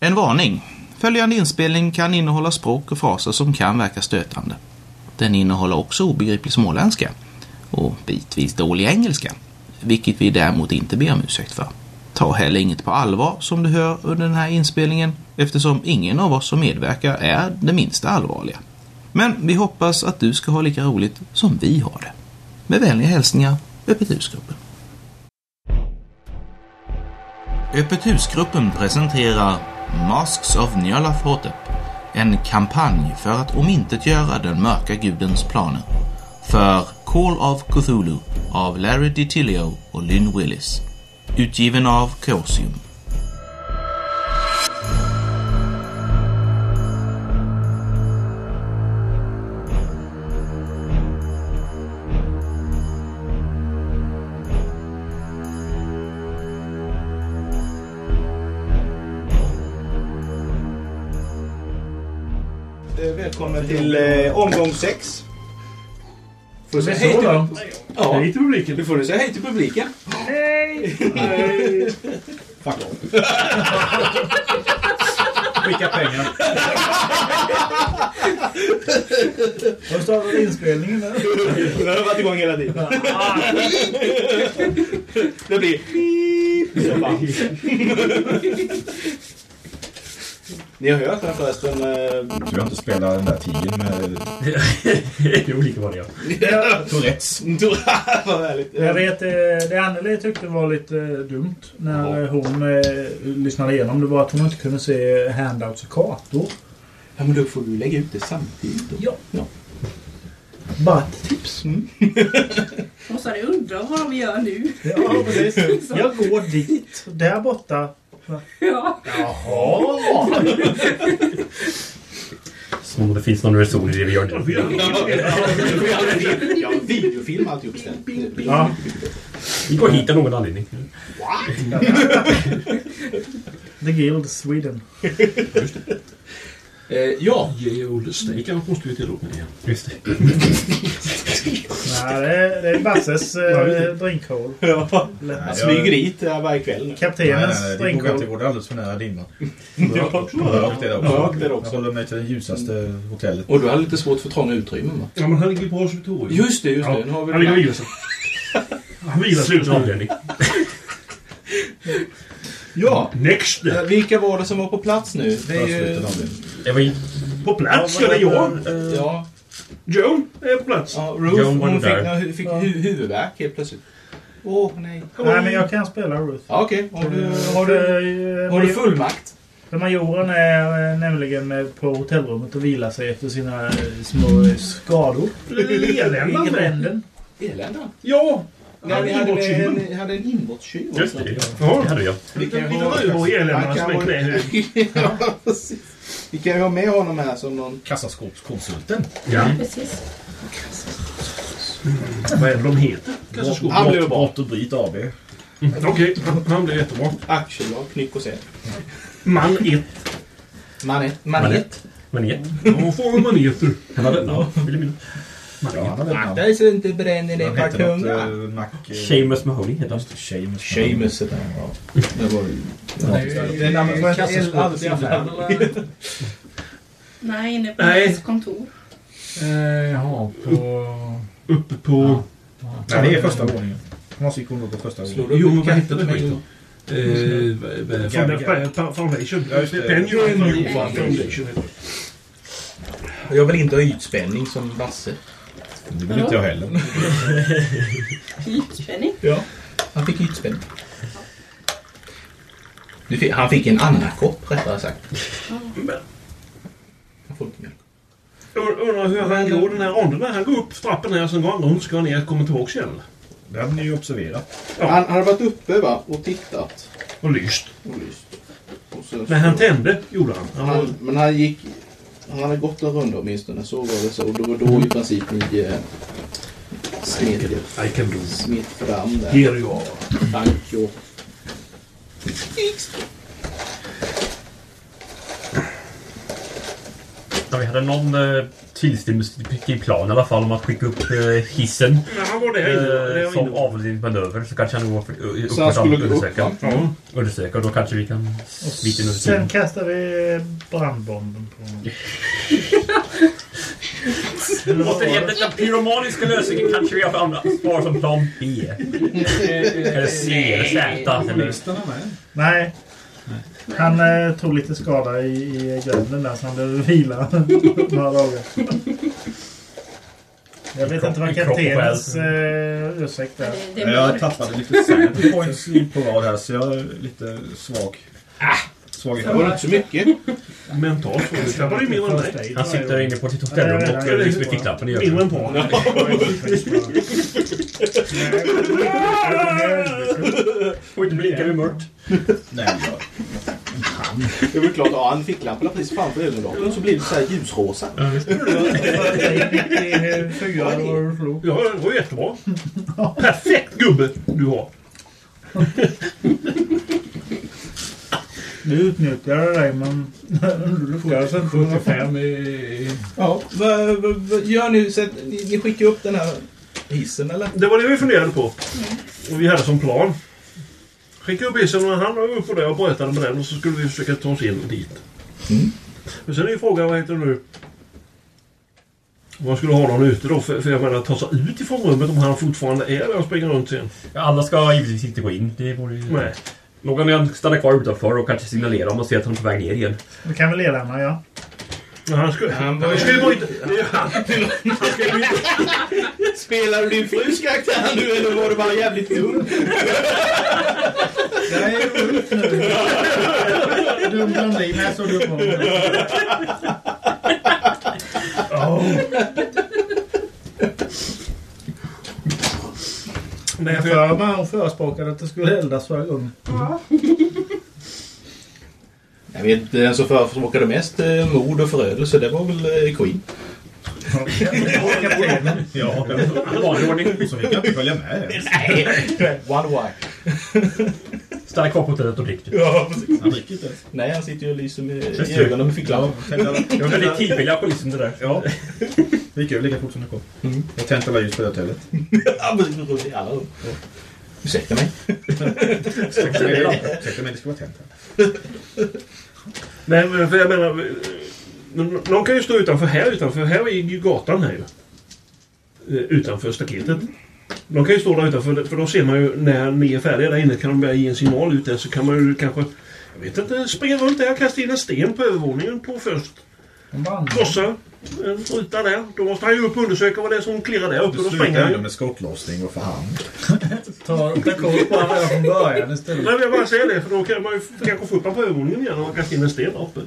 En varning. Följande inspelning kan innehålla språk och fraser som kan verka stötande. Den innehåller också obegriplig småländska och bitvis dålig engelska, vilket vi däremot inte ber om ursäkt för. Ta heller inget på allvar som du hör under den här inspelningen eftersom ingen av oss som medverkar är det minsta allvarliga. Men vi hoppas att du ska ha lika roligt som vi har det. Med vänliga hälsningar, Öppet husgruppen. Öppet husgruppen presenterar Masks of Njalafhotep, en kampanj för att omintetgöra den mörka gudens planer. För Call of Cthulhu av Larry DiTilio och Lynn Willis. Utgiven av Chaosium. Välkomna till eh, omgång sex. Får du säga hej Så till, då. ja, Hej till publiken. nu får du säga hej till publiken. Skicka pengar. Har du startat inspelningen nu? Den har varit igång hela tiden. Det blir beep, så bara. Ni har hört den förresten. eh, Du har inte spelat den där tigern med Jo, lika var det jag. Tourettes. Vad härligt. Jag vet, eh, det Anneli tyckte var lite eh, dumt när eh, hon eh, lyssnade igenom det var att hon inte kunde se handouts och kartor. Ja, men då får du lägga ut det samtidigt. då. Ja. Bara ett tips. Måste ni undra vad de gör nu? Ja, precis. Så. Jag går dit. Där borta. Ja. Jaha! Som om det finns någon reson i det vi gör nu. Ja, videofilm alltihop sen. Ja. Vi går hit av någon anledning. The Guild Sweden. Eh, ja, Georg Steikan måste vi till Europa igen. Just det. Nej, det är, det är Basses eh, drinkhål. Ja, Eller han smyger dit där varje kväll nu. Kaptenens Eh, Det vågar inte drinkhål. gå. Det är alldeles för nära dimman. Ja. Mörkt är det också. Mörkt är det också. Håller mig till det ljusaste hotellet. Och du hade lite svårt för trånga utrymmen va? Ja, men han ligger bra som tog. Just det, just det. Nu har vi Han ligger och vilar sig. Han vilar sig just nu. Ja, Next! eh, vilka var det som var på plats nu? Det är ju... Jag var in På plats? Ja, Eh, det är eh, jag. Ja, Joan är på plats. ja Ruth John var hon fick, där. hon fick hu huvudvärk helt plötsligt. Åh, nej. Nej, men jag kan spela Ruth. Ja, Okej, har du, har du, du, har du fullmakt? majoren är eh, nämligen eh, på hotellrummet och vilar sig efter sina eh, små eh, skador. I gränden. Elända. Ja! Nej, ni hade, väl en, ni hade en inbrottstjuv Just också. det, ja. det hade jag. Vi kan ju Vi ha- kan ju ha Han kan vara- Ja, precis. Vi kan ju ha med honom här som någon... Kassaskåpskonsulten. Ja. Precis. Vad är det de heter? kassaskåp. Han blev bra. Brott och bryt AB. Mm, Okej, han- han blev jättebra. Aktiebolag, knyck och sätt. Man 1. Manett. Manett. Man 1. Vad fan man heter. Han hade namn. Vill du minnas? Ja, han hade ett namn. Akta dig så du inte bränner dig Han par hette något... kungar. eh, Mac... Seamus Mahoney heter han. Shamus. Seamus heter han, ja. Det var ju- Det är namnet på en kassaskåp. alldeles i affären. Nej, inne på Nej. hans kontor. Jaha, på... Uppe på... Nej, det är första våningen. Hans gick hon då på första våningen. Jo, men vad hette den skiten? Eh, vad- vad- Gamla- Founda- Foundation. Ja, just det. Penny Foundation. Foundation heter Jag vill inte ha ytspänning som Basse. Det vill inte jag heller. Ytspänning. Ja, han fick ytspänning. Du fick, han fick en anakopp rättare sagt. Han får inte mjölk. Jag Undrar hur han går den här ronden. där. Han går upp för trappen här, sen går han runt, ska han ner och kommer tillbaka igen. Det hade ni ju observerat. Han, han har varit uppe va, och tittat Och lyst. och lyst. Och så, Men han tände, gjorde han. Han var han, men han gick... Han hade gått en runda åtminstone, så var det så. Och det var då i princip ni eh, smet, I can do. smet fram där. Here you are. Tack och... Ja, vi hade någon eh, tidsstimplan i alla fall om att skicka upp eh, hissen Men han var där inne. eh, Där som inne. avledningsmanöver så kanske han går för, upp Så han för skulle att gå upp undersöka. va? Ja. Undersöka och då kanske vi kan Och smita in under sen tiden. kastar vi eh, brandbomben på honom. Återigen, detta pyromaniska lösningen kanske vi har använt bara som plan B. Eller C eller Z. eller- Kommunisterna med. Nej. Han eh, tog lite skada i, i gränden där så han behöver vila några dagar. Jag vet inte vad I kropp och själ. kaptenens eh, ursäkt är. Det, det är Jag mörkt. tappade lite sand points i- på rad här, så jag är lite svag. Svag i Det var huvudet. inte så mycket. Mentalt så. Det var ju mindre än dig. Han sitter där inne på sitt hotellrum och eh, lyfter ficklappen. Det gör Mindre han. än par. Får inte blinka vid mörkt. Nej, jag- Det är väl klart, ja, en ficklampa precis framför ögonlocken så blir det så här ljusrosa. Fyra eller vad du slog. Ja, det var jättebra. Perfekt gubbe du har. Nu utnyttjar jag dig men du lyckades inte. 75 i... Ja, vad, vad, vad gör ni? Så att ni, ni skickar upp den här hissen eller? Det var det vi funderade på. Och vi hade som plan. Skicka upp hissen och han var upp på det och brötade med den och så skulle vi försöka ta oss in dit. Mm. Men sen är ju frågan, vad heter det nu? Om man skulle ha någon ute då, för, för jag menar ta sig ut ifrån rummet om han fortfarande är där och springer runt sen. Ja, Alla ska givetvis inte gå in. Det borde ju... Nej. Någon kan stanna kvar utanför och kanske signalera om man ser att han är på väg ner igen. Du kan väl ledarna ja. Men han skulle... Han, han skulle ju bara inte... det är han. Spelar du din frus karaktär nu eller var du bara jävligt dum? Dum Lundin här såg du på honom. Oh. Nej, för jag, För man hon förespråkade att det skulle eldas för ung. Jag vet inte, den som förespråkade mest eh, mord och förödelse det var väl eh, Queen. Kaptenen. Ja, Vanlig ordning. så fick jag inte följa med. ens. One why. Stanna kvar på hotellet och drick. typ. Han dricker inte ens. Nej, han sitter ju och lyser med Just i det. ögonen med ficklampan. Det var väldigt tillvilliga polisen det där. Ja. Det gick över lika fort som det kom. Jag tände alla ljus på hotellet. Ja, precis. Nu runt i alla rum. Ursäkta mig. Ursäkta mig, det ska vara tänt här. nej, men för jag menar... men Någon kan ju stå utanför här utanför. Här är ju gatan här ju. Eh, Utanför staketet. De kan ju stå där utanför för då ser man ju när ni är färdiga där inne kan de börja ge en signal ut där så kan man ju kanske... Jag vet inte, springa runt där, kasta in en sten på övervåningen på först. Hon vann. Krossa en ruta där. Då måste han ju upp och undersöka vad det är som klirrar där uppe. Du Då springer slutar han ju. ändå med skottlossning och fan. Ta ta koll på alla från början istället. Nej, men jag bara säger det för då kan man ju f- kanske få upp honom på övervåningen igen och kasta in en sten där uppe.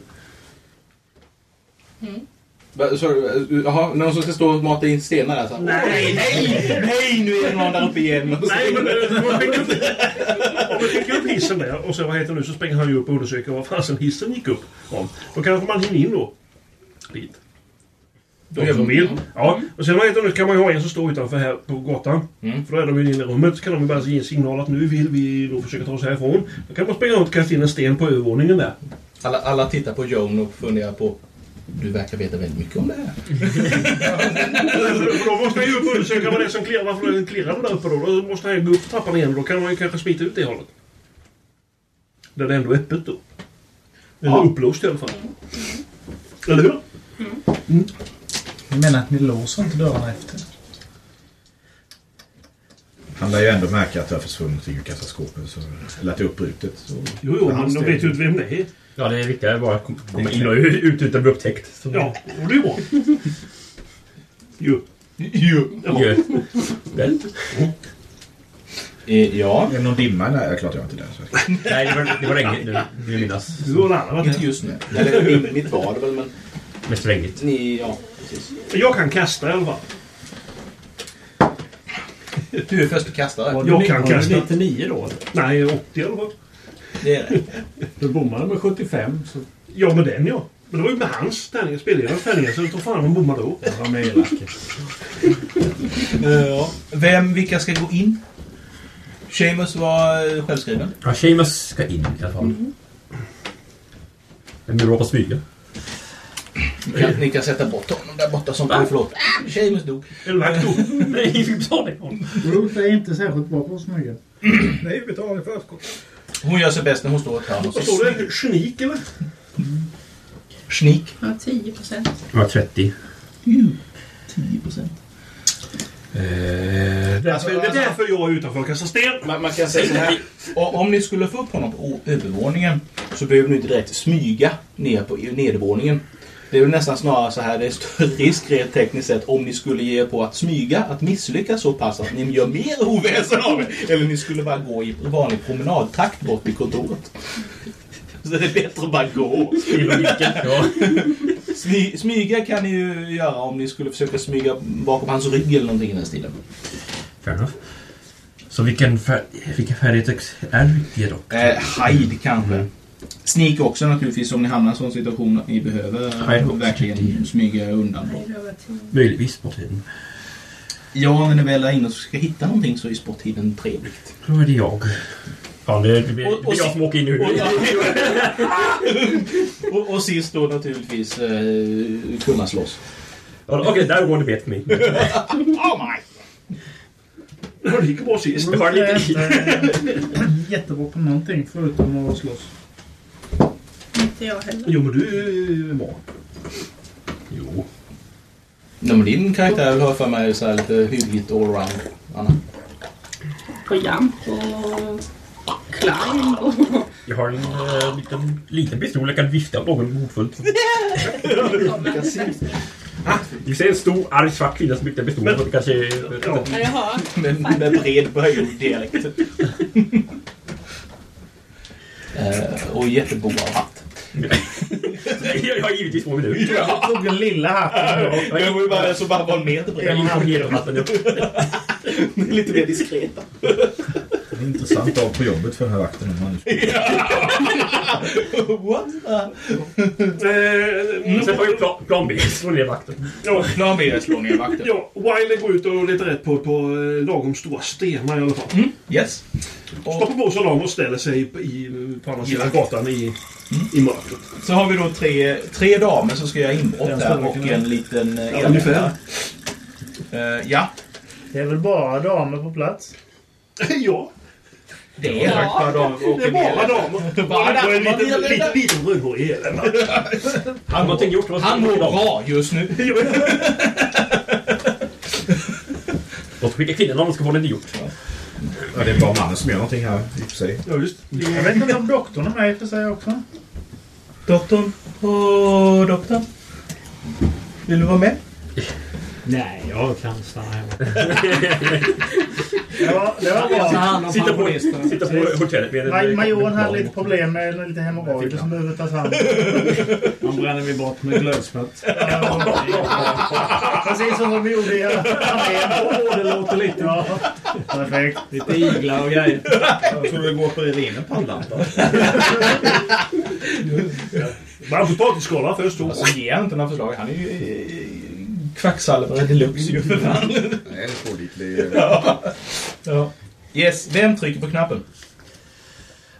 Va, sorry, eh, Jaha, någon som ska stå och mata in stenar där? så här, Nej. nej, nej, nu är det någon där uppe igen. Nej, men eh, man skickar upp, om man skickar upp hissen där och så vad heter det nu så springer han ju upp och undersöker vad fasen hissen gick upp om. Då kanske man hinner in då. Dit. De som vill. Ja, och sen vad heter det nu kan man ju ha en som står utanför här på gatan. Mm. För då är de ju inne i rummet. Så kan de ju bara ge en signal att nu vill vi då försöka ta oss härifrån. Då kan man springa runt och kasta in en sten på övervåningen där. Alla, alla tittar på Joan och funderar på du verkar veta väldigt mycket om det här. För då måste han ju upp och undersöka vad det är som klirrar. Varför det klirrar där uppe då? Då måste han ju gå upp trappan igen. Då kan man ju kanske smita ut det hållet. Där det ändå är öppet då. Eller upplåst i alla fall. Eller hur? Ni menar att ni låser inte dörrarna efter? Han lär ju ändå märka att det har försvunnit i kassaskåpet. Så, eller att det är uppbrutet. Så. Jo, jo, För men hans de del. vet ju inte vem det är. Ja, det är viktigare bara att komma in och ut utan att bli upptäckt. Så- Ja, och det är bra. Jo. Jo. Ja. Väl? Eh, ja, Är det någon dimma? Nej, det är klart jag inte är där. Så. jag- Nej, det var, det var regnet nu. Vill jag minnas. Du och en annan varit inte här. just nu. Eller min- mitt var det väl, men Mest regnigt. ni, ja, precis. Jag kan kasta i alla fall. Du är första kastare. Jag kan Har du kasta. 99 då? Nej, 80 i alla fall. Det är det. Du bommade med 75 så Ja, med den ja. Men det var ju med hans tärningar, spelledarens tärningar, så tog fan om bommar då. var med elaka. Eh, ja. Vem, vilka ska gå in? Seamus var eh, självskriven. Ja, Seamus ska in i alla fall. Men du råkar smyga. Ni kan, ni kan sätta bort honom. hon där borta som blev förlåt. Ah, Seamus dog. Elacto. Nej, vi betalar honom. Ruth är inte särskilt bra på att smyga. Nej, betalning i förskott. Hon gör sig bäst när hon står i ett hörn och Vad så står det? Schnik eller? snik. Ja, 10 procent. Jag var 30. 10 procent. Eh, Därför, Alltså, det är därför jag är utanför och kastar sten. Man, man kan säga så här. o- Om ni skulle få upp honom på o- övervåningen så behöver ni inte direkt smyga ner på i nedervåningen. Det är väl nästan snarare så här, det är större risk rent tekniskt sett om ni skulle ge er på att smyga, att misslyckas så pass att ni gör mer oväsen av er. Eller ni skulle bara gå i vanlig promenadtakt bort till kontoret. Så det är bättre att bara gå. I logiken. Ja. Smy, smyga kan ni ju göra om ni skulle försöka smyga bakom hans rygg eller någonting i den stilen. Fair enough. Så vilken, fär, vilken färdighet är det då? Eh, hide Mm. kanske. Sneak också naturligtvis om ni hamnar i en sån situation att ni behöver Hide också. verkligen smyga er undan. Nej, det var 10. Möjligtvis på tiden. Ja, när ni väl är inne och ska hitta någonting så är sporttiden trevligt. Då är det jag. Fan, det, det, det, Och- och är jag så- som åker in nu. och, och sist då naturligtvis eh, kunna slåss. Okej, där går det bet mig. Oh my! Det gick bra sist. Det var Jag är lite... inte jättebra på någonting förutom att slåss. Inte jag heller. Jo, men du är ju bra. Jo. Nej, men din karaktär vill ha för mig så här lite hyggligt allround. Anna. På jump och climb och... Jag har en eh, liten, liten pistol jag kan vifta på någon hotfullt. Vi ser en stor arg svart kvinna som viftar pistolen. Men, kanske... Ja. Ja, jag har. Med, med bred böjd dialekt. eh, och jätteboa hatt. Jag har givetvis på mig nu. Jag tog den lilla hatten. Det var ju bara den som bara var en meter Jag bred. gick på helvatten. Lite mer diskreta. Det är en intressant dag på jobbet för den här vakten. om man nu- What? Mm. Sen har jag plan, plan B. Slå ner vakten. Plan B slår ner vakten. Ja, Wiley går ut och letar rätt på, på eh, lagom stora stenar i alla fall. Yes. Stoppar på sig dem och ställer sig i, i, på andra sidan gatan i, i mörkret. Så har vi då tre, tre damer som ska göra inbrott där och en liten eh, Ja, ungefär. Eh, ja, Det är väl bara damer på plats? ja, det är faktiskt bara damer och det är en del. Bara bara damer. Bara en damer. liten, liten, liten rödhårig jävel. Han har gjort. vad ska Han vi mår göra? bra just nu. Låt skicka kvinnan om hon ska få lite gjort. Ja, det är bara mannen som gör någonting här i och för sig. Ja, just. Det Jag är- vet inte om doktorn är med i och för sig också. Doktorn. Åh, doktorn. Vill du vara med? Nej, jag kan stanna hemma. Det var, det var bra. Sitta på, sitta på hotellet med Maj- en... Majoren hade lite problem med lite hemorrojder som behöver tas hand om. De bränner vi bort med glödspett. Precis som vi gjorde i armén. Åh, det låter lite... Ja, perfekt. Lite iglar och grejer. Jag tror det går på urinen på en lampa. Bara potatisskala först. så. Alltså, ge inte några förslag. Han är ju eh, kvacksalvare deluxe ju för fan. Nej, det är pålitlig. Ja. Yes, vem trycker på knappen?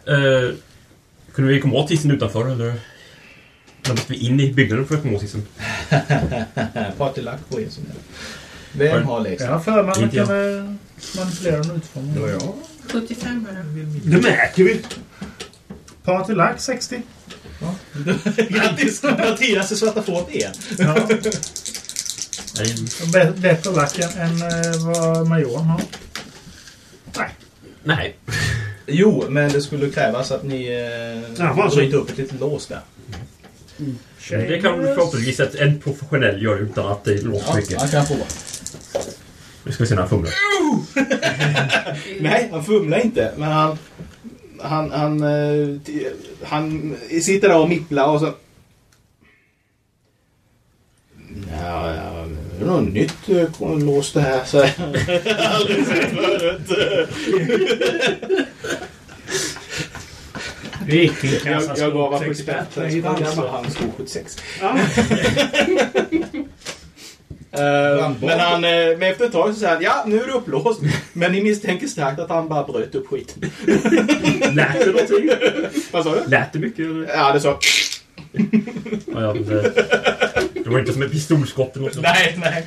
Eh, kunde vi komma åt hissen utanför eller? Eller måste vi in i byggnaden för att komma åt hissen? Eh, Partilack på er som gäller. Vem har lägst? Jag har för mig att man Inte jag. kan eh, manipulera den utifrån. Det var jag. 75 hörde jag. Det märker vi. Partilack 60. Grattis! Mattias i svarta fåret igen. Ja. Nej, Bä- Bättre lack än än, eh, vad majoren har. nej. Jo, men det skulle krävas att ni Ja, eh, vad så- bryter upp ett litet lås där. det kan vi förhoppningsvis att en professionell gör utan att det låter Ja, mycket. han kan prova. Nu ska vi se när han fumlar. Nej, han fumlar inte, men han... Han, han, eh, t- han sitter där och mipplar och så... Ja, ja, det är något nytt eh, kon- lås det här, så. Aldrig sett förut. Du gick till Jag, jag gav honom kassaskåpsexpert. expertens så han stod 76. Eh, men, han, eh, men efter ett tag så säger han ja, nu är det upplåst. Men ni misstänker starkt att han bara bröt upp skiten. Lät det någonting? Vad sa du? Lät det mycket eller? Ja, det sa Ja, jag vet inte. Det var inte som ett pistolskott eller något sånt. Nej, nej.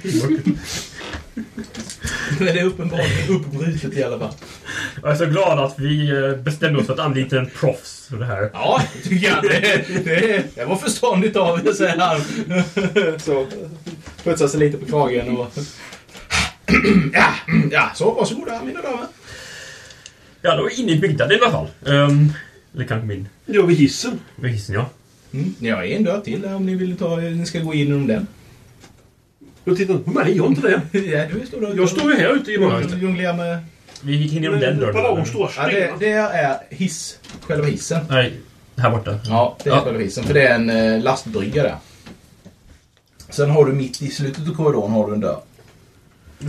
Men det är uppenbart uppbrutet i alla fall. Jag är så glad att vi eh, bestämde oss för att anlita en proffs för det här. Ja, det tycker jag. Det, det, det var förståndigt av er, säger han. Så putsar sig lite på kragen och... Ja, mm, ja, så varsågoda mina damer. Ja, då är vi inne i byggnaden i alla fall. Ehm, eller kanske min. Ja, vid hissen. Vid hissen, ja. Mm, jag är en dörr till där om ni vill ta, ni ska gå in genom den. Du tittar inte på mig, jag är inte det. Ja, du står där. Jag står ju här ute i mörkret. och jonglerar med... Vi gick in genom den dörren. Ballong står Ja, det, stenar. det är hiss. Själva hissen. Nej, här borta. Ja, det är Ja. själva hissen. För det är en eh, lastbrygga där. Sen har du mitt i slutet av korridoren har du en dörr.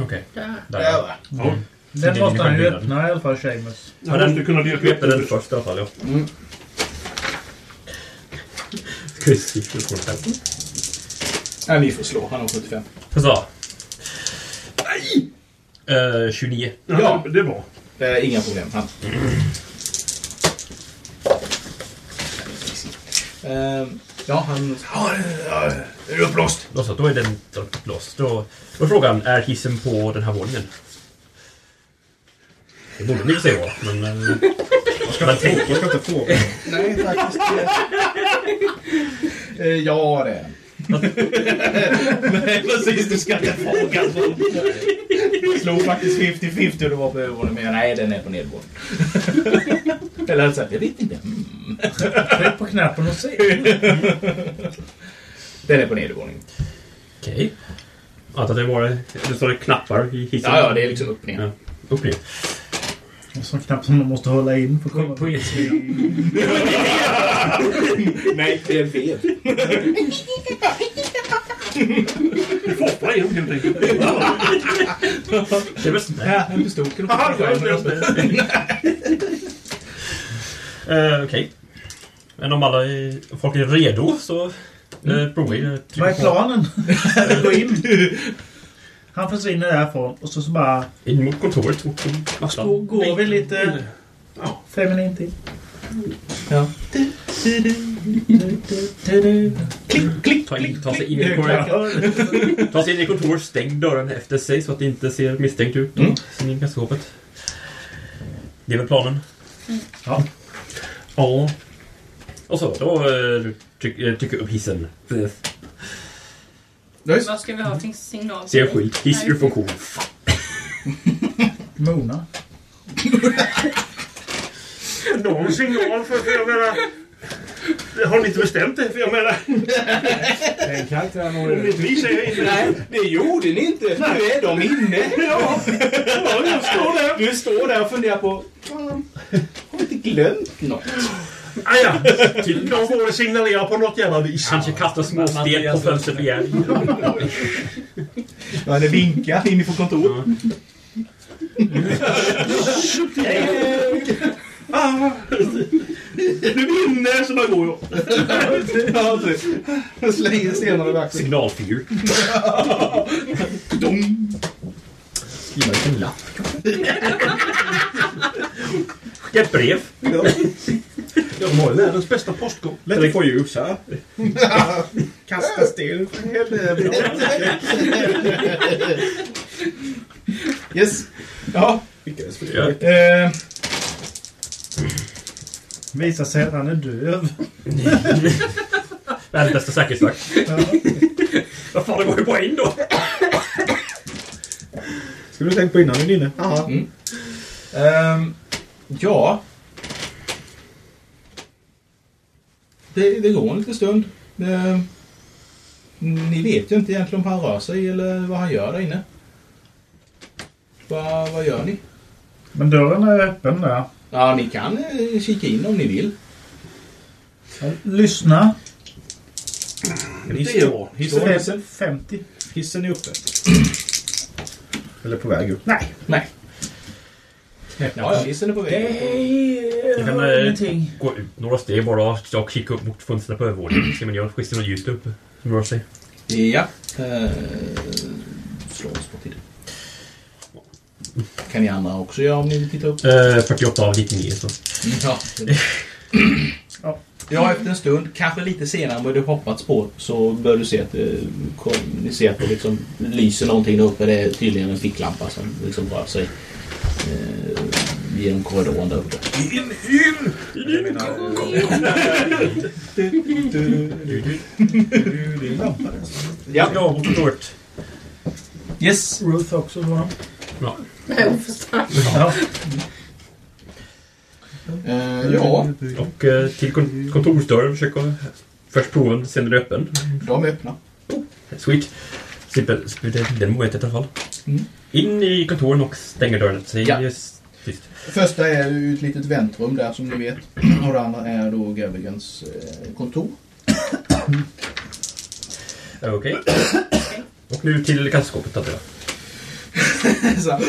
Okej. Där. Där. Ja. Den Det är måste han ju självbilden. öppna i alla fall, Seamus. Jag måste kunna leta Vi upp öppnade den den. först i alla fall, ja. Mm. Ska vi se hur det går här. Nej, vi får slå. Han har 75. Så. Nej! Eh, 29. Ja, det är bra. Det är inga problem. Han. Ehm, ja, han... Ja, ja, är du uppblåst? Då så, då är den låst. Då, då är frågan, är hissen på den här våningen? Det borde ni säga vara, men... eh, Vad ska man tänka? Jag ska inte fråga. Nej, faktiskt. Eh, ja, det är den. Nej, precis. Du ska inte fråga. Jag slog faktiskt 50-50 och det var på övervåningen. Men jag, nej, den är på nedervåningen. Eller så här, jag vet inte. Mm. Tryck på knappen och se. Den är på nedervåningen. Okej. Antar att det var... Det står det knappar i hissen. Ja, ja, det är liksom upp ner. Ja. Upp ner. En sån knapp som man måste hålla in för att komma På insidan. Nej, det är fel. Du foppar igenom helt enkelt. Det är väl snällt. Ja, en pistol kan du få. Eh, Okej. Men om alla är, folk är redo så eh, provar vi. eh, trycker Vad är på. planen? Gå in. Han försvinner därifrån och så, så bara In mot kontoret. mot- mot mattan. då går vi lite feminint in. Klick, klick, Ta, klick. in, ta, sig in i kontoret. ta sig in i kontoret. Stäng dörren efter sig så att det inte ser misstänkt ut. Mm. Sen in i kassaskåpet. Det är väl planen? Ja. Ja. Och så, då eh, tryck, eh, trycker jag upp hissen. Eh, Precis. Vad ska vi ha för signal? Ser en skylt. Hiss ur funktion. Mona. Någon signal för, för jag menar... det Har ni inte bestämt det? För jag menar, Den kan inte vara om någon... inte vi säger inte... Nej, det gjorde ni inte. Nu är de inne. Ja, ja, jag står där. Du står där och funderar på... "Fan, Har jag inte glömt något? Aja, Ah, Typ någon borde signalera på något jävla vis. Kanske kastar småsten på fönstret igen. Ja, det vinkar inifrån kontoret. Ah, nu är vi inne, så bara går jag. Ja, precis. Jag slänger stenar över axeln. Signalfyr. Skriva ut en lapp kanske. Ett brev. De har ju världens bästa postkod. Lätt få ljus här. Kasta sten för helvete. Yes. Ja. Ja. Eh, Visar sig att han är döv. Världens bästa säkerhetsvakt. Vad fan, det var ju bara in då. Skulle du tänkt på innan du är inne? Ja. ehm, ja. Det, det går en liten stund. Ehm, ni vet ju inte egentligen om han rör sig eller vad han gör där inne. Va, vad gör ni? Men dörren är öppen där. Ja, ni kan eh, kika in om ni vill. Lyssna. Det är bra. Står ni- Fem- 50. Hissen är uppe. Eller på väg upp. Nej. Ja, ja hissen är på väg. Jag kan eh, gå ut några steg bara och kika upp mot fönstret på övervåningen. Se om det finns något ljus där uppe som rör sig. Ja. Eh, slå oss på tid. Kan ni andra också göra om ni vill titta upp? Eh, 48 av 99 så. Ja. Ja. Ja, efter en stund, kanske lite senare än vad du hoppats på, så bör du se att, eh, kom, ni ser att det liksom lyser någonting där uppe. Det är tydligen en ficklampa som liksom rör sig eh, genom korridoren där uppe. Ja, jag har förstått. Yes! Ruth också var Nej, oförstånd. Eh, ja, Och eh, till kon- kontorsdörren försöker först prova den, sen är det öppen. de är öppna. Sweet. Slipper slipper det- den momentet i alla fall. Mm. In i kontoren och stänger dörren. Så Ja. just, tyst. Första är ju ett litet väntrum där som ni vet. Och det andra är då Gavigans eh, kontor. Eh, Okej. Och nu till kassaskåpet antar jag. Så här.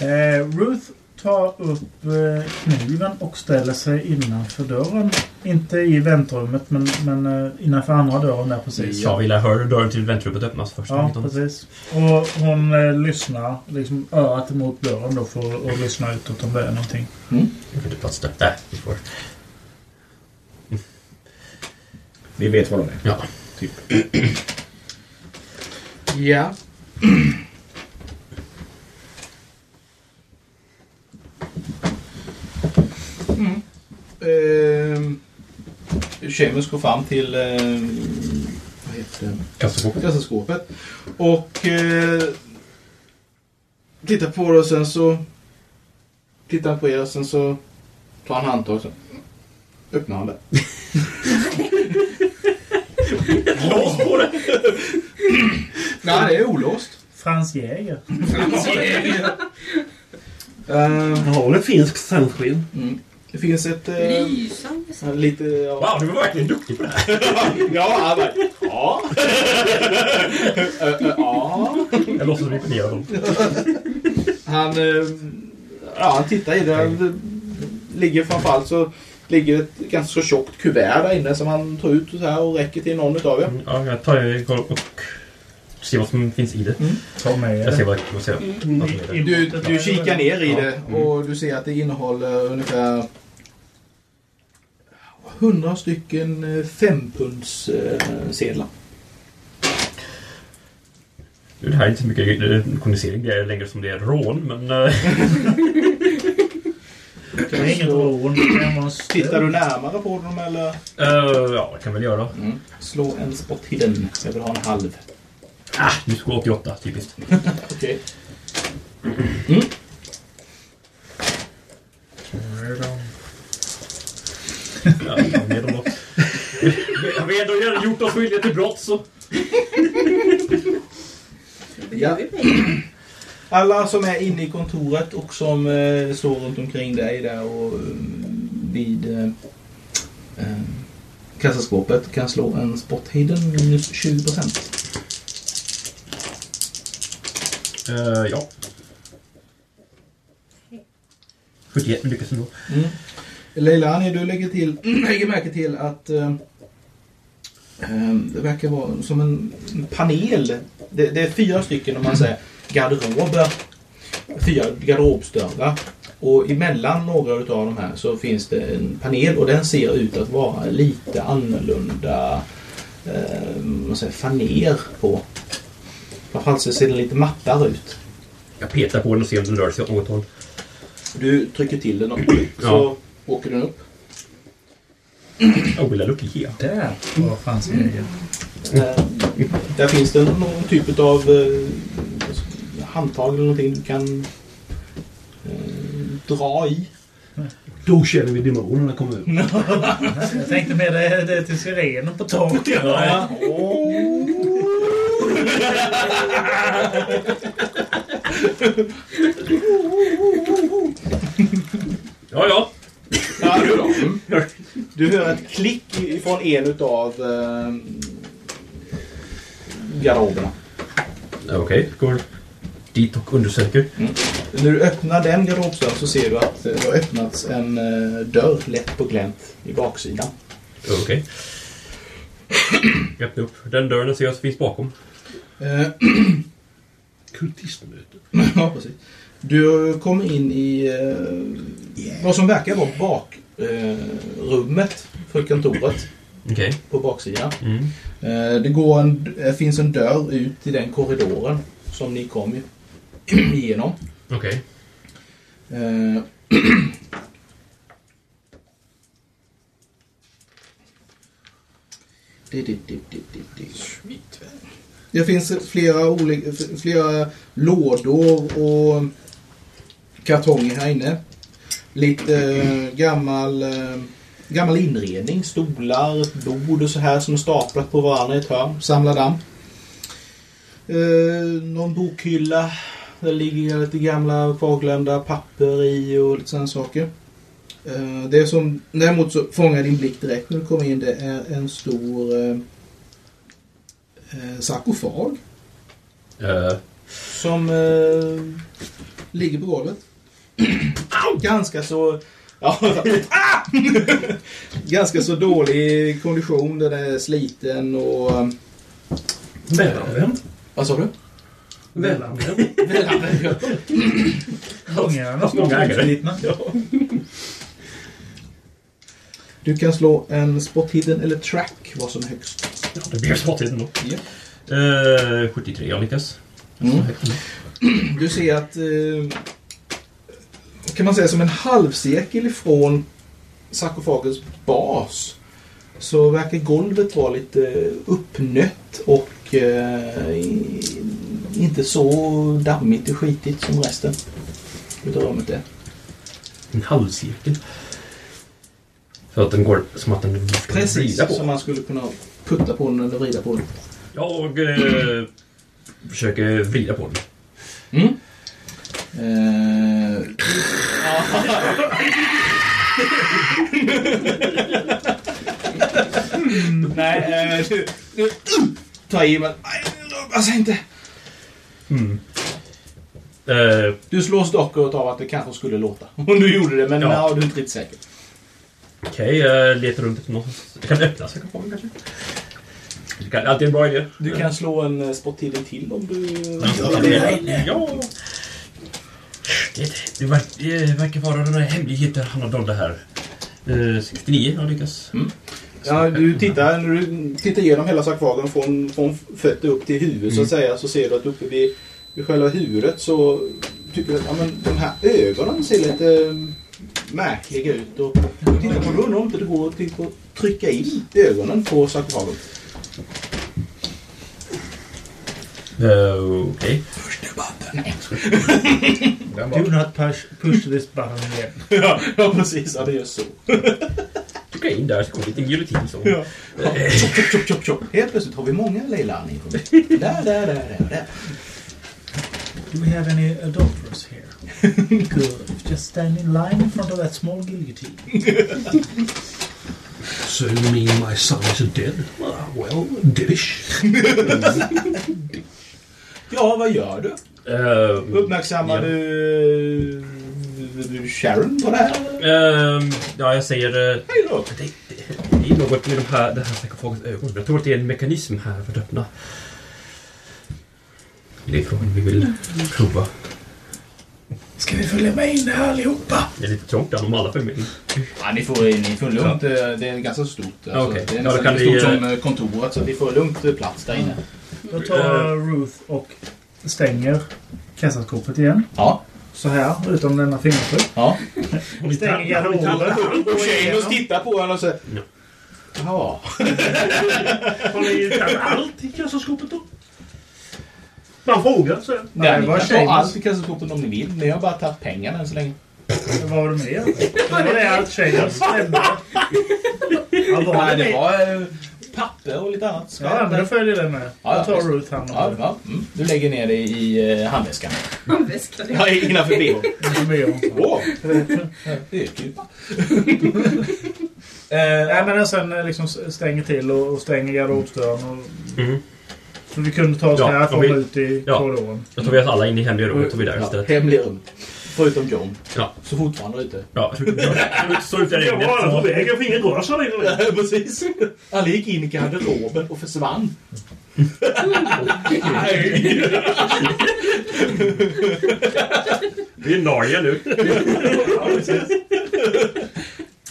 Eh, Ruth tar upp eh, kniven och ställer sig innanför dörren. Inte i väntrummet, men, men eh, innanför andra dörren där precis. Ja, vill jag höra dörren till väntrummet öppnas först. Ja, precis. Och hon eh, lyssnar, liksom örat emot dörren då för att lyssna utåt om det är någonting. Jag får inte plats där. Där, vi får. Vi vet vad de är. Ja. Ja. Mm. Eh, Seamus går fram till eh, vad heter det? Kassaskåpet. kassaskåpet och eh, tittar på det och sen så tittar han på er och sen så tar han handtaget och så öppnar han det. Lås på det! Nej, det är olåst. Frans Jäger. Eh, Han har väl en finsk sändskinn? det finns ett... eh, Lysande. Ja, Lite... Ja, Wow, du var verkligen duktig på det här. ja han bara... Ja. Ö, ö, ja. Jag låtsas bli imponerad. av dem. Han... eh, Ja, han tittar i det. Han ligger framförallt så ligger ett ganska så tjockt kuvert där inne som han tar ut och, så här och räcker till någon utav er. Ja, jag tar en koll och ser vad som finns i det. Mm. Ta med Jag det. ser vad jag ser. vad som är det. Du, du kikar ner i det och du ser att det innehåller ungefär 100 stycken eh, fempundsedlar. Nu, Det här är inte så mycket eh, kondensering det är längre som det är rån, men... eh, Det är inget rån. det kan vara en stöld. Tittar du närmare på dem eller? eh, ja, det kan väl göra. Mm. Slå en spot hidden. Jag vill ha en halv. Ah, nu ska 88, typiskt. Okej. Ja, vad mer då? Har vi ändå redan gjort oss skyldiga till brott så... Vi behöver ju pengar. Alla som är inne i kontoret och som eh, står runt omkring dig där och mm, vid eh, eh, kassaskåpet kan slå en spot hidden minus 20 procent. Eh, ja. 71 lyckas ändå. Mm. Leilani, du lägger, till, lägger märke till att eh, eh, det verkar vara som en panel. Det, det är fyra stycken om man säger garderober. Fyra garderobsdörrar. Och emellan några av de här så finns det en panel och den ser ut att vara lite annorlunda eh, man säger, faner på. Framförallt så ser den lite mattare ut. Jag petar på den och ser om den rör sig åt något håll. Du trycker till den och så Ja. åker den upp. Oh, lilla lucky here. Där var Frans Jäger. Eh, Där finns det någon typ av eh, handtag eller någonting du kan eh, dra i. Då känner vi demonerna komma ut. Jag tänkte med det, det är till sirenen på taket. Ja. Ja, ja. Du hör ett klick ifrån en av eh, garderoberna. Okej, går dit och undersöker. När du öppnar den garderobsdörren så ser du att eh, det har öppnats en eh, dörr lätt på glänt i baksidan. Okej. Jag öppnar upp. Den dörren ser jag finns bakom. Eh, Kultistmöte. Ja, precis. Du kommer in i eh, vad som verkar vara bakrummet eh, rummet för kontoret. Okej. På baksidan. Mm. Eh, det går en, det finns en dörr ut i den korridoren som ni kom ju igenom. Okej. Eh, Det, det, det, det, det, det. Det finns flera, olika, flera lådor och kartonger här inne. Lite eh, gammal, eh, gammal inredning. Stolar, ett bord och så här som är staplat på varandra i ett hörn. Samlar damm. Eh, någon bokhylla. Där ligger lite gamla kvarglömda papper i och lite sådana saker. Eh, det som däremot så fångar din blick direkt när du kommer in det är en stor eh, eh, sarkofag Eh, som eh, ligger på golvet. Ganska så... Ja, ah! Ganska så dålig kondition. Den är sliten och... eh, Välanvänd. Vad sa du? Välanvänd. Många Fast många ägare. Du kan slå en spot hidden eller track vad som är högst. Ja, det blir svartigt ändå. Ja. Eh, 73, jag lyckas. Mm. Du ser att, eh, kan man säga som en halvcirkel ifrån sarkofagens bas så verkar golvet vara lite uppnött och eh, i- inte så dammigt och skitigt som resten utav rummet är. En halvcirkel. För att den går som att den Precis vrider på. som man skulle kunna putta på den eller vrida på den. Jag eh, försöker vrida på den. Eh, Nej, eh, nu, nu ta i men... nej, Alltså inte. Eh, Du slås dock av att det kanske skulle låta. Om du gjorde det, men Ja. ja. du är inte riktigt säker. Okej, jag letar runt efter något. Jag kan öppna sarkofagen kanske. Det kan, alltid en bra idé. Du kan slå en eh, spottiden till om du... Ja, Det, det, verk, det verkar vara några hemligheter han har dolda här. Eh, 69, jag lyckas. Ja, du tittar, när du tittar igenom hela sarkofagen från, från fötter upp till huvud så att säga så ser du att uppe vid, vid själva huvudet så tycker du att ja, men, de här ögonen ser lite eh, märkliga ut. Och, och tittar på det undrar om inte det går att typ, att trycka in ögonen på sarkofagen. Eh, Okej. Do not push, push this button again. ja, ja, precis. Ja, det gör så. Trycka in där så kommer lite giljotin så. Ja. Tjopp, tjopp, tjopp, tjopp, tjopp. Helt plötsligt har vi många Leila Där, där, där, där, där. Do we have any adulterers here? Good. Just stand in line in front of that small guillotine. So you mean my son is dead? Ah, well, deadish. Ja, vad gör du? Eh, Uppmärksammar Ja. du eh, Sharon på det här? ehm, ja, jag säger... eh, Hej då! Det, det, det är något med de här, det här sarkofagens ögon. Jag tror att det är en mekanism här för att öppna. Det är frågan vi vill prova. Ska vi följa med in här allihopa? Det är lite trångt där, de alla fem in. Ja, ni får, ni får lugnt. eh, Det är ganska stort. Ja, Alltså. okej. Det är Ja, nästan då kan lika stort vi, eh, som eh, kontoret så vi får lugnt eh, plats där inne. Då tar Eh. Ruth och stänger kassaskåpet igen. Ja. Så här, utan denna fingertryck. ja. Stänger garderoben. Och Shaneus tittar på honom och säger... Ja. Ja. Har ni tagit allt i kassaskåpet då? Man frågar så. Nej, ni var kan ta Shaneus? allt i kassaskåpet om ni vill. Ni har bara tagit pengarna än så länge. Vad var det mer? Det var det allt tjejen stämde. Ja, vad var Nej, det? det var eh, papper och lite annat skräp. Ja, men då följer det med. Ja, ja, Då tar visst. Ruth hand Ja, om det. ja. Mm. Du lägger ner det i eh, handväskan. Handväska. det- Ja, innanför bh. Som vi gör. Åh! Det är kul. Nej men sen eh, liksom stänger till och och stänger garderobsdörren. Och... Mm. Så vi kunde ta oss Ja, härifrån om vi- ut i ja. korridoren. Jag tar vi oss alla in i hemliga rummet och vi där Ja, istället. hemliga rum. Förutom John. Ja. Så fortfarande ute. Ja, så ut där Jag inne. var alla på vägen, jag fick ingen röra sig längre. Precis. Alla gick in i garderoben och försvann. Vi är i Norge nu.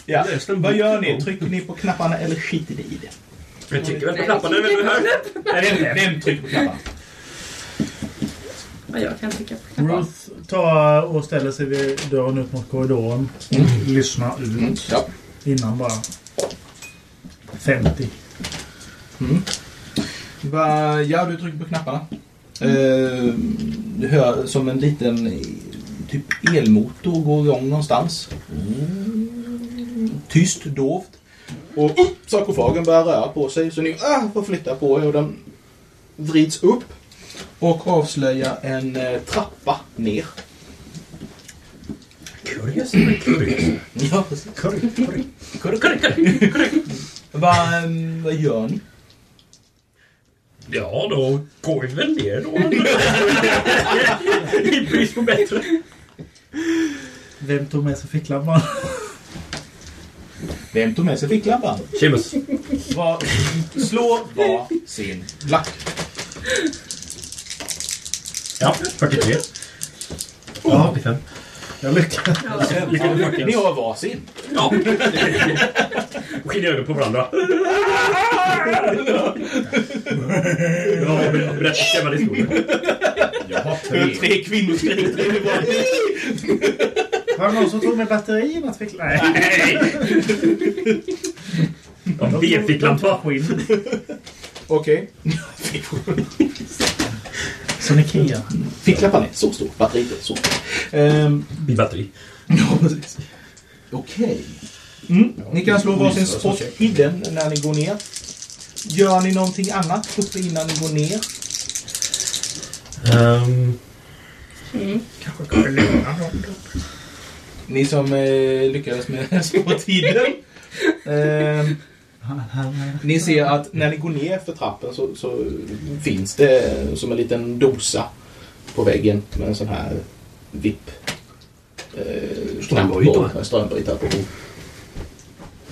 Ja. Vad gör ni? Trycker ni på knapparna eller skiter ni i det? Jag trycker väl på knapparna när vi hör. Vem, vem trycker på knapparna? Ja, jag kan trycka på knappen. Ruth tar och ställer sig vid dörren ut mot korridoren. Lyssnar ut. Mm. Ja. Innan bara. 50. Va, ja, du trycker på knapparna. Eh, du hör som en liten eh, typ elmotor går igång någonstans. Mm. Tyst, dovt. Och upp, sarkofagen börjar röra på sig så ni ah, får flytta på er och den vrids upp och avslöjar en eh, trappa ner. Curious, curious. Ja, precis. Curry, curry. Curry, curry, curry. Va, eh, vad gör ni? Ja, då går vi väl ner då. I brist på bättre. Vem tog med sig ficklampan? Vem tog med sig ficklampan? Chimus. Va, slå var sin lack. Ja, 43. Ja, 45. Jag lyckas. Ni har varsin. Ja. Skiljer ögonen på varandra. Ja, berätta skrämmande historier. Jag har tre. Hör tre kvinnor skrika. Det är bara- Var det någon som tog med batterierna till ficklampan? Nej. Ja, B-ficklampa. Okej. Som Ikea. Ficklampan är så stor. Batteriet är så stort. Ehm, Batteri. ja, precis. Okej. Mm. Ni kan slå varsin spot hidden när ni går ner. Gör ni någonting annat uppe innan ni går ner? Um, Ni som eh, lyckades med spot hidden. Ehm, ni ser att när ni går ner för trappen så, så finns det som en liten dosa på väggen med en sån här vipp. Eh, Strömbrytare. knapp på- Strömbrytare på.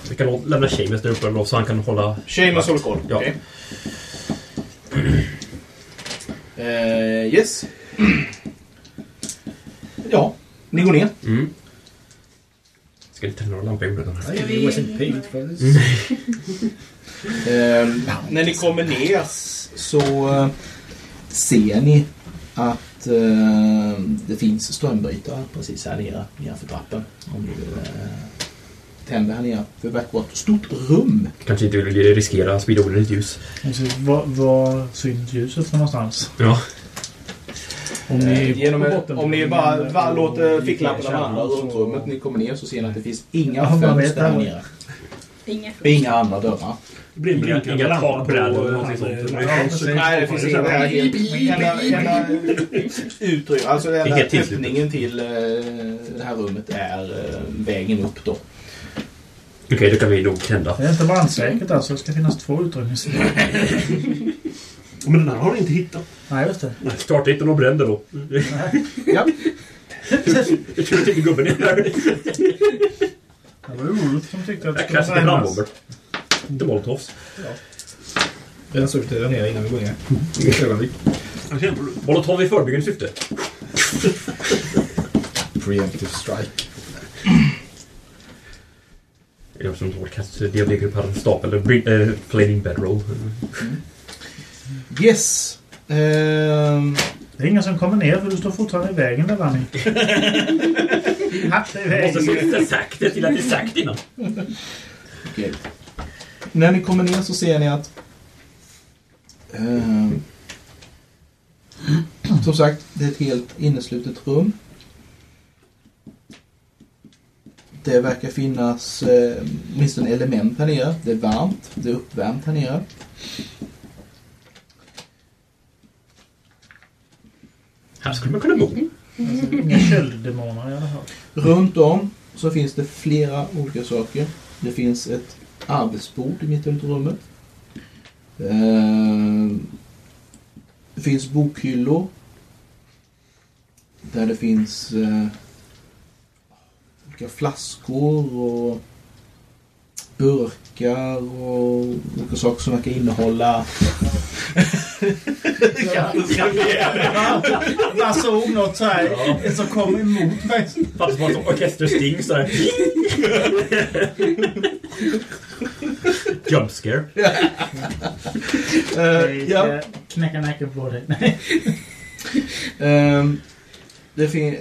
vi kan lå- lämna Seamus där uppe då så han kan hålla... Seamus håller koll. Ja. Okej. Eh, yes. Ja, ni går ner. Mm. Ska inte tända några lampor i onödan här. Ska vi... Eh, när ni kommer ner så eh, ser ni att eh, det finns strömbrytare precis här nere, nedanför trappen. Om ni vill eh, tända här nere. För det verkar vara ett stort rum. Kanske inte vill riskera att sprida onödigt ljus. Alltså, var, var syns ljuset från någonstans? Ja. Om Eh, Genom, på ett- botten- om ni bara va, låter och- ficklamporna vandra så- runt rummet när ni kommer ner så ser ni att det finns inga Ja, man vet fönster här aldrig. nere. Inga Och Inga andra dörrar. Det blir en Inga- blinkande inga lampa takbrädor på- eller någonting sånt. Ja, Nej, precis. Nej, det finns inga det här är enda, enda utrymme. Alltså det enda Inget tillslut. öppningen till eh, det här rummet är eh, vägen upp då. Okej, då kan vi nog tända. Det är inte brandsäkert alltså. Det ska finnas två utrymningsställen. Men den här har ni inte hittat. Nej, just det. Starta inte någon bränder då. Ja. Jag tror att inte gubben är där. Det var ju Ruth som tyckte att det Jag skulle kastar brännas. brandbomber. Inte molotovs. Jag sorterar ner innan vi går ner. Ett ögonblick. Molotov i förebyggande syfte. Preemptive strike. Jag som inte kastar diabetes på en stapel. eller bring- eh, Flaming bedroll. Yes. Ehm, Det är ingen som kommer ner för du står fortfarande i vägen där, Lanny. Hacka i Jag måste vägen. se sagt det till att det är sagt innan. okej. När ni kommer ner så ser ni att ehm, som sagt, det är ett helt inneslutet rum. Det verkar finnas eh, åtminstone element här nere. Det är varmt, det är uppvärmt här nere. Här skulle man kunna bo. Alltså, inga kölddemoner i alla fall. Runt om så finns det flera olika saker. Det finns ett arbetsbord i mitten av rummet. Eh, Det finns bokhyllor. Där det finns eh, olika flaskor och burkar och olika saker som verkar innehålla Jag såg något så här som kom emot mig. Fast var som orkestersting så här. Jump scare. Eh, ja. eh, Knäcka nacken på dig. Nej. Ehm, det finns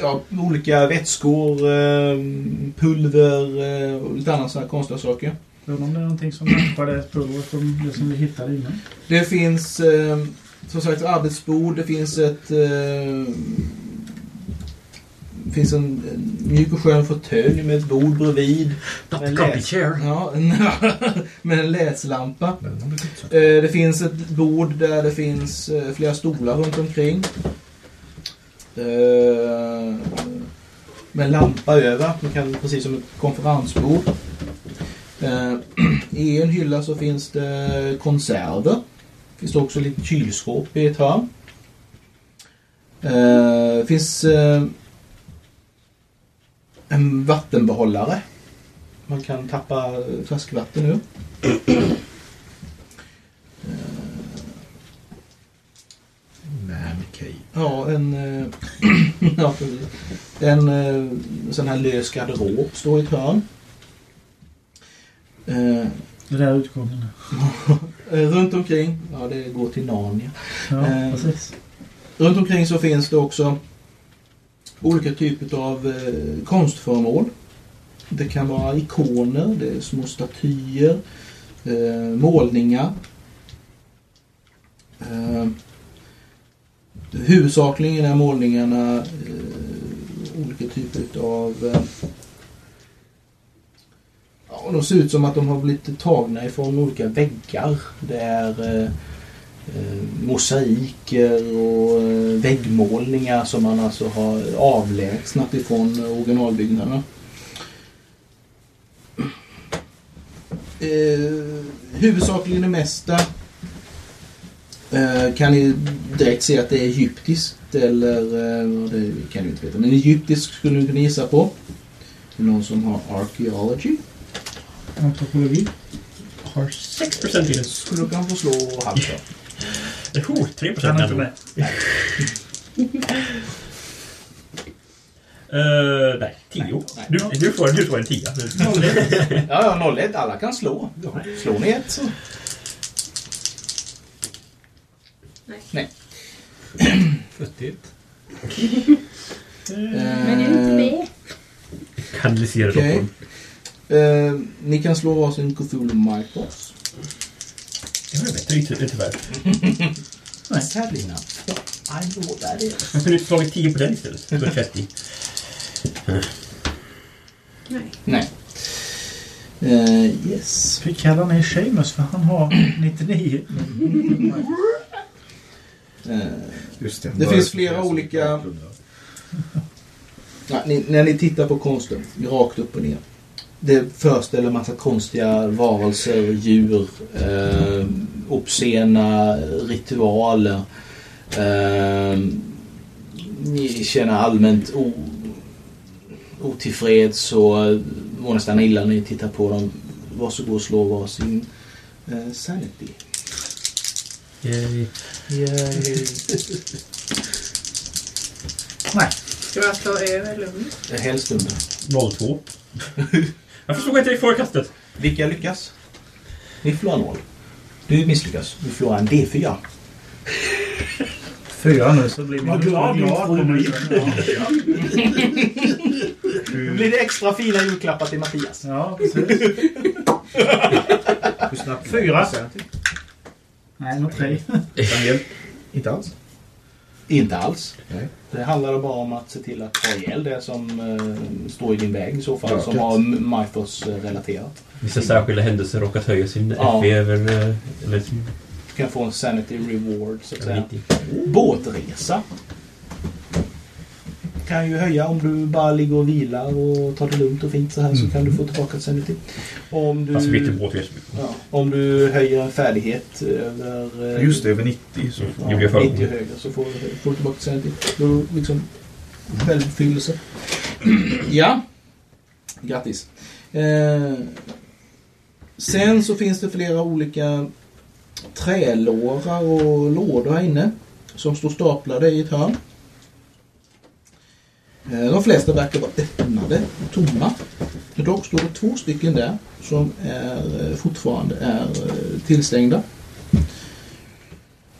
ja, olika vätskor, ehm, pulver eh, och lite annat sådana konstiga saker. Undrar om det är någonting som dämpar det spåret som det som vi hittade innan. Det finns ehm, som sagt arbetsbord, det finns ett ehm, det finns en, en mjuk och skön fåtölj med ett bord bredvid. Not Med en comfy läs- chair. Ja, med en läslampa. typ Eh, Det finns ett bord där det finns eh, flera stolar runt omkring. Eh, Med en lampa över, man kan, precis som ett konferensbord. Eh, I en hylla så finns det konserver. Det finns också lite kylskåp i ett hörn. Eh, Det finns eh, en vattenbehållare. Man kan tappa eh, flaskvatten ur. Ja, en, eh, ja, precis. en eh, sån här lös garderob står i ett hörn. Eh, Det där är utgången. eh, runt omkring, ja det går till Narnia. Ja, Eh, precis. Runt omkring så finns det också olika typer av eh, konstföremål. Det kan vara ikoner, det är små statyer, eh, målningar. Eh, huvudsakligen är målningarna eh, olika typer av... Eh, ja, de ser ut som att de har blivit tagna ifrån olika väggar. Det är... Eh, eh, mosaiker och eh, väggmålningar som man alltså har avlägsnat ifrån eh, originalbyggnaderna. Eh, huvudsakligen det mesta eh, kan ni direkt se att det är egyptiskt eller eh, ja, det kan ni inte veta. Men egyptisk skulle ni kunna gissa på. Är det Någon som har archaeology? Antropologi. Har 6% vinst. Skulle du kanske slå halvt då? Oh, 3% Han är inte nära. med. Uh, nej, 10. Du, du, får, du får en 10. Ja, ja, 01. Alla kan slå. Slår ni ett så... Nej. Nej. Futtigt. Men jag är inte med. Kanalisera Okej. dem. Eh, ni kan slå varsin Cthulhu Micros. Det typ, var ju bättre ty- tyvärr. typ. Nej. Sadly not. I know what that is. Jag kunde slagit 10 på den istället. Så 30. Nej. Nej. Eh, yes. Vi kallar ner Seamus för han har 99. Eh, Just Det finns flera olika- nej, ni, när ni tittar på konsten, rakt upp och ner. Det föreställer massa konstiga varelser, djur, eh, obscena ritualer. Eh, ni känner allmänt o, otillfreds och mår nästan illa när ni tittar på dem. Varsågod och slå varsin eh, sanity. Yay. Ska jag slå över lugnt? Eh, Helst under. 02. jag förstod inte det kastet. Vilka lyckas? Ni förlorar noll. Du misslyckas. Du förlorar en D4. Fyra nu så blir man glad min fru blir. Nu blir det extra fina julklappar till Mattias. Ja, precis. Fyra. Nej, nog tre. Inte alls. Inte alls. Nej. Det handlar bara om att se till att ta ihjäl det som eh, står i din väg i så fall. Ja, som klart. har M- Mythos eh, relaterat. Vissa särskilda händelser råkat höja sin Ja. FV över... eh, Eller sin... Du kan få en sanity reward så att över säga. 90. Båtresa. Kan ju höja om du bara ligger och vilar och tar det lugnt och fint så här så kan du få tillbaka ett sanity. Om du... Alltså byter båt vet Ja, om du höjer en färdighet över... eh, Just det, över 90. Så Ja, Det blir för 90 högre så får du, får du tillbaka sanity. Då liksom självuppfyllelse. ja. Grattis. Eh, sen så finns det flera olika trälårar och lådor här inne som står staplade i ett hörn. Eh, De flesta verkar vara öppnade och tomma. Men dock står det två stycken där som är, eh, fortfarande är eh, tillstängda.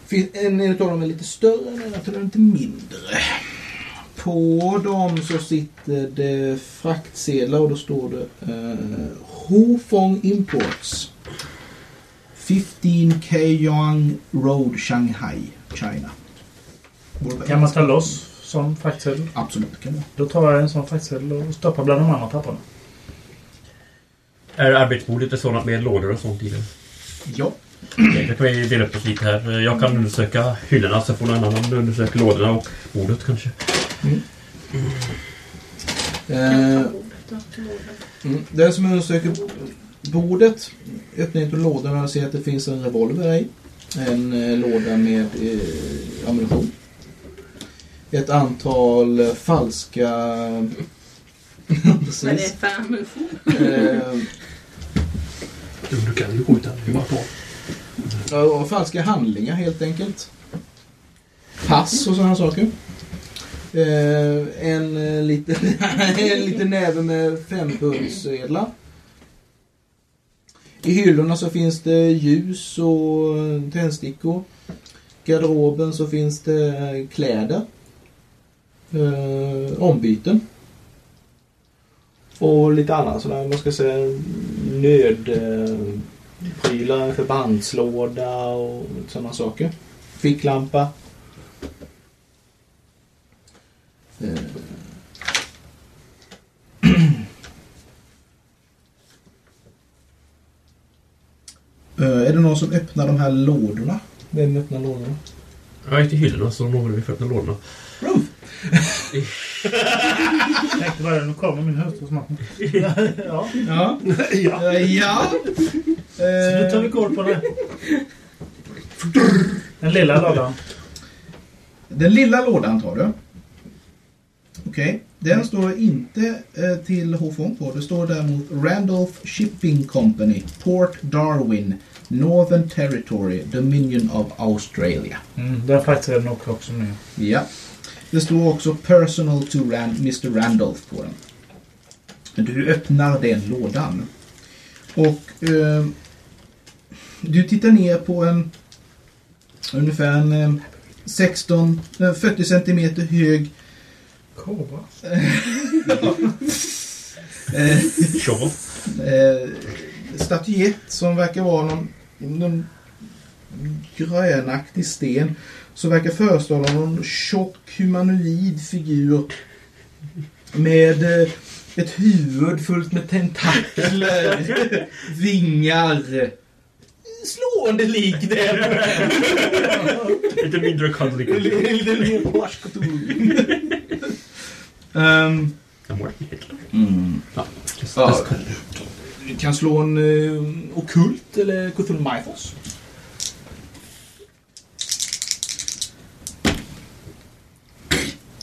Fin- En utav dem är lite större, en annan är lite mindre. På dem så sitter det fraktsedlar och då står det eh, Hofong Imports 15 Keiyang Road Shanghai, China. Kan man ta loss sån fraktsedel? Absolut kan man. Då tar jag en sån fraktsedel och stoppar bland de andra papperna. Är arbetsbordet och sådant med lådor och sånt i det? Ja. Okej, Då kan vi dela upp oss lite här. Jag kan undersöka hyllorna så får någon annan undersöka lådorna och bordet kanske. Eh, mm, den som undersöker bordet öppnar inte lådorna och ser att det finns en revolver i. En eh, låda med eh, ammunition. Ett antal eh, falska... Vad är Precis. det för ammunition? Eh, Du, du kan ju skjuta. Det är bara på. Ja, och falska handlingar helt enkelt. Pass och sådana saker. Eh, en, eh, liten, en liten näve med fempundsedlar. I hyllorna så finns det ljus och tändstickor. I garderoben så finns det kläder. Eh, ombyten. Och lite annat sådär, man ska säga nöd... Eh, prylar, en förbandslåda och sådana saker. Ficklampa. Eh. Eh, Är det någon som öppnar de här lådorna? Vem öppnar lådorna? Ja, inte hyllorna så någon vill öppna lådorna. Jag tänkte bara, nu kommer min hustru snart. ja. Ja. ja. ja. Så nu tar vi koll på det. Den lilla lådan. Den lilla lådan tar du. Okej, den står inte eh, till Hofong på. Det står däremot Randolph Shipping Company, Port Darwin, Northern Territory, Dominion of Australia. Mm, den fraktsedeln åker också med. Ja. Det står också Personal to Ran- Mr Randolph på den. Du öppnar den lådan. Och eh, du tittar ner på en ungefär en eh, 16, eh, 40 centimeter hög Kobra. eh, Shovel. eh, statyett som verkar vara någon, någon grönaktig sten som verkar föreställa någon tjock humanoid figur med eh, ett huvud fullt med tentakler, vingar. Slående lik det. Lite mindre cuddly. Lite leopard. Ehm, Mm. Ja. Du kan slå en eh, okult eller Cthulhu Mythos.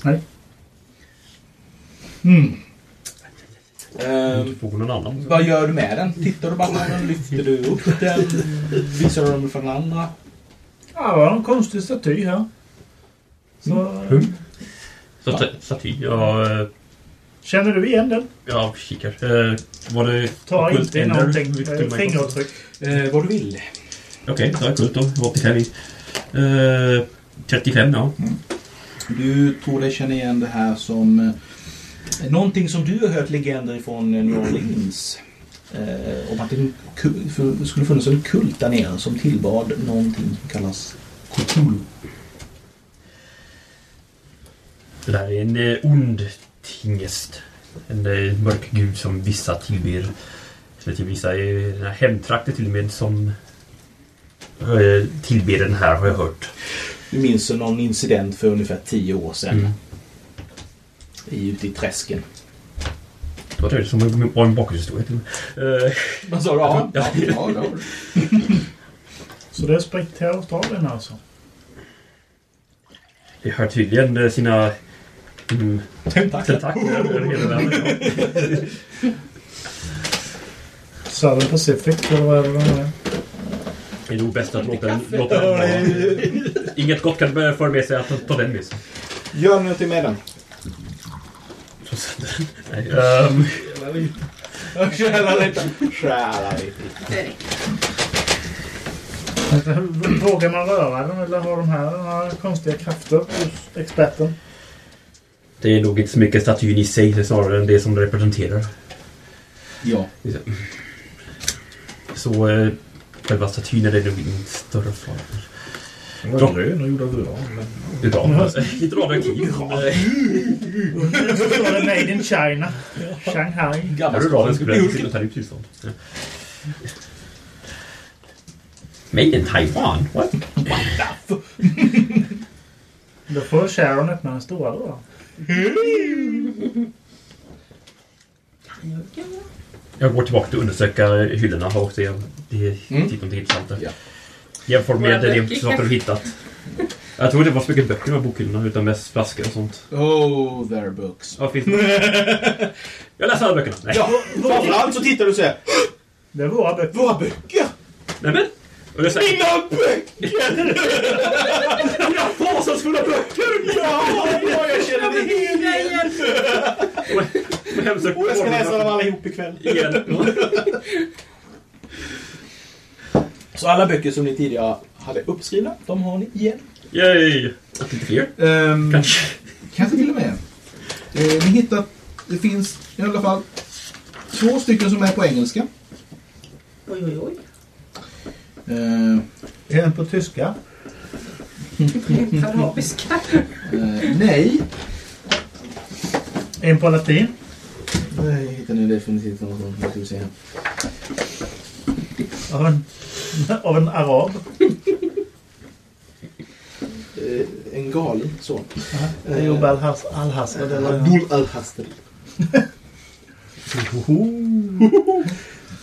Nej. Mm. Du får någon annan. Ehm, vad gör du med den? Tittar du bara på den? Lyfter du upp den? Visar du den för den andra? Ja, vad en konstig staty här. Så, Staty- Staty. Ja, eh, Känner du igen den? jag kikar. Eh, Var det... Ta ockult inte änder? någonting. Victor Eh, Michael. Fingeravtryck. Eh, vad du vill. Okej, okay, ja, kult då. Vad kan vi? Eh, 35, ja. Mm. Du tror dig känna igen det här som eh, någonting som du har hört legender ifrån eh, New Orleans. Eh, om att det är en ku- för- det skulle funnits en kult där nere som tillbad någonting som kallas Cthulhu. Det där är en eh, ond tingest. En eh, mörk gud som vissa tillber. Så till vissa i den här hemtrakten till och med som eh, tillber den här har jag hört. Du minns ju någon incident för ungefär tio år sedan. I, ute i träsken. Det var det som var en bakgrundshistoria till och med. Eh, Vad sa du? Ja, ja, ja, ja. Så det är spritt till Australien alltså. Det har tydligen eh, sina mm, tentakler över hela världen. ja. Southern Pacific eller vad är det den är? Det är nog bäst att låta den, låta den vara. Inget gott kan man föra med sig att ta- ta den med sig. Gör någonting med den. Så sätter den. Nej, ehm, Tjäla lite. Tjäla lite. Vågar man röra den eller har de här några konstiga krafter hos experten? det är nog inte så mycket statyn i sig, det är snarare än det som den representerar. Ja. Så eh, själva statyn är det nog ingen större fara. Den var grön och gjord av uran. men- Utan lite radioaktiv. Så står det Made in China. Shanghai. Gammal uranen skulle jag till och ta ut tillstånd. Made in Taiwan? What? Då får Sharon öppna den stora då. Jag går tillbaka till att undersöka hyllorna och se om det är mm. någonting intressant där. Ja. Jämför Våra med det böcker saker du hittat. Jag tror inte det var så mycket böcker i de här bokhyllorna utan mest flaskor och sånt. Oh, there are books. Vad finns det? Jag läser alla böckerna. Nej. Ja, framförallt så tittar du så här. Det är våra böcker. Våra böcker! Nej men! Och det är så här, Mina böcker! mina fasansfulla böcker! Ja, ja, jag känner mig helt... Och hemsökt Och jag ska läsa dem allihop ikväll. igen. Så alla böcker som ni tidigare hade uppskrivna, de har ni igen. Yay! Att inte fler. Kanske. Ehm, Kanske till och med. Eh, ni hittar att det finns i alla fall två stycken som är på engelska. Oj, oj, oj. Eh, En på tyska. Arabiska. eh, nej. En på latin. Nej, hittar ni definitivt något sånt. Nu ska vi se här. Av en, av en arab. Eh, en galen son. Ayub al-Has- al-Hasad. eller- Abdul al-Hastel.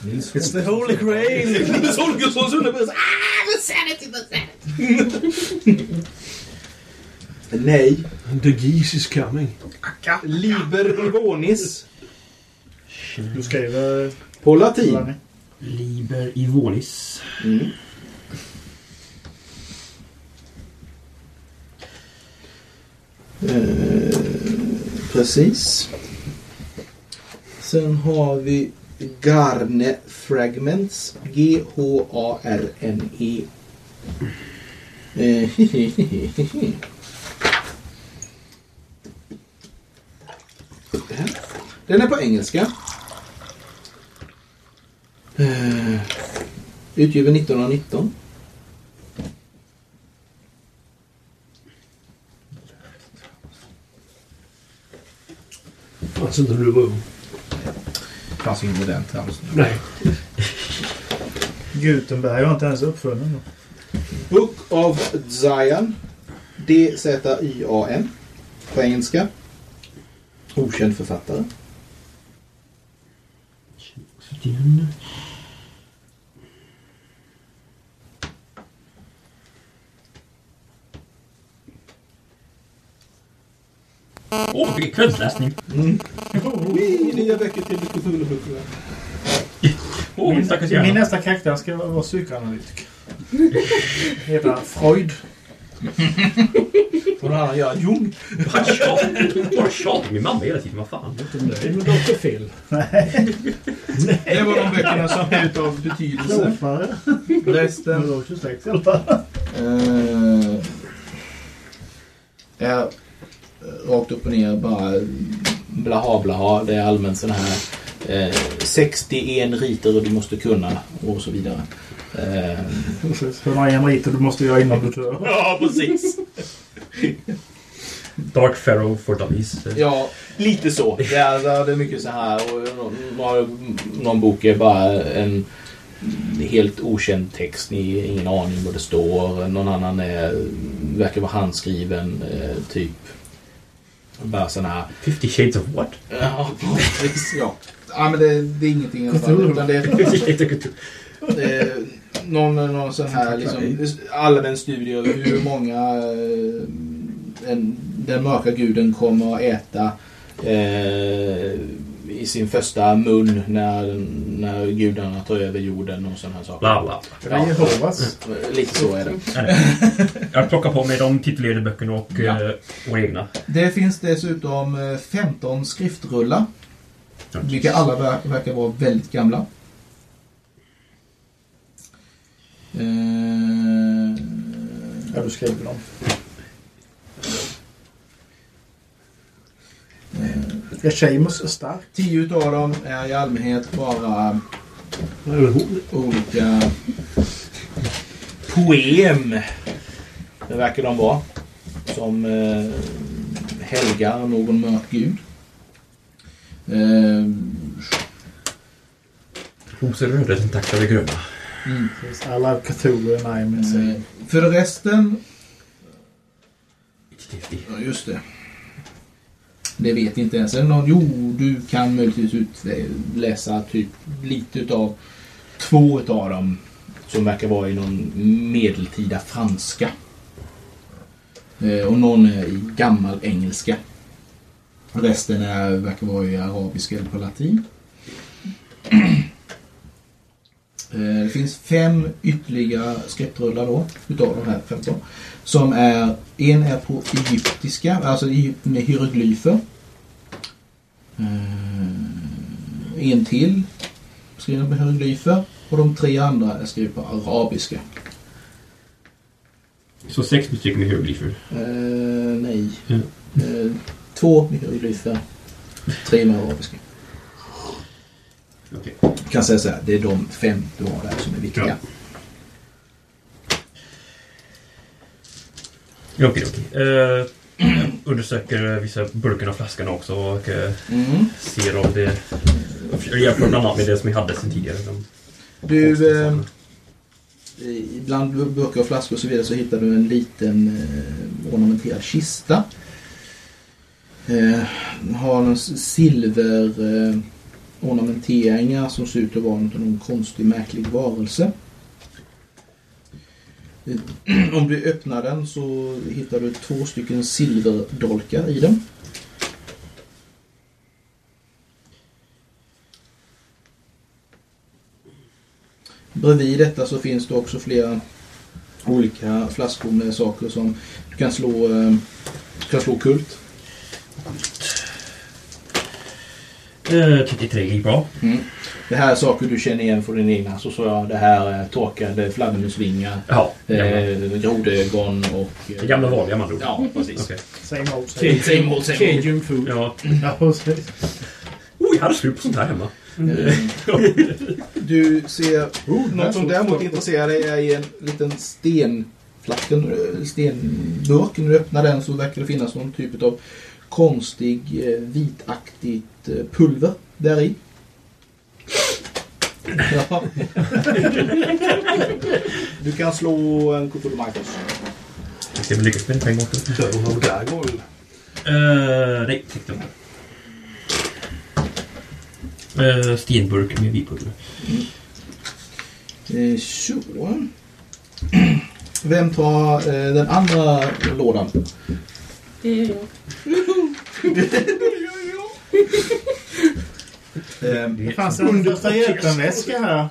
It's the holy grail. Nils Holgerssons underbörs. Ah, Nej. The geese is coming. Liber Ivonis. Du skriver... På latin. Liber Ivonis. Mm. Eh, precis. Sen har vi Garne Fragments. G-H-A-R-N-E. E. Eh, Där. Den är på engelska. Eh, Utgiven 1919. Fanns inte när du var ung. Fanns ingen modern trams. Nej. Gutenberg har inte ens uppfunnen. den. Book of Zion. D-Z-I-A-N. På engelska. Okänd författare. Åh, vilken kvällsläsning! Wee, Nya böcker till Cthulhu-böckerna. Åh, min stackars Min hjärna. nästa karaktär ska vara vara psykoanalytiker. Heta Freud. Får någon annan göra Jung? Han tjatar- bara tjatar min mamma hela tiden. Vad fan? Det är nog Dr. Phil. Det var de böckerna som är utav betydelse. Klåpare. Resten i alla fall. Eh, är rakt upp och ner bara Blaha, blaha. Det är allmänt sån här eh, 61 riter och du måste kunna och så vidare. Eh, Precis. Hur många emeriter du måste göra innan du dör. ja, precis. Dark Pharaoh for Dummies. Ja, lite så. Det är, alltså, det är mycket så här. Och någon, någon- någon bok är bara en helt okänd text. Ni ingen aning vad det står. Någon annan är, verkar vara handskriven. Eh, typ bara sån här. 50 shades of what? Ja, precis. Ja. Ja, men det, det är ingenting i alla fall. Utan det är 50 shades of kultur. eh, någon, någon sån här liksom, allmän studie över hur många eh, den, den mörka guden kommer att äta eh, i sin första mun när, när gudarna tar över jorden och sådana här saker. Bla, bla, Ja. bla. Mm. Lite så är det. Jag plockar på mig de titulerade böckerna och eh, ja. våra egna. Det finns dessutom eh, 15 skriftrullar. Vilka alla ver- verkar vara väldigt gamla. Eh, Ja, du skriver dem. Rechimus är stark. Tio utav dem är i allmänhet bara olika... Poem. Det verkar de vara. Som eh, helgar någon mörk gud. Eh, Rosor röda, tentaklar är gröna. Mm. Alla Cthulhu är nej men Eh, För resten... Ja, just det. Det vet inte ens Är det någon. Jo, du kan möjligtvis utläsa typ lite utav två utav dem som verkar vara i någon medeltida franska. Eh, Och någon är i gammal engelska. Resten är, verkar vara i arabiska eller på latin. Eh, Det finns fem ytterligare skriptrullar då, utav de här 15. Som är, en är på egyptiska, alltså Egypten med hieroglyfer. Eh, En till skriven på hieroglyfer. Och de tre andra är skrivna på arabiska. Så sex stycken med hieroglyfer. Eh, nej. Ja. Eh, två med hieroglyfer. Tre med arabiska. Kan säga så här, det är de fem du har där som är viktiga. Ja, Okej, okej. Eh, jag undersöker eh, vissa burkarna och flaskorna också och eh, Mm. ser om det... Jag jämför bland annat med det som vi hade sen tidigare. De- Du, eh, i- bland burkar och flaskor och så vidare så hittar du en liten eh, ornamenterad kista. Eh, den har någon s- silver eh, ornamenteringar som ser ut att vara någon någon konstig märklig varelse. Eh, Om du öppnar den så hittar du två stycken silverdolkar i den. Bredvid detta så finns det också flera olika flaskor med saker som du kan slå, eh, du kan slå kult. Eh, 33 gick bra. Mm. Det här är saker du känner igen från din egna. Så sa jag det här är torkade fladdermusvingar, Ja, eh, grodögon och... Eh, Gamla vanliga man Ja, precis. Same old Same- same old, same old. Cajun food. Ja. ja, precis. Oh, jag hade slut på sånt här hemma. Du ser... något som Oh, här däremot står- intresserar dig är i en liten stenflaska, eh, stenburk. När du öppnar den så verkar det finnas någon typ av konstig eh, vitaktigt eh, pulver där i. Ja. Du kan slå en Cthulhu Marcus. Jag ska väl lyckas med det på en gång. Kör honom gargoyle. Uh, nej, tänkte jag inte. Eh, stenburk med vipulver. Eh, Så. Vem tar eh, den andra lådan? Det är jag. Eh, Det fanns en första hjälpen-väska här.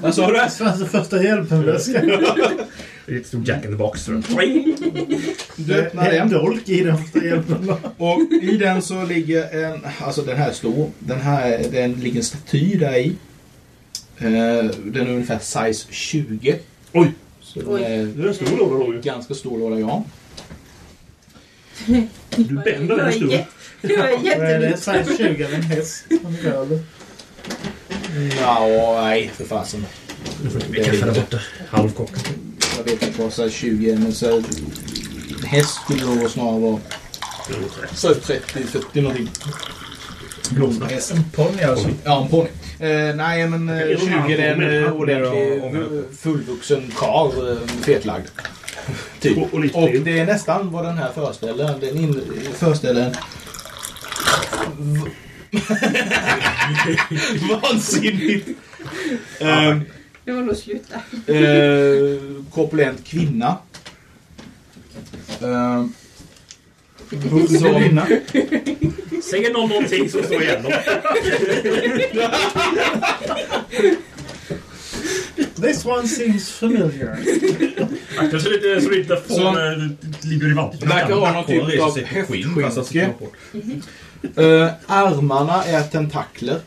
Vad sa du? Det fanns en första hjälpen-väska. Det är ett stort Jack in the box. tror jag. Du öppnar den. dolk i den första hjälpen. Och i den så ligger en, alltså den här är stor. Den här, den ligger en staty där i. Eh, Den är ungefär size 20. Oj! Så Oj. den är Det är en stor låda då ju. ganska stor låda, ja. Du bänder den stor. Det var jättelite. Size 20 av en häst. Nja, nej för fasen. Vi kaffar där borta. Halvkock. Jag vet inte vad size 20 är, men så en häst skulle nog snarare vara size 30, 40 någonting. Blomhäst. En ponny alltså. Ja, en ponny. Eh, nej, men eh, 20 är en eh, ordentlig eh, fullvuxen karl, eh, fetlagd. Typ. Och, och lite Och till. det är nästan vad den här föreställer. Den in, föreställer en... Vansinnigt! Eh, Det var nog slut där. eh, korpulent kvinna. Eh, Så. Säger någon någonting så slår jag igen dem. This one seems familiar. Akta så det så det inte Så- får eh, ligger i vattnet. Verkar vara någon typ av häftskynke. Eh, armarna är tentakler.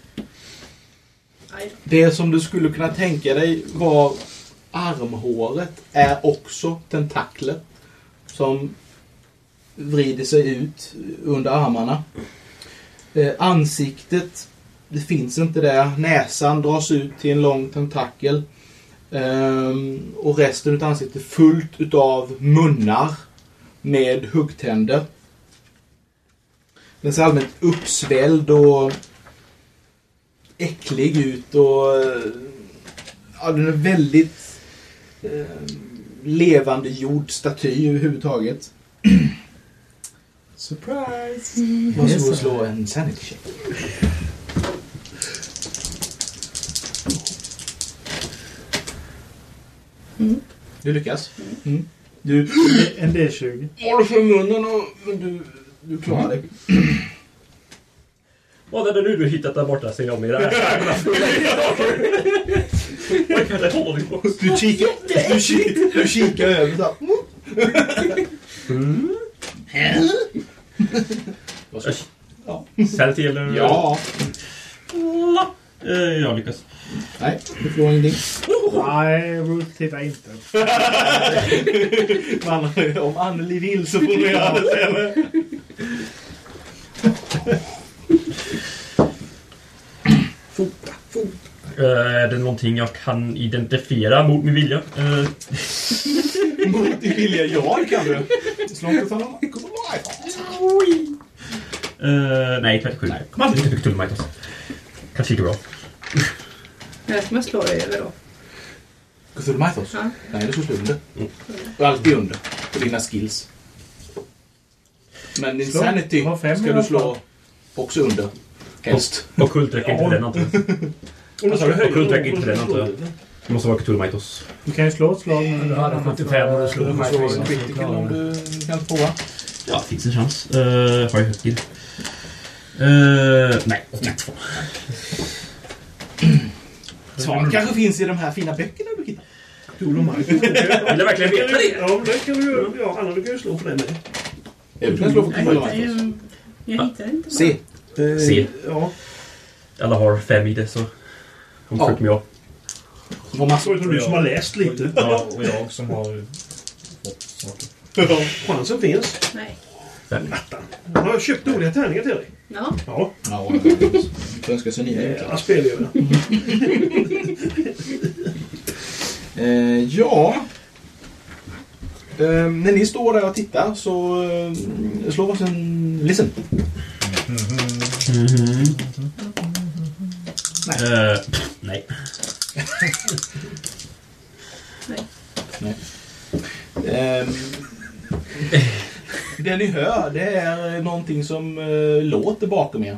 Det som du skulle kunna tänka dig var armhåret är också tentakler. Som vrider sig ut under armarna. Eh, ansiktet, det finns inte där. Näsan dras ut till en lång tentakel. Ehm, och resten av ansiktet är fullt utav munnar med huggtänder. Den ser allmänt uppsvälld och äcklig ut och eh, ja, den är väldigt eh, levande gjord staty överhuvudtaget. Surprise! Varsågod och slå en sanity check. Du lyckas. Mm. Du... En D20. Håll för munnen och men du, du klarar dig. Vad är det nu du hittat där borta? Säger jag med det här. Vad kan det hålla dig på? Du kikar, du kikar, du kikar över där. Sanity eller? Ja. Eh, Jag lyckas. Nej, du får ingenting. Nej, Ruth tittar inte. Man, om Anneli vill så får du göra det sen. Eh, Är det någonting jag kan identifiera mot min vilja? Eh, Mot din vilja, ja det kan du. Slå inte för någon. Kom on. eh, nej, 37. Kom alltid lite högt till mig. Kanske gick det bra. Det här ska man slå över då. Cthulhu Mythos? Ja. Nej, det slås under. Du är alltid under på dina skills. Men din Slå. sanity Har fem i ska alla du fall. slå också under. Helst. Och kult räcker inte för den antar jag. Och kult räcker inte för den antar jag. Det måste vara Kulturmaitos. Du kan ju slå ett slag. men- Du hade 75 och du slog Du får mig slå fyra, en så critical klarar om du. du kan prova. Ja, det finns en chans. Eh, har jag högt skill? Eh, nej, 82. Svaret kanske finns i de här fina böckerna du hittar. Vill jag verkligen veta det? Ja, men det kan du göra. Ja, Anna, du kan ju slå för det med. Du kan slå för Cthulhu Mythos. Jag hittar inte. Se. Eh, Se. Ja. Alla har fem i det så... Om Ja. förutom jag. De har massor. Förutom du som har läst lite. Ja, och jag som har fått saker. Ja, chansen finns. Nej. Jag har köpt dåliga tärningar till dig. Ja. Ja, Ja, jag önskar sig nya julklappar. jag spelar ju. det. Eh, ja. Eh, när ni står där och tittar så eh, slå varsin listen. Eh, nej. Eh, det ni hör det är någonting som eh, låter bakom er.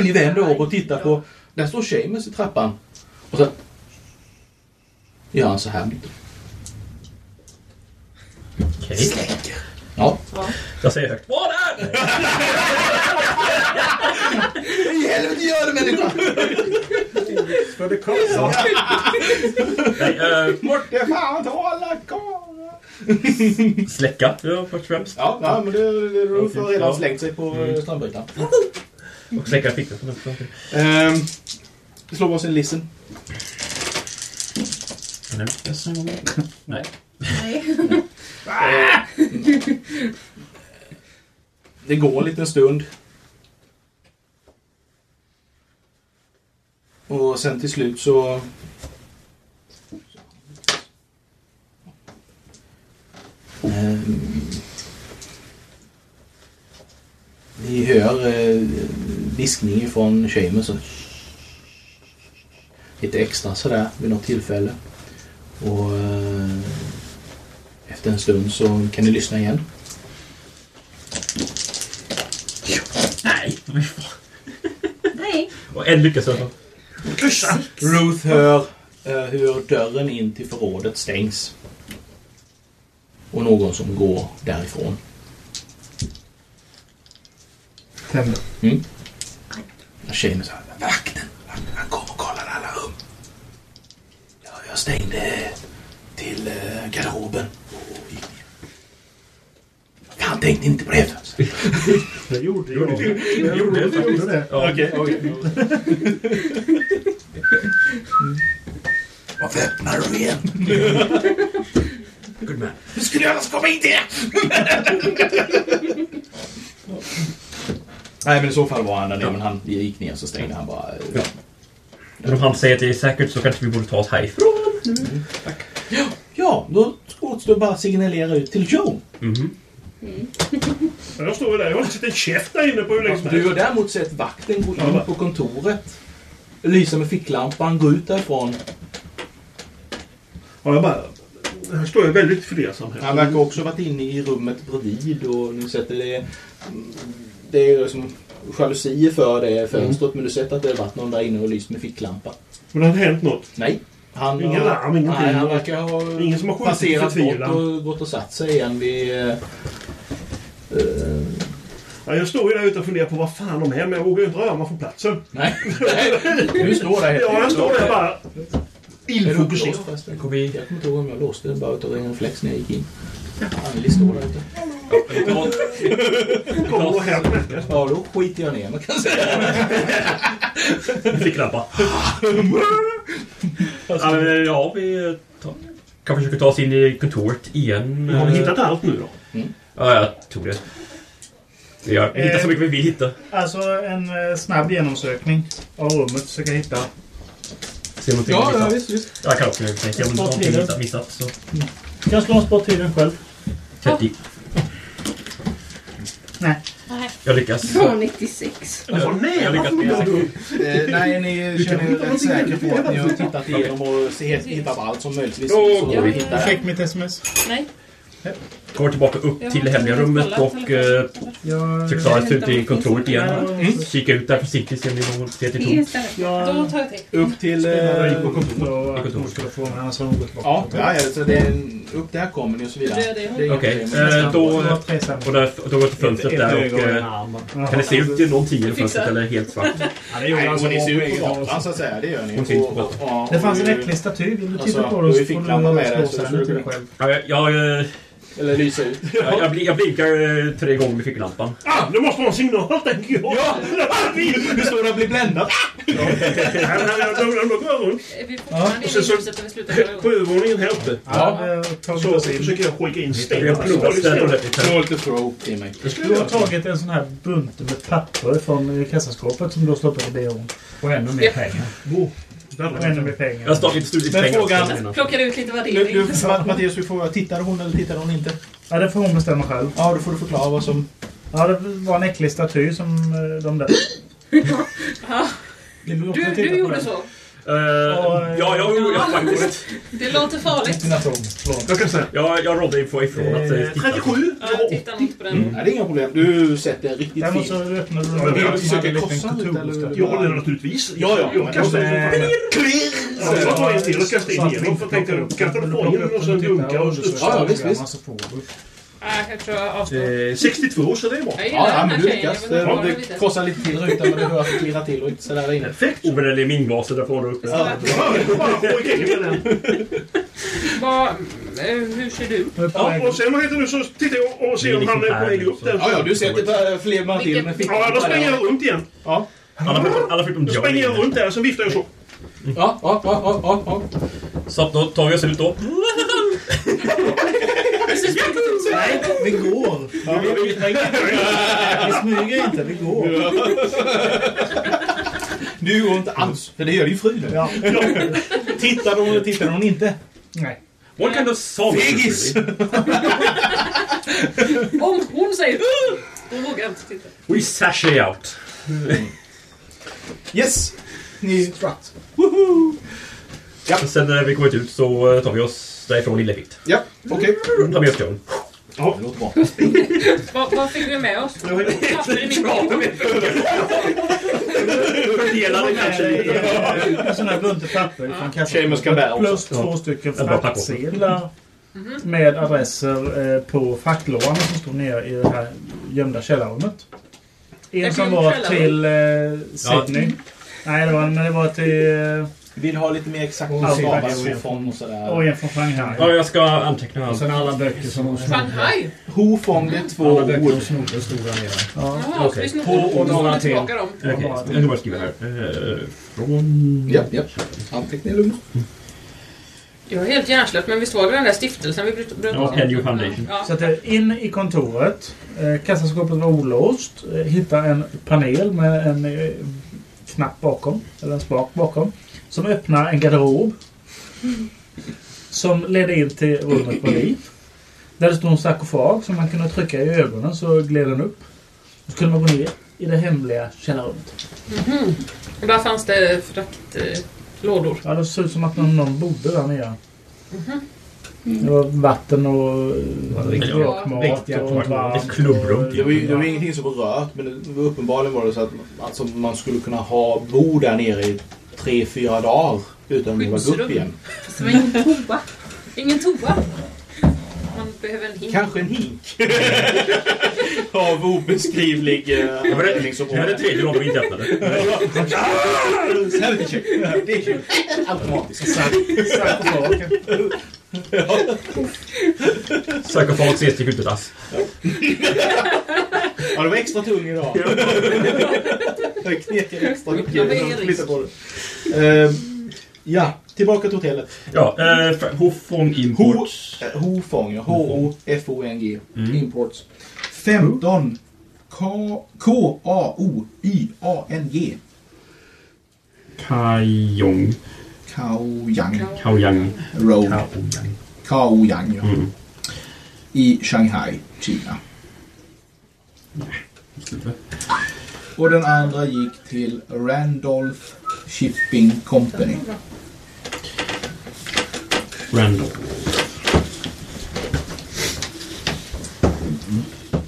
Ni vänder om och tittar på... Där står Seamus i trappan. Och så gör han så här. Okej. Nou. Ja. Jag säger högt. Vad är det? I helvete gör det människa! För det kostar. Nej, eh, Bort är fan tala karlar! släcka. Ja, först och främst. Ja, nej, men det, det Roof har redan Ja. slängt sig på mm. strandbrytaren. Och släcka fickan. på den fronten. Ehm, vi slår varsin listen. Kan jag lyckas någon gång? Nej. Nej. Det går en liten stund. Och sen till slut så... Ehm, Ni hör eh, viskning från Seamus. och Lite extra sådär vid något tillfälle. Och eh, efter en stund så kan ni lyssna igen. Nej. men fan. Nej. Oh, Och en lyckas i alla fall. Ruth hör eh, hur dörren in till förrådet stängs. Och någon som går därifrån. Tänder. Mm. Tjejen sa vakten, han, han kom och kollade alla rum. Ja, jag stängde till eh, garderoben och gick ner. Fan, tänkte inte på det. Det gjorde jag. Jag gjorde det faktiskt. Ja, okej. Varför öppnar du igen? Good man. Nu skulle jag annars komma in till er! Nej, men i så fall var han där nere, men han gick ner så stängde han bara. eh, Ja. Men om han säger att det är säkert så kanske vi borde ta oss härifrån. Ja, då återstår bara att signalera ut till Joe. Jag står ju där. Jag har inte sett en käft där inne på hur länge som Du helst. har däremot sett vakten gå Ja, in va? på kontoret, lysa med ficklampan, gå ut därifrån. Ja, jag bara... Här står jag väldigt fundersam här. Han verkar också ha varit inne i rummet bredvid och nu sätter det... Det är liksom jalusier för det fönstret, men du har sett att det har varit någon där inne och lyst med ficklampa. Men det har hänt något. Nej. Han, Ingen larm, ingenting. Nej, han verkar ha Ingen som har skjutit passerat bort förtvivlan. och gått och satt sig igen vid... eh, eh, Ja, jag står ju där ute och funderar på vad fan de är, men jag vågar ju inte röra mig från platsen. Nej. Du står där helt Ja, jag står där bara Illfokuserad. illfokuserad. Jag kommer inte ihåg om jag låste den bara utav en reflex när jag gick in. Anneli står där ute. Kommer och här på nätet. Ja, då skiter jag ner mig kan jag säga. Fick klappa. ja, men, eh, ja, vi tar, kan försöka ta oss in i kontoret igen. Har vi hittat allt nu då? Ja, jag tror det. Vi har vi hittar så mycket vi vill hitta. Alltså en eh, snabb genomsökning av rummet. Försöka hitta. Se om Ja, ja, vi visst, visst. Jag kan också se om Ta någonting tiden. missat, missat. Så. Kan jag slå en sport tiden själv? 30. Nej. Jag lyckas. Det var 96. Jag lyckas med säkert. Eh, nej, ni känner er rätt säkra på att ni har tittat igenom och se- hittat allt som möjligtvis finns. Åh, och gud. hittar. Check mitt sms. Nej. Kommer tillbaka upp till det hemliga rummet och eh, Jag, försöker ta oss ut i kontoret igen. Kika ut där försiktigt, se om vi någon ser till Det ton. istället. Ja. Då tar jag till. Upp till... Eh, och att hon skulle få mig, annars hade hon gått ja, bort. ja, så det är en, upp där kommer ni och så vidare. Det är det. inga Okej, problem. eh, då, Det var tre samma. och där, då går jag till fönstret där och eh, kan det se ut till någon tio i fönstret eller helt svart? Nej, och ni ser ju på gatan så att säga. Det gör ni. Hon syns på Och- gatan. och- ja, Det fanns och- en äcklig staty. Vill du Alltså, titta på du den har ju ficklampa med dig, så slå du sen till skulle dig själv. Ja, jag, jag, eh, Eller lysa ut. jag, jag, bli- jag blinkar eh, tre gånger med ficklampan. Ah, nu måste man ha en signal, tänker jag. Ja! Du står där och blir bländad. Jag går runt. Är vi fortfarande inne i sen så- huset när vi slutar förra På gången? övervåningen här uppe. Ja, vi har tagit Så oss in. försöker jag skicka in Jag pluggar ställer ordentligt här. Slå lite throw i mig. Du har tagit en sån här bunt med papper från eh, kassaskåpet som du har stoppat i bion. Och ännu mer pengar. Och ännu mer pengar. Jag har stått lite Men studiepengar frågan- också innan. Plockar ut lite Nu, värdering. nu, Matt- Mattias, du får, tittade hon eller tittade hon inte? Ja, det får hon bestämma själv. Ja, då får du förklara vad som... Ja, det var en äcklig staty som eh, de där. Vill också Du, titta på du gjorde den? så. Eh, ja, jag gjorde faktiskt. Det låter farligt. Jag kan säga. Jag, jag rådde ifrån ifrån att eh, titta. 37! Ja, jag tittar nog inte på den. Nej, det är inga problem. Du sätter riktigt Däremot fint. så öppnade du Vill dörren. du försöka liten krossa ut eller? Jag håller naturligtvis. Ja, ja. Jag kastar Men- Klirr! Jag tar en till och kastar in igenom. För jag tänkte, kastar du på igenom och sen dunkar och studsar. Ja, ja, visst, visst. Så får du. Nej, jag tror jag avstår. Eh, 62, så det är bra. Jag gillar Ja, ja, men den här du tjejen. lyckas. Jag vill bara Det lite. krossar lite till rutan, men du hör att det klirrar till och inte sådär där inne. Perfekt! Ovärderlig minglaset där från och upp. Ja. Ja, det är bara att skicka in med den. Vad- eh, Hur ser du ut? Du är på väg. Ja, och sen vad heter du så tittar jag och ser om han är på väg upp där. Ja, ja, du sätter bara fler man till med fickan. Ja, då springer jag runt igen. Alla förutom- alla förutom Då springer jag jag. runt där, sen viftar jag så. Ja, ja, ja, ja, ja, ja. Så då tar vi oss ut då. Nej, vi går. Vi, smyger inte, vi går. Du går inte alls, för det gör ju frun. Ja. Tittar hon eller tittar hon inte? Nej. What kind of song? Fegis! Om hon säger "Ugh", då vågar jag inte titta. We sashay out. Yes! Ni... Stratt. Och sen när vi kommit ut så eh, tar vi oss därifrån i läckigt. Ja, okej. Tar med oss John. Det låter bra. Vad, vad fick vi med oss? Papper i min Bra, men- felade kanske. Sådana här bunter papper från kassan. Shamus kan bära också. Plus Ja. två stycken Jag bara packar. fraktsedlar med adresser eh, på facklådan som står nere i det här gömda källarrummet. En Ett som gömt var källarrum. till eh, Sydney. Nej, det var, men det var till... eh, Vill ha lite mer exakt Ja, stavar precis. och fond och sådär. Och en från Shanghai. Ja, jag ska anteckna allt. Sen alla böcker som hon snodde. Shanghai? Ho fond är två Alla ord. böcker hon snodde stora Ja. nere. Jaha, så vi snodde dem och snodde tillbaka dem. Okej, jag ska bara skriva här. Eh, Från... Ja, ja. Anteckna lugnt. Jag är helt hjärnsläppt, men visst var det den där stiftelsen vi bröt bröt oss in? Ja. Så att eh, in i kontoret. Eh, Kassaskåpet var olåst. Eh, Hitta en panel med en eh, knapp bakom. Eller en spak bakom. Som öppnar en garderob. Som leder in till rummet bredvid. Där det stod en sarkofag som man kunde trycka i ögonen så gled den upp. Och så kunde man gå ner i det hemliga källarrummet. Mhm. Och Där fanns det eh, fraktlådor. Ja, det såg ut som att någon, någon bodde där nere. Det var vatten och Riktiga- rökmat riktiga och kvarn. varmt. Det typ. var, ju, det var ju ingenting som var rört, men det var uppenbarligen var det så att alltså, man skulle kunna ha bo där nere i tre, fyra dagar utan att behöva gå upp Skyddsrum. igen. Fast det var ingen toa. Ingen toa. Man behöver en hink. Kanske en hink. Av obeskrivlig eh, användningsområde. det var liksom. det tredje gången vi inte öppnade. Det är kul. Automatiskt. Sarkofag ses till Gudbedass. Ja, det var extra tung idag. Jag knekar extra mycket. Jag blir Jag flyttar på det. Eh, ja, tillbaka till hotellet. Ja, eh, Hofong Imports. Ho, eh, Hofong, ja. H-O-F-O-N-G. Mm. Imports. 15 K- K-A-O-Y-A-N-G. Kajong. Kaoyang. Kaoyang. Road. Kaoyang. Kaoyang, ja. Mm. I Shanghai, Kina. Och den andra gick till Randolph Shipping Company. Randall.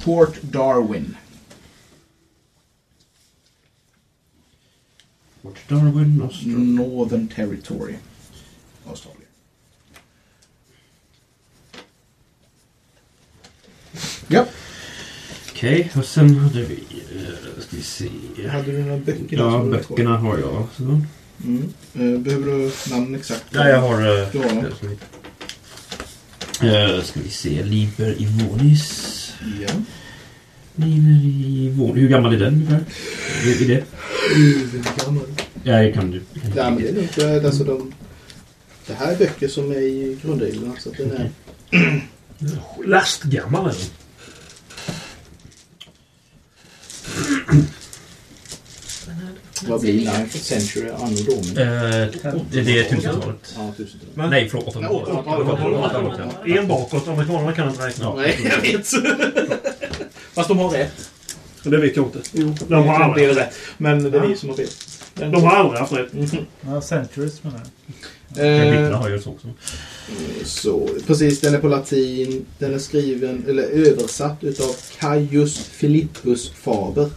Port Darwin. Port Darwin, Australien. Northern Territory. Australien. Ja. Okej, och sen hade vi... eh, ska vi se. Hade du några böcker? Ja, böckerna har jag. Så. Mm. Eh, Behöver du namn exakt? Ja, jag har... eh, Du har dem. jag ska vi- eh, ska vi se. Liber Ivonis. Ja. Liber Ivonis. Hur gammal är den ungefär? Är, är det? Ja, det kan du. Nej, men det är lugnt. Jag är- Alltså, de, det här är böcker som är i grundreglerna. Så att den Mm. är... Lastgammal är den. Vad blir Life of Century anno domini? Eh, det- det är 1000-talet. Ja, 1000-talet. Nej, förlåt. 800-talet. Nej, 800-talet. En bakåt. Amerikanerna kan inte räkna. Nej, jag vet. Fast de har rätt. Det vet jag inte. Jo, de har alla det är rätt. Men det är vi som har fel. De har aldrig haft rätt. Ja, centuries menar Eh, Kapitlen har ju så också. Så, precis, den är på latin. Den är skriven, eller översatt utav Caius Philippus Faber.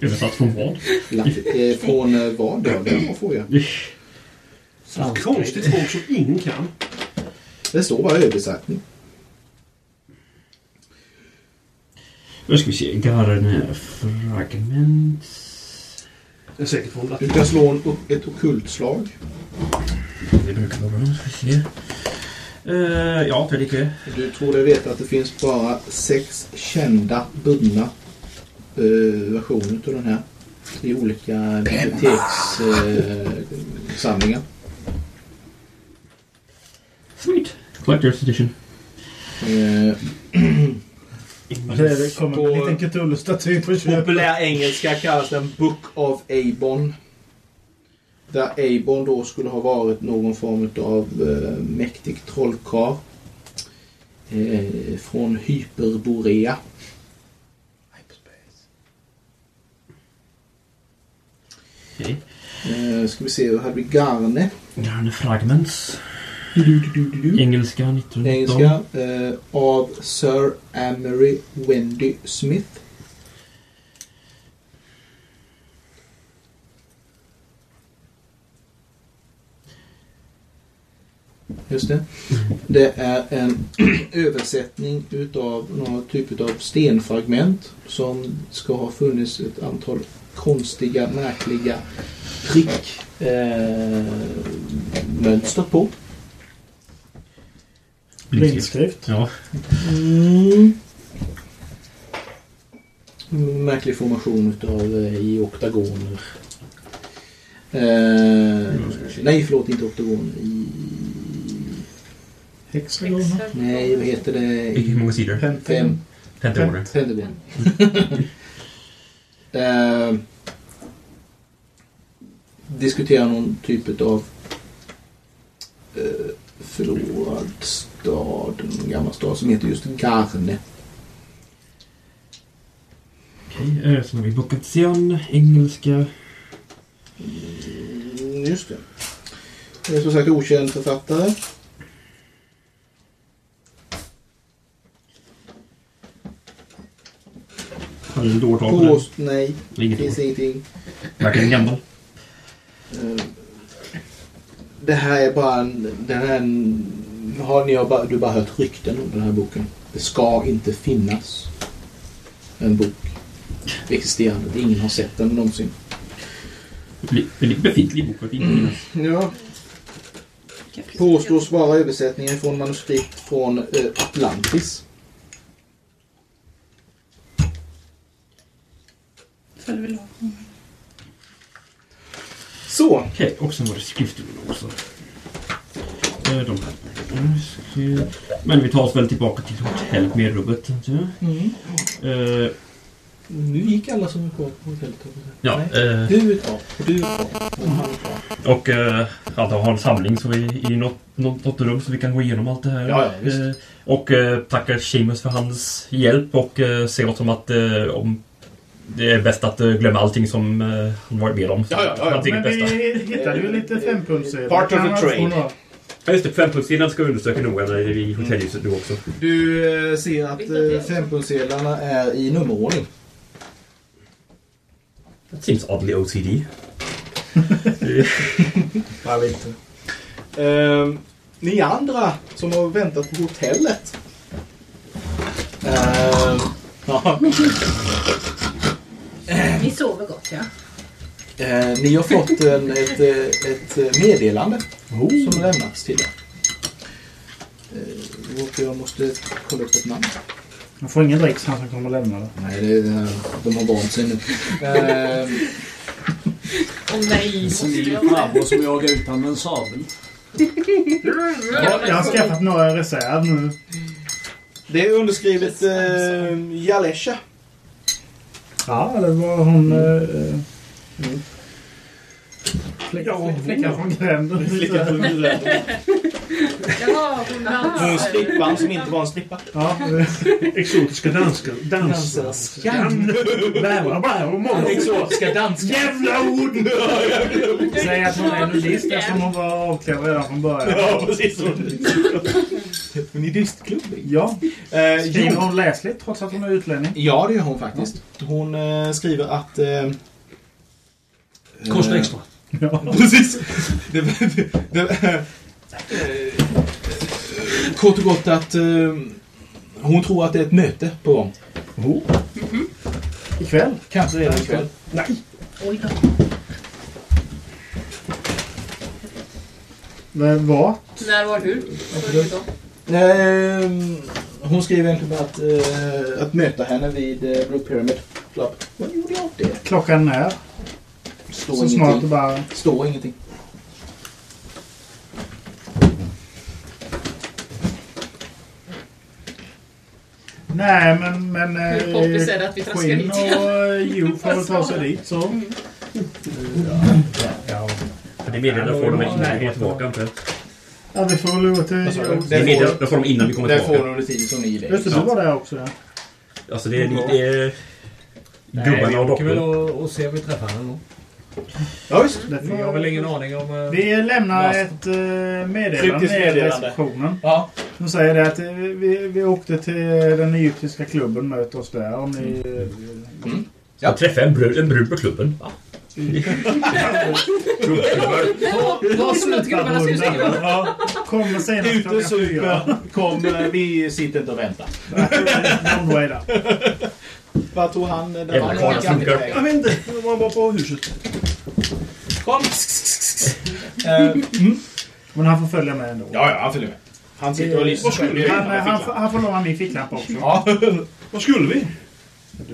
Översatt från vad? Lati- eh, från eh, vad då? Det är en bra fråga. Ett konstigt språk som ingen kan. Det står bara översättning. Nu ska vi se. Garnefragment. Det är säkert från Du kan slå en, ett ockult slag. Det brukar vara bra. Ska vi se. Eh, ja, det gick det. Du tror dig veta att det finns bara sex kända bundna eh, versioner av den här. I olika eh, bibliotekssamlingar. Sweet. Collector's edition. Eh, Det kommer en liten Cthulhu-staty på köpet. Populär engelska kallas den Book of Abon. Där Abon då skulle ha varit någon form av eh, mäktig trollkarl. Eh, från Hyperborea. Okej. Eh, ska vi se, då hade vi Garne. Garnefragments. Engelska 1919. Engelska. Eh, av Sir Amory Wendy Smith. Just det. Det är en översättning utav några typ av stenfragment som ska ha funnits ett antal konstiga, märkliga prickmönster på. Blindskrift? Ja. Mm. Märklig formation utav, eh, i oktagoner. Eh, Mm, nej, förlåt, inte oktagon. I... Hexagoner? Nej, vad heter det? Hur många sidor? Fem. Pentagoner. Pentagon. eh, diskutera någon typ av eh, förlorad stad, en gammal stad som heter just Garne. Okej, eh, så har vi Bokation, engelska. Mm, Just det. Det är som sagt okänd författare. Har du årtal på den? Pås... Nej, Det är inget finns år. ingenting. Verkligen gammal. Eh, Det här är bara en... Den här är en har ni har bara, du har bara hört rykten om den här boken. Det ska inte finnas en bok existerande. Ingen har sett den någonsin. Be- Befintlig bok, vad fint. Mm. Ja. Påstås vara översättningen från manuskript från eh, Atlantis. Föll väl av. Så. Okej, och sen var det skrifterna också. Eh, De här. Mm, skriv- Men vi tar oss väl tillbaka till hotellet med Robert. antar jag. Mm. Eh, Nu gick alla som var kvar på hotellet. höll jag på att Ja, säga. eh. Nej. Du är kvar. Du är kvar. Och han är kvar. Och eh, att ha en samling så vi, i något, något, något rum så vi kan gå igenom allt det här. Ja, ja, visst. eh, och eh, tacka Seamus för hans hjälp och eh, se åt som att eh, om det är bäst att eh, glömma allting som eh, han varit med om. Ja, ja, ja, ja. Hans eget Men vi bästa. hittade ju lite fempundsedlar. Part of Kan the man få trade. några? Ja, just det. Fempundssidan ska vi undersöka noga när vi är i hotellhuset nu också. Du eh, ser att eh, fempundsedlarna är i nummerordning. That seems oddly OCD. Bara lite. Ehm, ni andra som har väntat på hotellet. Ehm, ja. Ni sover gott ja. Eh, ni har fått en, ett, eh, ett meddelande som lämnats till er. Eh, och jag måste kolla upp ett namn. Man får ingen dricks han som kommer lämna det. Nej, det är det här. De har vant sig nu. Ehm, Åh nej. En senil farbror som jagar ut honom med en sabel. Ja, jag har skaffat några i reserv nu. det är underskrivet eh, Jalesha. Ja, eller var hon... eh, Ja, Flickan från gränden. Flickan från gränden. Jaha, hon Hon dansar. strippan som inte var en strippa. Ja, Exotiska danskar. Danserskan. Bära, bära, många Exotiska danskar. Jävla ordnörd! Säg att hon är nudist eftersom hon var avklädd redan från början. Ja, precis. Hon är dystklubb. Ja. Eh, Skriver jo, hon läsligt trots att hon är utlänning? Ja, det gör hon faktiskt. Hon eh, skriver att... Eh, Kostar eh, extra. Ja. Precis. Det, det, det, eh, eh, kort och gott att eh, hon tror att det är ett möte på gång. Ikväll? Kanske redan ikväll. Oj då. Men vad? När, var, hur? Absolut. Ehm, hon skriver egentligen bara att, eh, att möta henne vid eh, Blue Pyramid Club. Vad gjorde jag åt det? Klockan är? Står Så snart det ingenting. bara... Står ingenting. Nej, men... men Hur poppis är det att vi traskar Quinn dit? Mm. och eh, Hugh får väl ta sig dit så. För det meddelandet får de innan vi kommer tillbaka. inte? Ja, vi får väl gå Vad sa till du? Hugh. Det meddelandet får de innan vi kommer Där får tillbaka. hon under tiden som ni är Just det, du var där också ja. Alltså det är... Det är Nej, vi gubbarna och åker väl dockorna. och, och ser om vi träffar henne då. Ja, visst. Det Vi har får... väl ingen aning om... eh, Vi lämnar Lasten. ett eh, meddelande Kryptiskt i meddelande. receptionen. Ja. De säger det att eh, vi, vi åkte till den egyptiska klubben, möt oss där om ni... eh, Jag träffade en brud, en brud på klubben. Va? Vad som låter gubbarna susa i grunden. Kommer senast Ute och super. Kom, eh, vi sitter inte och väntar. Vad tog han? eh, Den Jävla andra karl gamla som funkar. vägen? Jag vet inte. De var bara på huset. Kom! Eh, mm. Men han får följa med ändå. Ja, ja, han följer med. Han sitter och lyssnar Vad själv. skulle Jag vet vi? Han, inte vad han, han, fick får- han får låna min ficklampa också. Ja. Vad skulle vi?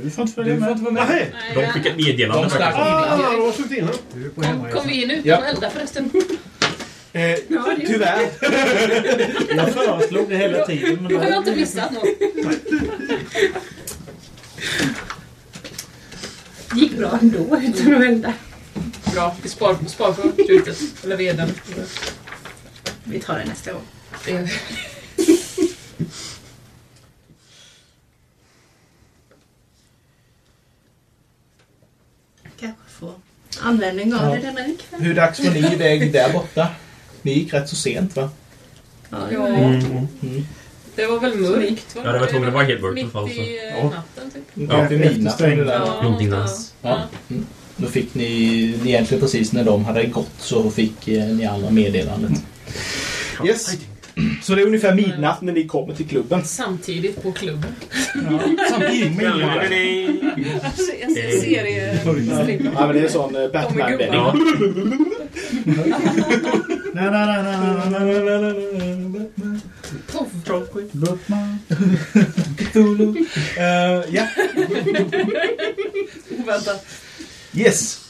Du får inte följa med. inte vara med. Nej. De fick ett meddelande De stack. faktiskt. Ah, de har suttit innan. Kom vi in utan Ja. att elda förresten? Eh, Ja, det- tyvärr. Jag föreslog det hela tiden. Men Då har jag då, inte missat något. gick bra ändå utan att elda. Bra, vi spar, spar på krutet. Eller veden. Vi tar det nästa gång. Det- Kanske får användning av Ja. det denna ikväll. Hur dags var ni iväg där borta? Ni gick rätt så sent va? Ja, det var väl mörkt? Ja, det var tvungen att vara helt mörkt i alla fall, Mitt så. i eh, Ja. natten typ. Ja, vid midnatt. var det där. Någonting ja. annat. Ja. Mm. Då fick ni, ni egentligen precis när de hade gått så fick eh, ni alla meddelandet. Yes. Så det är ungefär midnatt när ni kommer till klubben. Samtidigt på klubben. Samtidigt med En Eh, seriestrippa. Ja, men det är sån eh, De är Batman-bädding. gubbar. nej, nej, nej, nej, nej, nej, nej, nej, Buckman. Eh, Ja. Oväntat. Yes.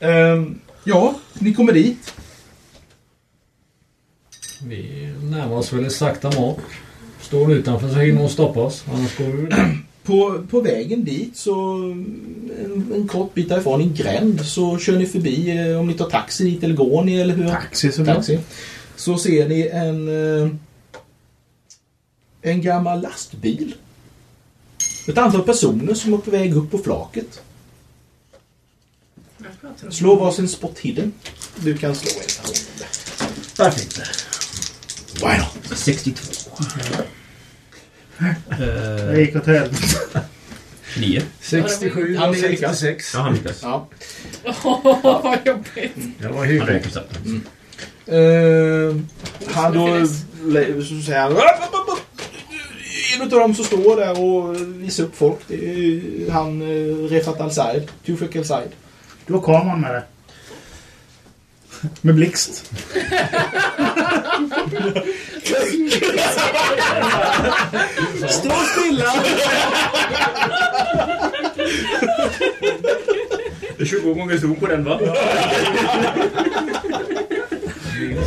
Ehm, ja, ni kommer dit. Vi närmar oss väl sakta mat. Står det utanför så hinner hon stoppa oss. Annars går vi väl... På, på vägen dit så en, en kort bit därifrån i gränd så kör ni förbi eh, om ni tar taxi dit eller går ni eller hur? Taxi såklart. taxi. Så ser ni en eh, en gammal lastbil. Ett antal personer som är på väg upp på flaket. Slå varsin spot hidden. Du kan slå en person. Perfekt. Why not? 62. Jag gick åt helvete. 9. 67 Han och är lyckad. 66. Ja, han lyckas. Ja. Åh, vad jobbigt. Jag var Han hygglig. lyckas. absolut. Eh, han då le- så säger han... "Upp, upp, upp, upp." En utav dem som står där och visar upp folk. Det är ju han eh, Refat Al-Said. Tufek Al-Said. Då kom han med det. Med blixt. Stå stilla! Det är 20 gånger zon på den va?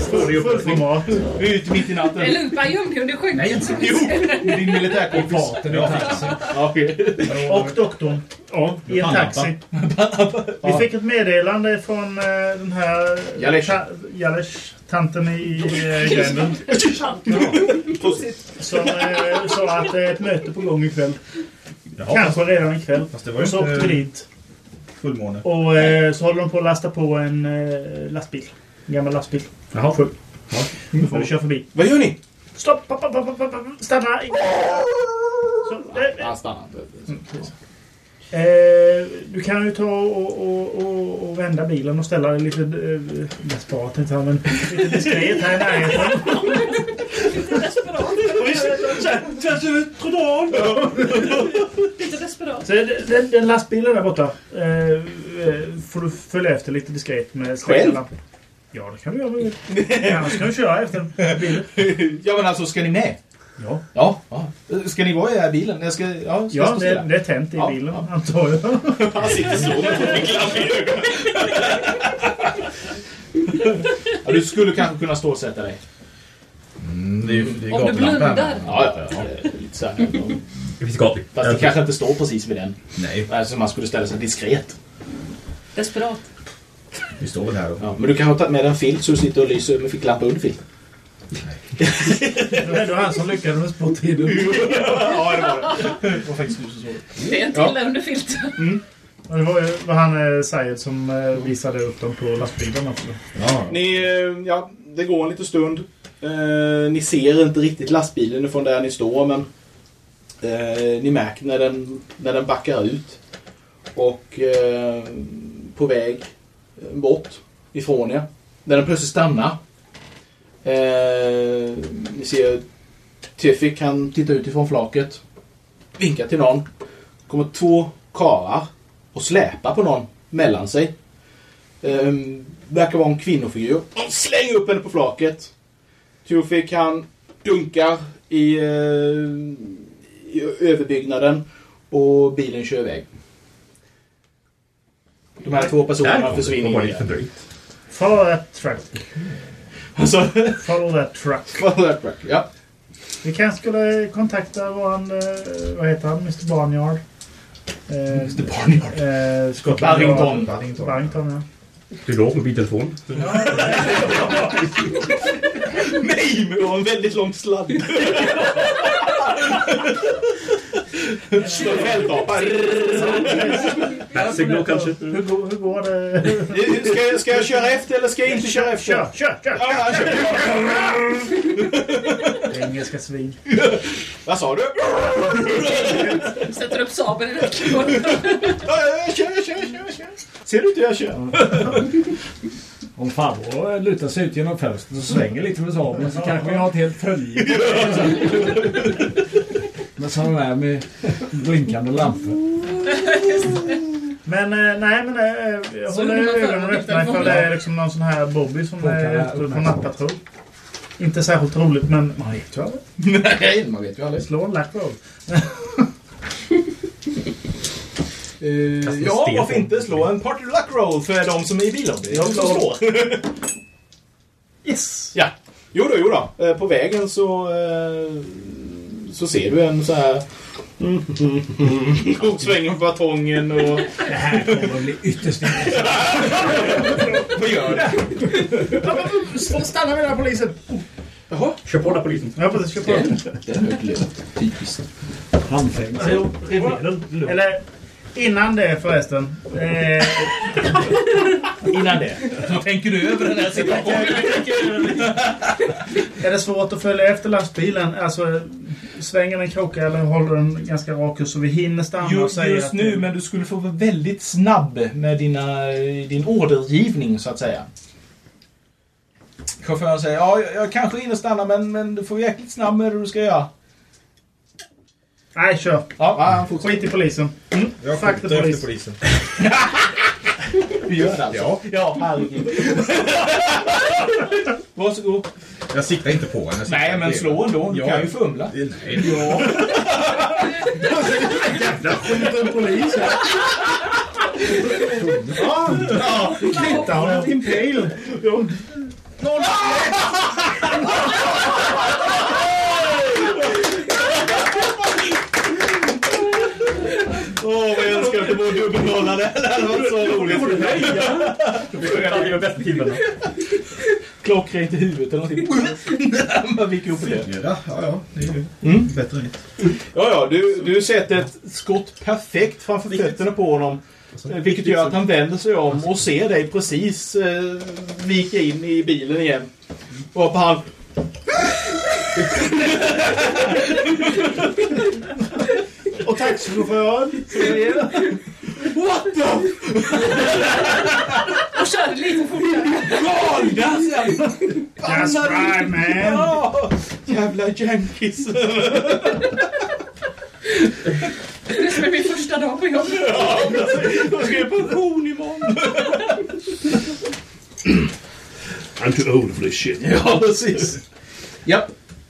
Står det uppe. Fullformat. Ut mitt i Det är natten. lugnt, bara göm dig under skynket. Jo! Din militärkompis. Maten i taxin. Ja, okej. Och doktorn. Ja. I en taxi. Vi fick ett meddelande från eh, den här... Jalesh. Ta- Jalesh. Tanten i i, eh, gränden. Som eh, sa att det är ett möte på gång ikväll. Ja, Kanske redan ikväll. fast det var Och så ju åkte vi inte dit. fullmåne. Och eh, så håller de på att lasta på en eh, lastbil. En gammal lastbil. Jaha. Full. Nu får vi köra förbi. Vad gör ni? Stopp! Pop, pop, pop, pop, pop, stanna! Så, eh, Han stannar inte. eh, du kan ju ta och, och, och, och vända bilen och ställa dig lite eh, desperat, tänkte jag, men lite diskret här i närheten. Lite desperat. Så den- den, den lastbilen där borta eh, eh, får du följa efter lite diskret med stänklarna. Ja, det kan du göra. Annars kan du köra efter bilen. Ja, men alltså, ska ni med? Ja. Ja. ja. Eh, Ska ni vara i den här bilen? Jag ska, ja, ska jag Ja, stå det, stilla? det är tänt i Ja, bilen, ja. antar jag. Han sitter så med glapp i ögonen. Ja, du skulle kanske kunna stå och sätta dig. Mm, det är ju det är Om du gatulampan. blundar. Ja, ja, ja. Lite så här. Det finns gatlig. Fast det kanske inte står precis vid den. Nej, Alltså man skulle ställa sig diskret. Desperat. vi står väl här och... Ja, men du kan ha tagit med en filt så du sitter och lyser med ficklampa under filten. Det var ändå han som lyckades med spottiden. Ja, det var det. Det var faktiskt du som såg det. Det är en till där under filten. Och det var ju vad han eh, Sayed som eh, visade upp dem på lastbilen också. Ja. Ni, eh, ja, det går en liten stund. Eh, ni ser inte riktigt lastbilen från där ni står, men eh, ni märker när den, när den backar ut. Och eh, på på väg bort ifrån er. När den plötsligt stannar. Eh, ni ser Tefik, han tittar ut ifrån flaket. Vinkar till någon. Kommer två karar och släpar på någon mellan sig. Eh, verkar vara en kvinnofigur. Han slänger upp henne på flaket. Tefik, han dunkar i, eh, i överbyggnaden och bilen kör iväg. De här två personerna försvinner in i det. Follow that truck. Alltså, Follow that truck. Follow that truck, ja. Vi kanske skulle kontakta våran, eh, vad heter han, Mr Barnyard. Eh, Mr Barnyard. Eh, Scotland Barrington. Yard. Barrington, ja. Du låg med biltelefon. Nej, men det var en väldigt lång sladd. Slå fältapa. Signal kanske? Hur går, hur går det? Ska, jag- ska jag köra efter eller ska jag inte köra efter? Kör, kör, kör! Ja, jag Det är Engelska svin. Vad sa du? Sätter upp sabeln i röken. Ja, Kör, kör, kör, kör. Ser du inte hur jag kör? Om farbror lutar sig ut genom fönstret och svänger lite med sabeln så kanske vi har ett helt följe. Med sådana där med blinkande lampor. Men eh, nej, men eh, jag Så hur håller man ögonen förbereder öppna ifall folk. det är liksom någon sån här Bobby som Folk är är ute på uppmärksamma. nattpatrull. Inte särskilt roligt, men man vet ju aldrig. Nej, man vet ju aldrig. Slå en lack roll. Eh, ja, varför inte slå en party luck roll för de som är i bilen? Det är de som slår. Yes! Ja. Jo då, jo då. Eh, På vägen så, eh, så ser du en så här... Och svänger på batongen och... Det här kommer att bli ytterst intressant. Vad gör det? Stanna med den här polisen! Jaha. Kör på den här polisen. Ja, precis. Kör på den. Typiskt. Handfängsel. Eller innan det förresten. Eh, Innan det. Så tänker du över den här situationen. är det svårt att följa efter lastbilen? Alltså, svänger den krokar eller håller den ganska rak kurs så vi hinner stanna och Just, säga just att- nu, men du skulle få vara väldigt snabb med dina, din ordergivning, så att säga. Chauffören säger ja, jag, jag kanske hinner stanna, men, men du får vara jäkligt snabb med det du ska göra. Nej, kör. Ja, ja, han fortsätter. Skit i polisen. Jag Fuck the skjuter efter police. polisen. Du gör det alltså? Ja. Ja, herregud. Varsågod. Jag siktar inte på henne. jag siktar Nej, men på slå ändå. Du Ja. kan ju fumla. henne. Nej, Ja. Skjuter en polis. ja. Titta, har du impale? Åh, vad jag älskar att det var dubbelnollade. Det här var så roligt. Det var bäst med killarna. Klockrent i huvudet eller någonting. Man fick ihop det. Ja, ja, det är ju bättre än ett. Ja, ja, du, du sätter ett skott perfekt framför fötterna på honom. eh, Vilket gör att han vänder sig om och ser dig precis eh, vika in i bilen igen. Och på han... Och taxichauffören. What the Och körde lite fortare. galna! That's right man. Ja, jävla jänkis. Det är som är min första dag på jobbet. Jag ska ge pension imorgon. I'm too old for this shit. Ja, precis. Japp.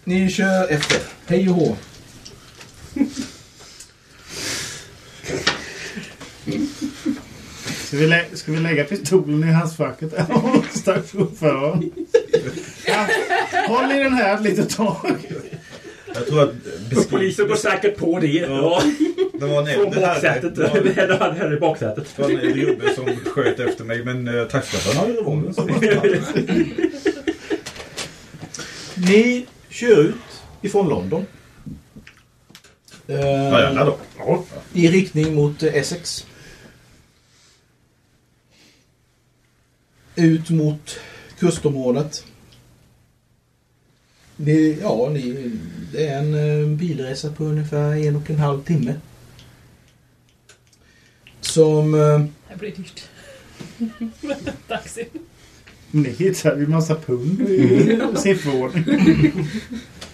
Ni kör efter. Hej och hå. Ska vi, lä- ska vi lägga pistolen i handskfacket? Stack chauffören. Ja, Håll i den här ett litet tag. Jag tror att beskriv... Polisen går säkert på det. Ja. Det var en Från äldre herre. baksätet. Det var en- Det här i baksätet. det var en äldre gubbe som sköt efter mig, men eh, taxichauffören hade revolvern. så- Ni kör ut ifrån London. Eh, Ja, gärna då. Ja. I riktning mot eh, Essex. Ut mot kustområdet. Ni, ja, ni, det är en eh, bilresa på ungefär en och en halv timme. Som... eh, Det här blir dyrt. Taxi. Men det hittar vi massa pund i Mm. siffror.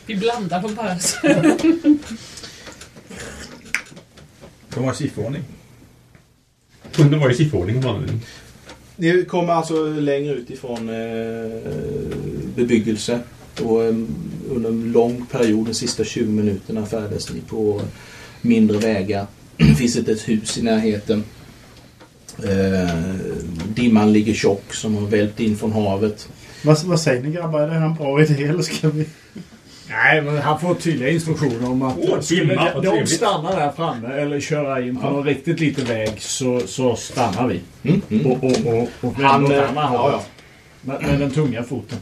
Vi blandar på Paris. De har sifferordning. Hunden var i sifferordning vanligen. Ni kommer alltså längre ut ifrån eh, bebyggelse. Och eh, under en lång period, de sista 20 minuterna, färdas ni på mindre vägar. Det finns inte ett hus i närheten. Eh, dimman ligger tjock som har välpt in från havet. Vad, vad säger ni grabbar? Är det här en bra idé eller ska vi... Nej, men han får tydliga instruktioner om att Åh, skulle dimma, de, vad de trevligt. stannar där framme eller köra in på någon riktigt liten väg så, så stannar vi. Och, och, och, och Han, vänder åt eh, andra hållet. ja, Med, med den tunga foten.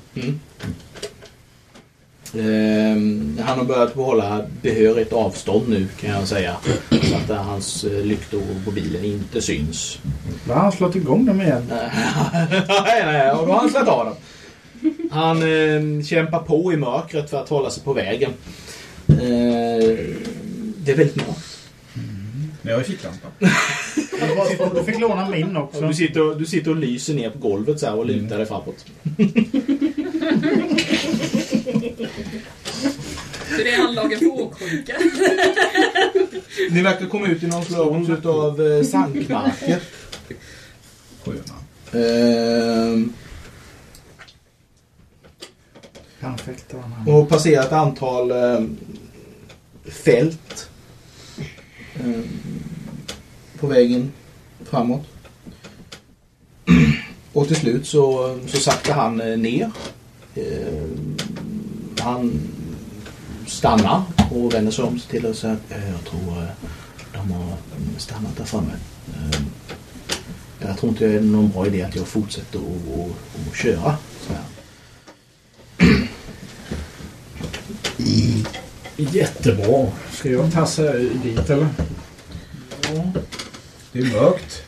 Eh, han har börjat hålla behörigt avstånd nu kan jag säga. Så att eh, hans eh, lyktor på bilen inte syns. Va, har han slått igång dem igen? nej, nej, och då har han slagit av dem. Han eh, kämpar på i mörkret för att hålla sig på vägen. Eh, det är väldigt mörkt. Men jag har ficklampa. Du fick låna min också. Du sitter, och, du sitter och lyser ner på golvet så här och lutar dig framåt. Så det är handlagen för åksjuka. Ni verkar komma ut i någon slags utav eh, sankmarker. Ehm, Perfekt. det var han. och passerar ett antal eh, fält eh, på vägen framåt. Och till slut så, så saktar han eh, ner. Eh, han stannar och vänder sig om till oss. Jag tror eh, de har stannat där framme. Eh, Jag tror inte det är någon bra idé att jag fortsätter att att- att köra. Så här. Jättebra. Ska jag tassa dit eller? Det är mörkt.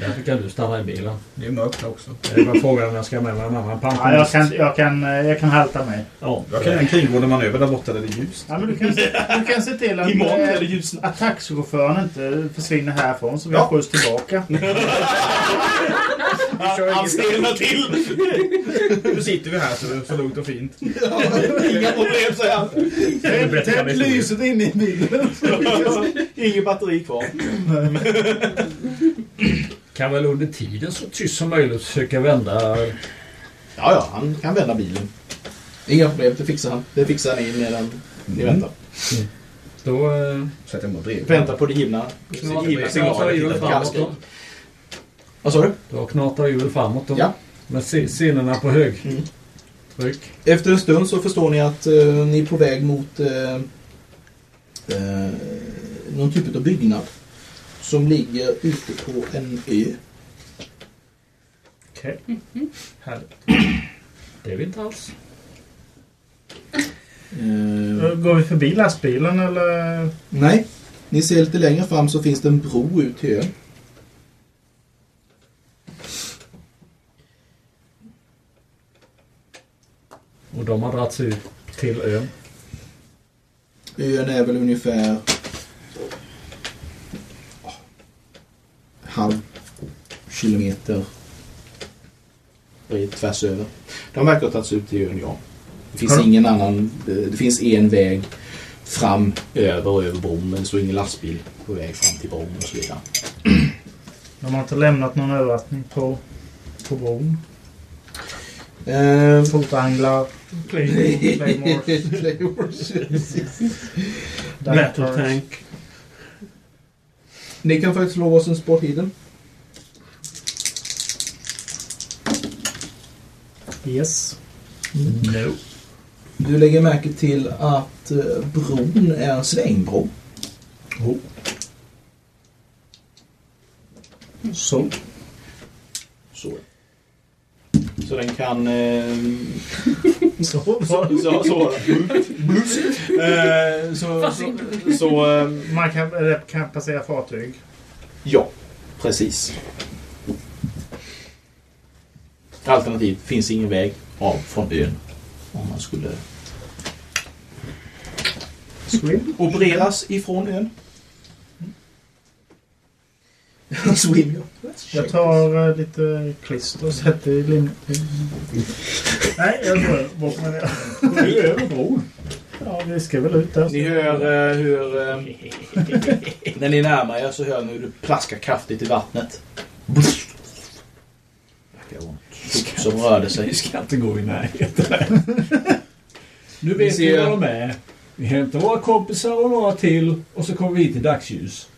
Därför kan du stanna i bilen. Det är mörkt också. Det är bara frågan om jag ska med mig en annan Ja, jag, kan, jag, kan, eh, jag kan halta med. Ja, Jag kan göra en kringgående manöver där borta där det är ljust. Ja, men du, kan, se- du kan se till att, Imorgon är det eh, att taxichauffören inte försvinner härifrån så vi har skjuts tillbaka. Han stelnar till! Nu sitter vi här så det är så lugnt och fint. Inga problem säger han. Tänd- tänd lyset inne i bilen. Inget batteri kvar. Kan väl under tiden så tyst som möjligt försöka vända... Ja, ja, han kan vända bilen. Inga problem, det fixar han. Det fixar ni medan ni väntar. Då... eh, Sätter jag mig och drev. Väntar på det givna. Knatar Givna hjulet framåt signaler. då. till kallskriv. Vad sa du? Då knatar hjulet framåt då. Ja. Med si- sinnena på hög. Tryck. Efter en stund så förstår ni att eh, ni är på väg mot eh, eh, någon typ av byggnad som ligger ute på en ö. Okej. Härligt. Det är vi inte alls. Eh, Går vi förbi lastbilen eller? Nej, ni ser lite längre fram så finns det en bro ut till ön. Och de har dragit sig ut till ön. Ön är väl ungefär ja, halv kilometer bred tvärs över. De verkar ha tagits ut till ön, ja. Det finns Har de- ingen annan. eh, Det finns en väg fram över och över bron, men det står ingen lastbil på väg fram till bron och så vidare. De har inte lämnat någon överraskning på, på bron. Eh, Fotanglar. Claymores, precis. Metal tank. Ni kan faktiskt slå oss en sport hidden. Yes. No. Du lägger märke till att eh, bron är en svängbro. Så. Så. Så den kan... Eh, så var det. Så, så, var det. Eh, så, så, så eh, Man kan, eller kan passera fartyg. ja, precis. Alternativt finns ingen väg av från ön. Om man skulle... Opereras ifrån ön. Swim, ja. Jag tar eh, lite klister och sätter i limmet. Nej, jag går bort med det. Du är över bron. Ja, vi ska väl ut där. Ni hör eh, hur... eh, när ni närmar er så hör ni hur du plaskar kraftigt i vattnet. Verkar vara en sop Som rörde sig. Vi ska inte gå i närheten. Nu Vi vet vi ser- var de är. Vi hämtar våra kompisar och några till och så kommer vi till dagsljus.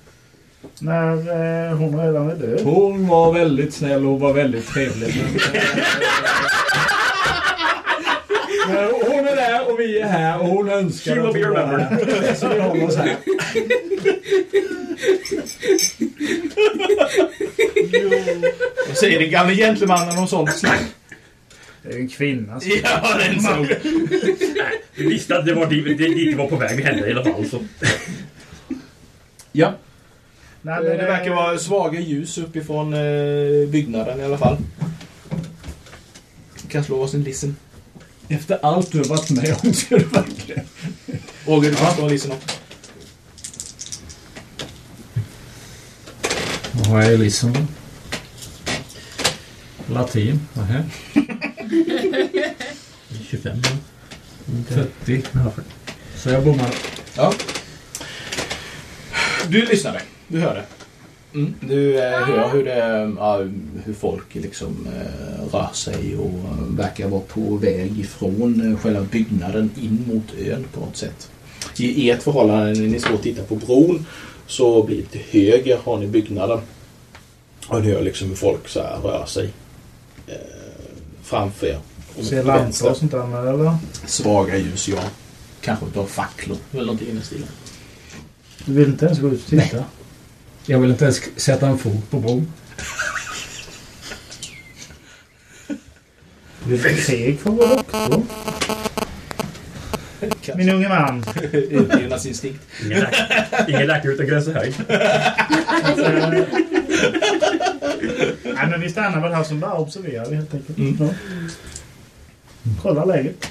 När eh, hon redan är död. Hon var väldigt snäll och hon var väldigt trevlig. Men, eh, men hon är där och vi är här och hon önskar She will att hon be var här. Så vi håller oss här. Vad säger den gamle gentlemannen om sånt snack? Det är ju en kvinna. som- Ja, det är inte så noga. Vi visste att det var dit det, dit det var på väg vi hände i alla fall. Så. Ja. Nej, Eh, Det verkar vara svaga ljus uppifrån eh, byggnaden i alla fall. Kan slå oss en listen. Efter allt du har varit med om så är det verkligen... Roger, du kan slå en listen också. Vad är liksom? Latin? Nähä. 25. 40. Så jag bommar. Ja. Du lyssnade. Du hörde. Mm. Du eh, hör hur, det, ja, hur folk liksom eh, rör sig och eh, verkar vara på väg ifrån eh, själva byggnaden in mot ön på något sätt. I ert förhållande när ni står och tittar på bron så blir det till höger har ni byggnaden. Och ni hör liksom hur folk så här rör sig eh, framför er. Och vänster. Ser lampor och sånt där med, eller? Svaga ljus, ja. Kanske utav facklor eller någonting i den stilen. Du vill inte ens gå ut och titta? Jag vill inte ens sätta en fot på bron. Du är för seg för att vara doktor. Min unge man. Utgivarnas instinkt. Ingen läkare utan gränser här. Nej, men vi stannar väl här som bara observerar vi helt enkelt. Mm. Ja. Kolla läget.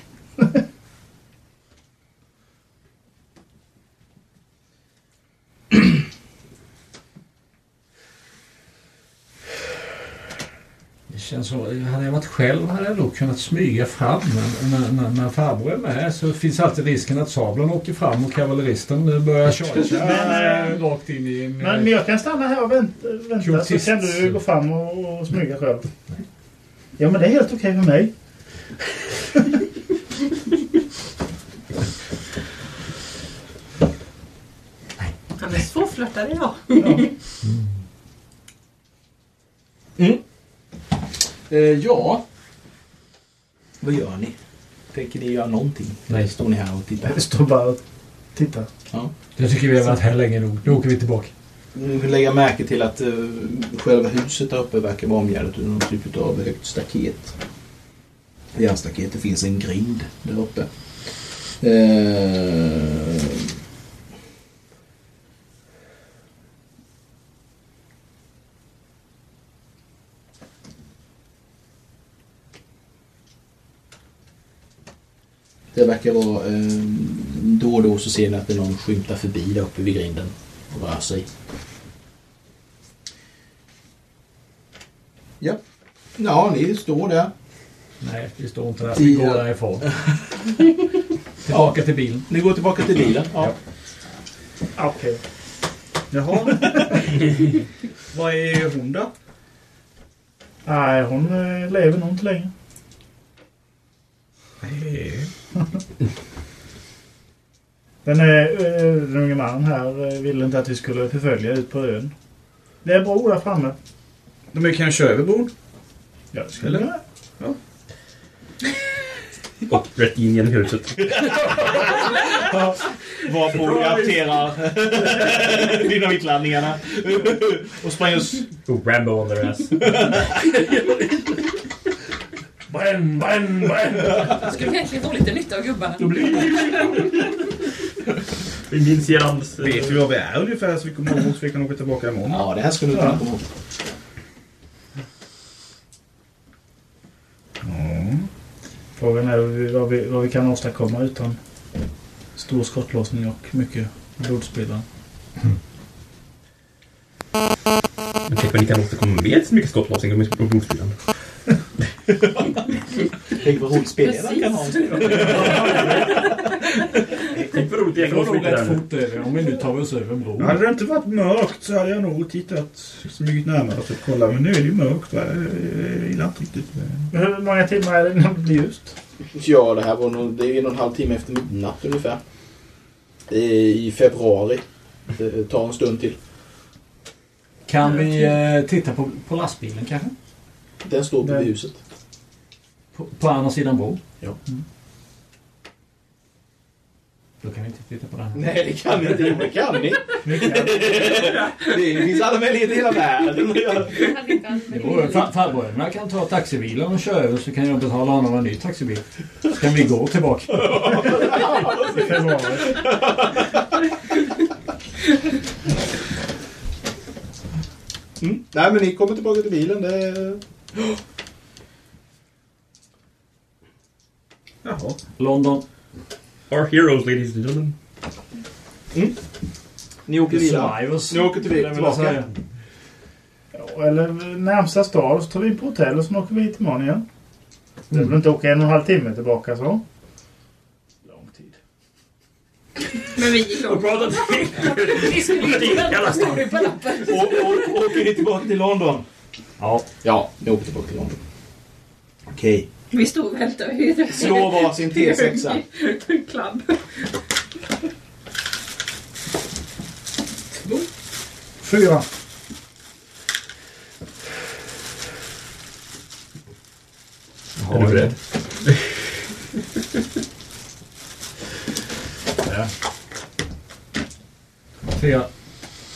Det känns så. Hade jag varit själv hade jag nog kunnat smyga fram. Men när, när, när farbror är med så finns alltid risken att sablan åker fram och kavalleristen nu börjar chargea eh, rakt in i en... Men, men jag kan stanna här och vänta, vänta så Kultist. kan du gå fram och, och smyga själv. Ja, men det är helt okej för mig. Han är svårflörtad idag. Mm. Eh, ja. Vad gör ni? Tänker ni göra någonting? Nej. Står ni här och tittar? Jag står bara och tittar. Ja. Jag tycker vi har varit här länge nog. Nu åker vi tillbaka. Ni kan lägga märke till att eh, själva huset där uppe verkar vara omgärdat av någon typ av högt staket. I järnstaketet finns en grind där uppe. Eh, Det verkar vara... Eh, då och då så ser ni att det är någon skymtar förbi där uppe vid grinden och rör sig. Ja. Ja, ni står där. Nej, vi står inte där. Vi går därifrån. Tillbaka till bilen. Ni går tillbaka till bilen. Ja. Ah, Okej. Jaha. Vad är hon då? Nej, hon eh, lever nog inte längre. Den, är, eh, den unge mannen här eh, ville inte att vi skulle förfölja ut på ön. Det är bro där framme. De är kanske över bron? Ja, det skulle Eller? Och rätt in genom huset. Varpå du apterar dynamitladdningarna. och spränger... s- Oh, Rambo on their ass. Bränn, bränn, bränn! Jag skulle egentligen få lite nytta av gubbarna. Vi minns er Anders. Vet vi var vi är ungefär så vi kommer ihåg så vi kan åka tillbaka imorgon? Ja, det här skulle du kunna komma ihåg. Frågan är vad vi, vad vi, vad vi kan åstadkomma utan stor skottlossning och mycket blodspillan. Ursäkta, ni kan återkomma med så mycket skottlossning om ni ska på blodspillan. Tänk vad roligt spelledaren kan ha. Tänk vad roligt Det går nog rätt där. fort över om vi nu tar oss över en bro. Hade det inte varit mörkt så hade jag nog tittat, smugit närmare och kollat. Men nu är det ju mörkt. Va? Jag gillar inte riktigt det. Hur många timmar är det innan det blir ljust? Ja, det här var nog, det är en och en halv timme efter midnatt ungefär. I i februari. Det tar en stund till. Kan vi eh, titta på, på lastbilen kanske? Den står på Den- huset. På, på andra sidan bron? Ja. Då kan vi inte titta på den. här. Nej, det kan ni inte. Jo, det kan ni. Det finns alla möjligheter i hela världen. Jo, fa- Farbröderna kan ta taxibilen och köra över så kan jag betala honom en ny taxibil. Så kan vi gå tillbaka. I februari. Mm. Nej, men ni kommer tillbaka till bilen. Det... Jaha. London. Our heroes, ladies and gentlemen. Ni åker vidare. Ni åker till- tillbaka. Ja, eller närmsta stad så tar vi in på hotell och så åker vi hit imorgon igen. Det vill inte åka en och en halv timme tillbaka så. Men vi gick långt. Vi skulle inte vänta på det på lappen. Och åker ni tillbaka till London? Ja. Ja, ni åker tillbaka till London. Okej. Vi stod och väntade. Vi- Slå varsin T6a. Klabb. Fyra. Är du beredd? Fyra.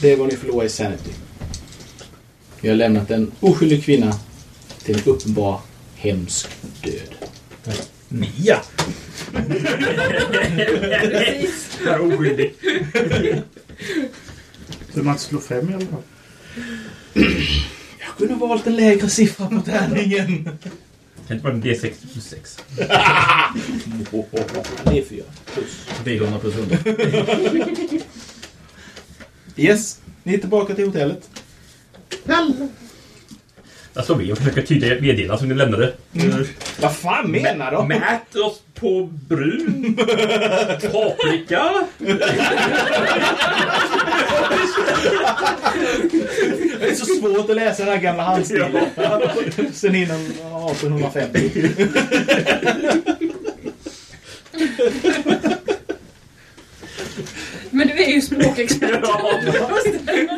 Det är vad ni förlorar i Sanity. Vi har lämnat en oskyldig kvinna till en uppenbar hemsk död. Mia! Precis. Jag är oskyldig. Så man slår fem i alla fall. Jag kunde valt en lägre siffra på tärningen. Kan inte vara en D6 plus 6. Det är fyra. Plus. 400 plus 100. Yes, ni är tillbaka till hotellet. Där står vi och försöker tyda meddelandet som ni lämnade. Vad fan menar de? Mät oss på brun paprika. Det är så svårt att läsa den här gamla handstilen. Sen innan 1850. Men du är ju språkexpert. Vad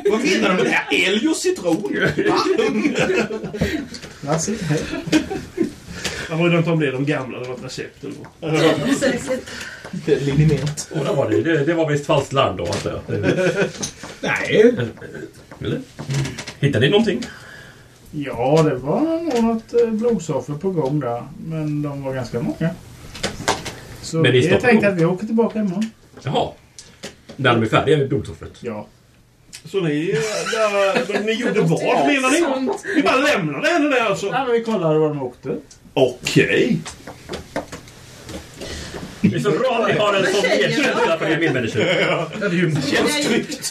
menar du med det här? Älg och citron? Jag bryr mig inte om det är de gamla, det var ett recept eller något. Liniment. Och där var det. det. Det var visst falskt larm då, antar jag. Nej. Eller? Hittade ni någonting? Ja, det var nog något eh, blodsoffer på gång där. Men de var ganska många. Så Men i vi Stockholm? tänkte att vi åker tillbaka imorgon. Jaha. När de är färdiga med blodsoffret? Ja. Så ni, eh, där, men ni gjorde vad menar ni? Ni bara lämnade henne där alltså? Ja, men vi kollade var de åkte. Okej. Det är så bra att ni har en sån erkänsla för er medmänniskor. Det är ju känns tryggt.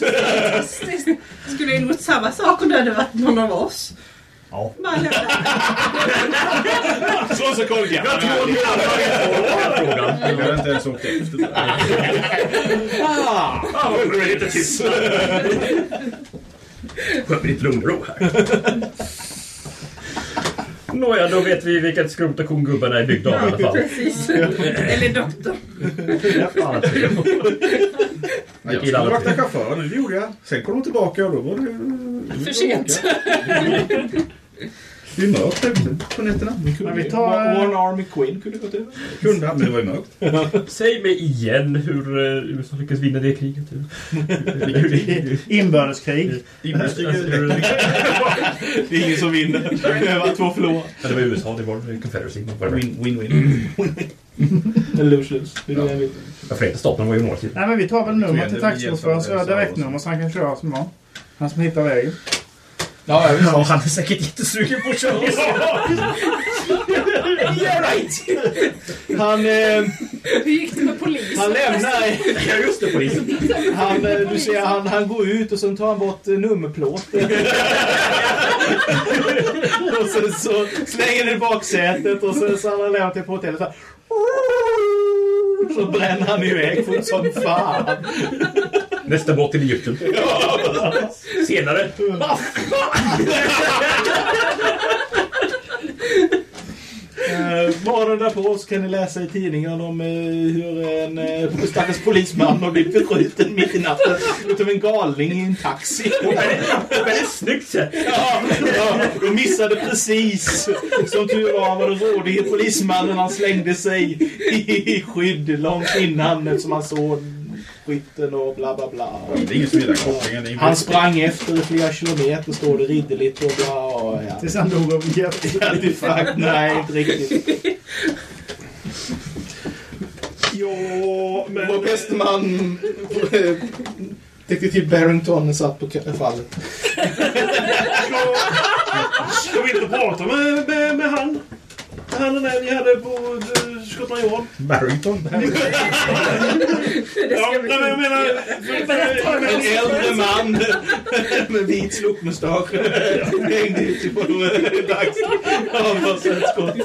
Skulle ha gjort samma sak om det hade varit någon av oss. Ja. Bara lämna. Slå så kolka. Jag tror ni alla har svarat på den här frågan. Jag har inte ens åkt efter det. Ah, Fan vad roligt att tystna. Sköt med ditt lugn och ro här. Nåja, då vet vi vilket skrot och korn gubbarna är byggda av i alla fall. Precis. Eller doktor. Jag Jag skulle gillar alla vakta tre. chauffören, det gjorde jag. Sen kom de tillbaka och då var det... För sent. Det är mörkt ute på nätterna. Men vi tar... eh, One Army Queen kunde gått över. Kunde men det var ju mörkt. Säg mig igen hur eh, USA lyckas vinna det kriget. Inbördeskrig. Det är ingen som vinner. Det är bara två förlorare. Ja, det var USA, det var Confederacy. whatever. Win-win. Eller lose lose. Det är det jag vill. Ja, Förenta staterna var ju målet. Nej, men vi tar väl numret Så till vi hjälper taxichauffören så jag har Elsa och direktnummer så han kan köra oss imorgon. Han som hittar vägen. Ja, ja, visst. ja, han är säkert jättesugen på att köra. Yeah right! Han... Eh, Hur gick det med polisen? Han lämnar... Ja, just det, polisen. Han, eh, du ser, han, han går ut och sen tar han bort eh, nummerplåten. och sen så slänger den i baksätet och sen så har han lämnat det på hotellet. Så, här. så bränner han iväg fort som fan. Nästa båt till Egypten. Senare. Eh, Morgonen därpå så kan ni läsa i tidningen om eh, hur en eh, stackars polisman har blivit beskjuten mitt i natten utav en galning i en taxi. Väldigt snyggt sätt! Ja, ja, de missade precis. Som tur var var det rådige polismannen han slängde sig i skydd långt innan eftersom han såg skytten och bla bla bla. Det är ingen som gillar kopplingen. Det är ingen- Han sprang efter i flera kilometer, står det ridderligt och bla. Ja. Tills han dog av hjärt. Ja, du fuck, nej, inte riktigt. Ja, men... Vår bäste man, eh, detektiv Barrington, satt på ka- fallet. Ska vi inte prata med, med, med han? Han och den ni hade på eh, Skottland Yard. Barrington. Ja, nej, men jag menar... för- för- En äldre man med vit slokmustasch hängde utifrån eh, dags. Ja, vad sött skott.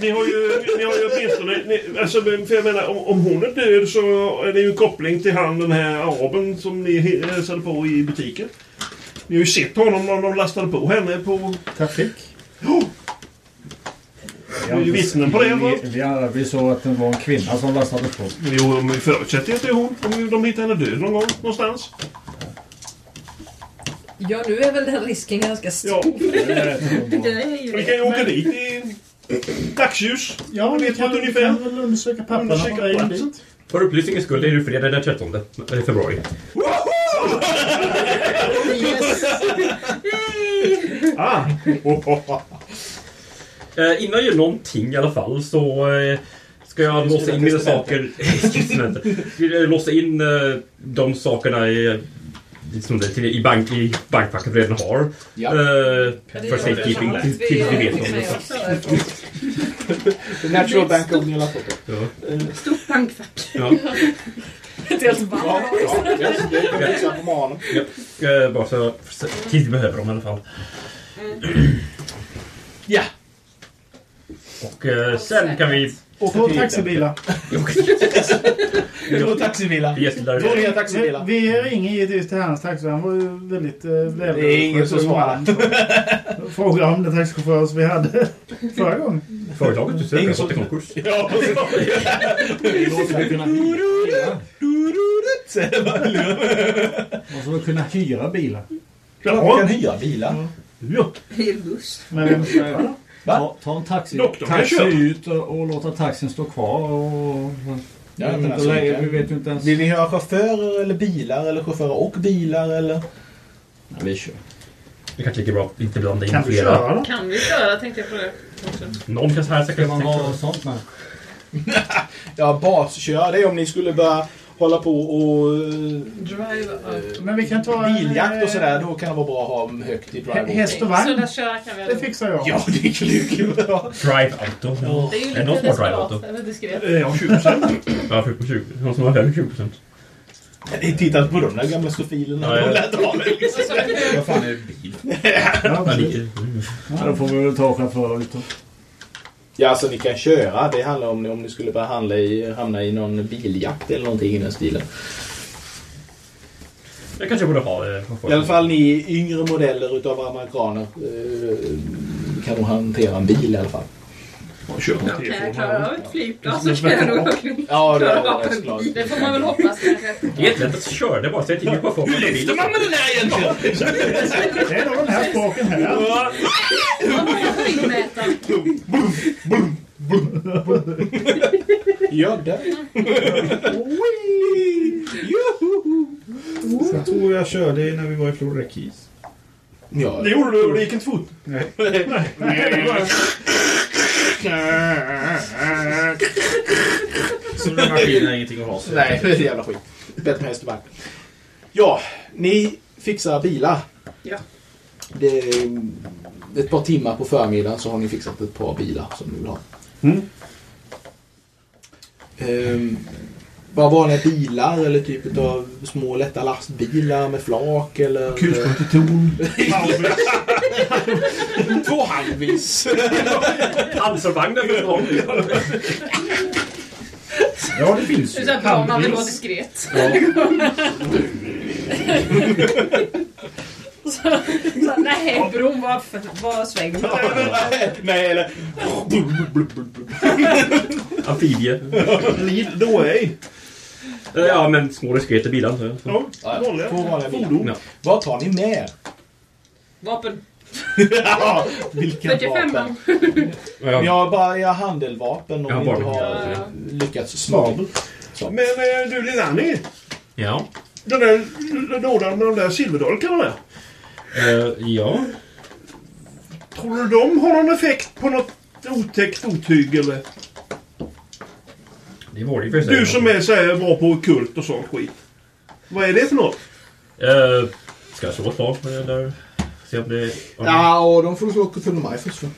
Ni har ju, ni har ju åtminstone... Ni, alltså, för jag menar, om, om hon är död så är det ju en koppling till han den här araben som ni hälsade på i butiken. Ni har ju sett honom när de lastade på henne på... Trafik? Ja! Ni är ju vittnen på det, va? Vi, vi, alla- vi såg att det var en kvinna som lastade på. Jo, men vi förutsätter ju att det är hon. Om de hittar henne död någon gång, någonstans. Ja, nu är väl den risken ganska stor. Ja. Det är ju Vi kan ju det. åka dit i dagsljus. Ja, Vi vi vet kan, väl vi ungefär. kan väl undersöka papperna Undersöka på vägen platsen. dit. För upplysningens skull är det fredag den 13 februari. Ah. Eh, innan jag gör någonting i alla fall så eh, ska jag låsa in mina saker. Ska jag låsa in eh, de sakerna i, liksom det, till, i, bank, i bankfacket vi redan har. Ja. Eh, Det för gör vi safekeeping tillsammans. tills till, vi vet om med oss. det. The Natural Bank of Nilla Foto. Ja. Stort bankfack. Ja. Ett helt band. Ja. Eh, bara så tills vi behöver dem i alla fall. Ja. Och eh, sen kan vi... Och två taxibilar. Två taxibilar. Yes, där. Två nya taxibilar. Vi vi ringer givetvis till hans taxi. Han var ju väldigt eh, väldigt... Det är ingen som svarar. Fråga om den taxichaufför som vi hade förra gången. Företaget du söker har Ingen gått i konkurs. Ja, precis. Vi låter det kunna- Säger man. Man skulle kunna hyra bilar. Ja, Vi kan hyra bilar. Ja. Hyrbuss. Men vem ska göra det? Ta, ta en taxi, Doktorn kan taxi köpa. ut och, och låta taxin stå kvar. Och, Ja, men vet inte alltså, vi läge, kan- Mm, vi vet ju inte ens. Vill ni höra chaufförer eller bilar eller chaufförer och bilar eller? vi kör. Det kanske är lika bra att inte blanda in Kan vi flera. köra då? Kan vi köra tänkte jag fråga. också. Någon kan säga Ska säkert. man vara sånt med? Ja, basköra det är om ni skulle börja hålla på och eh, Drive up. Men vi kan ta... en, biljakt och eh, sådär. Då kan det vara bra att ha högt i hä- drive Häst och Så vagn. där köra kan vi Det ändå. fixar jag. Ja, det är klug. Drive Auto. Det är ju Är det någon lite som har Drive Auto? desperat eller diskret. Eh, Ja, 20%. Ja, 20. Någon som har 20 procent. Ni tittar på de där gamla stofilerna. Ja, ja. De lät av mig. Så- så- Vad fan är det bil? Ja, precis. Mm. Ja, då får vi väl ta chauffören ut. och- Ja, alltså ni kan köra. Det handlar om om ni skulle börja handla i, hamna i någon biljakt eller någonting i den stilen. Jag kanske borde ha eh, det. I alla fall ni yngre modeller utav amerikaner eh, kan nog hantera en bil i alla fall. När jag klarar av ett flygplan så Men- kan jag nog verkligen Ja, klara det av är en bil. såklart. Det får man väl hoppas kanske. Det är jättelätt att köra. Det är bara att säga till chauffören. Hur lyfter man med den här egentligen? Det är då den här spaken här. Ja, jag får in mätaren. Ja, där. Jag tror jag körde när vi var i Florida Keys. Ja. Det gjorde du och det gick inte fort. Så den maskinen är ingenting att ha sig. Nej, det är jävla skit. Bättre med häst och vagn. Ja, ni fixar bilar. Ja. Det är ett par timmar på förmiddagen så har ni fixat ett par bilar som ni vill ha. Mm. Ehm, bara vanliga bilar eller typ av små lätta lastbilar med flak eller... Kulsprutetorn. Två halvvis. Pansarvagnar för dem. Ja, det finns Det ju. är så här bra man vill vara Handels. diskret. Ja. så, så, nej, bron var, var svängd. Nej, eller... Amfibie. Eh, Då är Ja, men små diskreta bilar antar jag. Ja, vanliga- Två vanliga Ja. bilar. Vad tar ni med er? Vapen. Ja, Vilka 45 vapen? Ja. Ni har bara era handelvapen Jag om har ni inte bara- har eh, lyckats slå. Men eh, du, lilla Annie. Ja. Den där l- lådan med de där silverdolkarna där. Eh, ja. Tror du de har någon effekt på något otäckt otyg eller? Det var det ju för sig. Du som är så här bra på kult och sån skit. Vad är det för något? Eh, ska jag slå ett slag på det där? Se om det... om- Ja, och de får du slå Kulturmajfors för.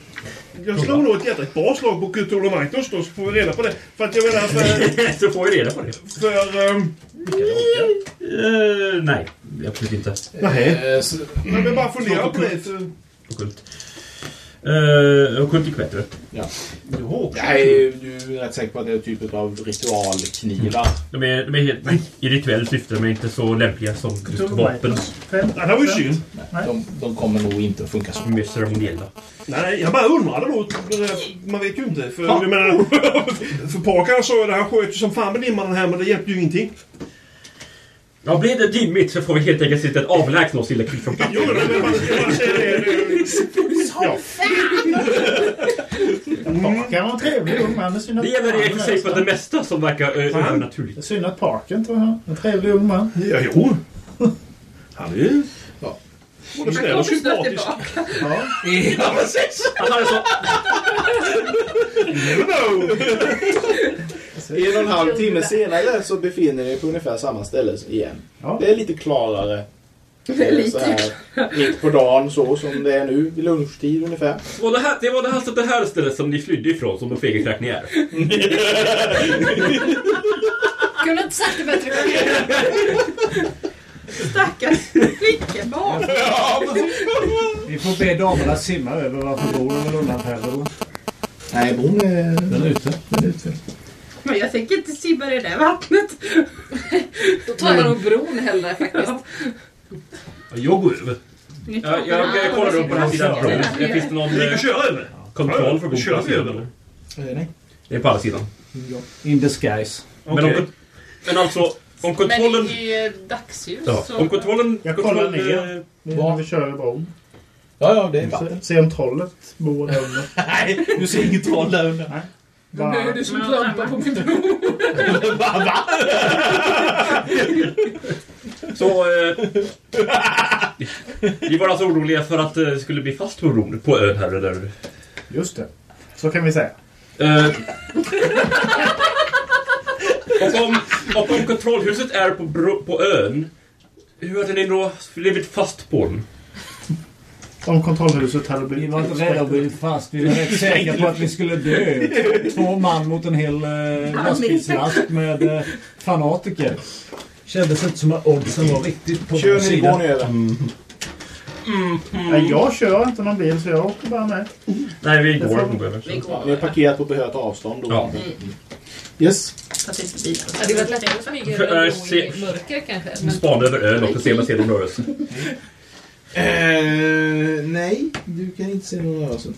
Jag slog nog ett jättebra bra slag på Kultur och Magnus då, så får vi reda på det. För att jag menar för... så får vi reda på det. För... ehm, Eh, nej, absolut inte. Nej. Eh, Nej, men bara fundera Slå på det. för- Ockult. Eh, Ockult gick bättre. Ja. Jo. Jag är ju rätt säker på att det är typ av ritualknivar. De är, de är helt i rituellt syfte, de är inte så lämpliga som just vapen. Ja, det var ju synd. Nej, De, de kommer nog inte att funka så. Mer ceremoniella. Nej, jag bara undrade då. Man vet ju inte. För, jag menar, för Parkan sa ju det, han sköt ju som fan med dimman den här men det hjälpte ju ingenting. Ja, blir det dimmigt så får vi helt enkelt sitta avlägsna oss illa kvickt från platsen. Jo, men man man säger det. Ja. Kan vara en trevlig ung man. Det är synd att Det gäller i och för sig för det mesta som verkar eh, Ja. övernaturligt. Det är synd att parken tror jag. En trevlig ung man. Ja, jo. Han är ju... Ja. Både snäll och sympatisk. Ja. Ja, alltså, precis! Han hade så... En och en halv timme senare så befinner ni er på ungefär samma ställe igen. Det är lite klarare. Det är lite Så här, mitt på dagen så som det är nu vid lunchtid ungefär. Och det, här, det var det här, det här stället som ni flydde ifrån som de fegekräk ni är. Kunde inte sagt det bättre själv. Stackars flickebarn. Vi får be damerna simma över varför bron är väl undanfälld då. Nej, bron är... Den är ute. Den är ute. Men jag tänker inte simma i det där vattnet. Då tar jag nog bron hellre faktiskt. Jag går över. Ni tar Jag, jag, den. jag kollar upp på den här sidan. Ja, Finns det är det någon Vi eh, kan köra över. kontroll för Kör vi över bokplatsen? då? Nej. Det är på alla sidan. In disguise. Men, om, men alltså, om kontrollen... Men det är ju dagsljus. Ja. så- Om kontrollen... Jag kollar kontroll- ner. Nu när vi kör över bron. Ja, ja, det är vatten. Se, se om trollet bor där under. Nej, du ser inget troll där under. Nej. Nu är Bara, du som klampar på min bro. Så... Eh, vi var alltså oroliga för att eh, det skulle bli fast på bron på ön här eller... just det. Så kan vi säga. Eh, och, om, och om kontrollhuset är på, bro, på ön, hur hade ni då blivit fast på den? Om kontrollhuset hade blivit... Vi var inte rädda att bli fast. Vi var rätt säkra på att vi skulle dö. Två man mot en hel eh, lastbilslast med eh, fanatiker. Kändes inte som att oddsen var riktigt på vår Kör ni, går sida. ni över? Nej, jag kör inte någon bil så jag åker bara med. Nej, vi går får- nog över. Vi går. Ni har parkerat på behörigt avstånd. Då. Ja. Yes. Fast inte bilen. Ja, det var lättare att smyga För, över äh, bron se- i mörker kanske. Vi Men spanar över ön och ser om man ser någon rörelse. Eh, nej, du kan inte se någon rörelse.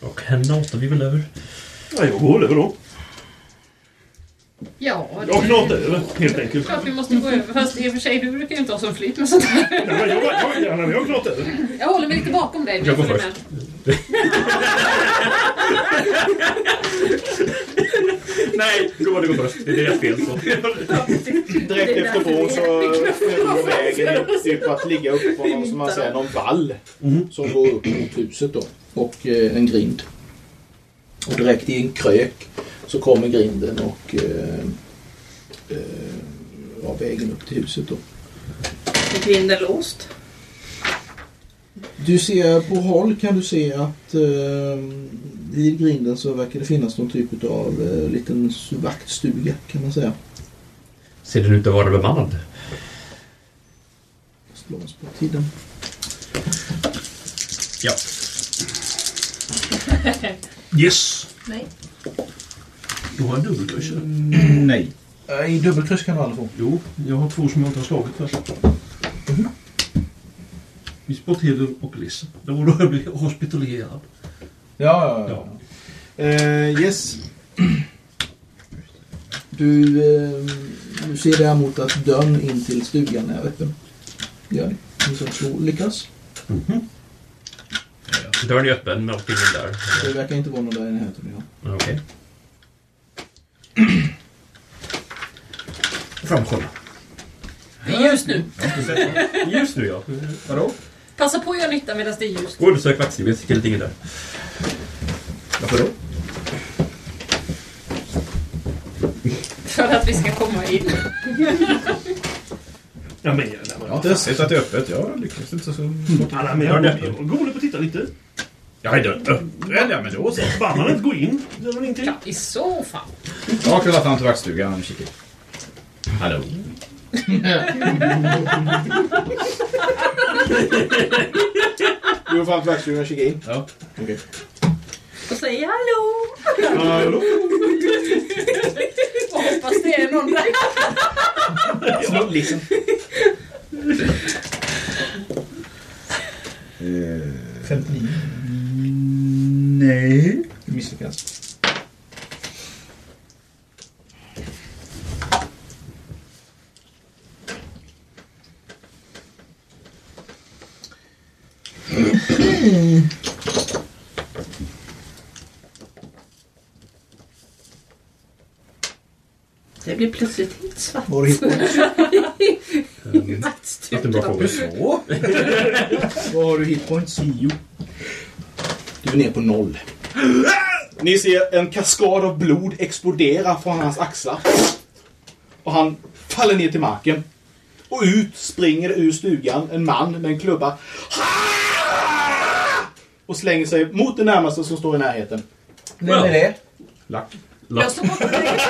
Och henne åter vi väl över. Ja, jag går över då. ja, det Jag knatar över helt enkelt. klart vi måste gå över. Fast i och för sig, du brukar ju inte ha sån flyt med sånt här. Ja, men jag, jag, jag, jag, jag knatar över. Jag håller mig lite bakom dig. men Jag går följer först. med. Nej, då var det först. Det är deras fel. Så. Direkt efter bron så går vägen upp typ att ligga upp på någon, som man säger, någon vall Mm. som går upp mot huset då. Och eh, en grind. Och direkt i en krök så kommer grinden och eh, eh, av vägen upp till huset. Då. Är grinden låst? Du ser på håll kan du se att eh, vid grinden så verkar det finnas någon typ av eh, liten s- vaktstuga kan man säga. Ser den ut att vara bemannad? Slås på tiden. Ja. Yes! Nej. Du har en dubbelkryss eller? Nej. I dubbelkryss kan du aldrig få. Jo, jag har två som jag inte har slagit för. Vi spår till och Lisse. Då borde jag bli hospitalerad. Ja, ja, ja. Eh, yes. Du, eh, du ser däremot att dörren in till stugan är öppen. Gör det. Du som slå lyckas. Dörren är öppen men allting är där. Det verkar inte vara någon där i närheten. Ja. Okej. Framkolla. Det är ljust nu. Ljus nu ja. Vadå? Passa på att göra nytta medan det är ljust. Gå och besök vaktstugan, jag tycker det är ingen där. Varför då? För att vi ska komma in. Ja, men, ja, Jag har inte sett att det är öppet. Jag lyckas inte så svårt. Ja, men jag, jag, jag går upp och tittar lite. Jag är död. Öppen ja, men då så. Bannar inte gå in. Det är väl ingenting. I så fall. Jag har kollat fram till vaktstugan och kikat. Hallå? Du har fram till vaktstugan och kikat in? Ja. Okej. Och säger hallå. Hallå. Och hoppas det är någon där. Slå liksom. Eh, 59. Nej. Du misslyckas. Det blir plötsligt helt svart. Var det Vaktstugan. Vad har du hitpoints? 10. Du är ner på noll. Ni ser en kaskad av blod explodera från hans axlar. Och han faller ner till marken. Och ut springer det ur stugan en man med en klubba. Och slänger sig mot den närmaste som står i närheten. Vem är det? Lack. Jag står bakom dig.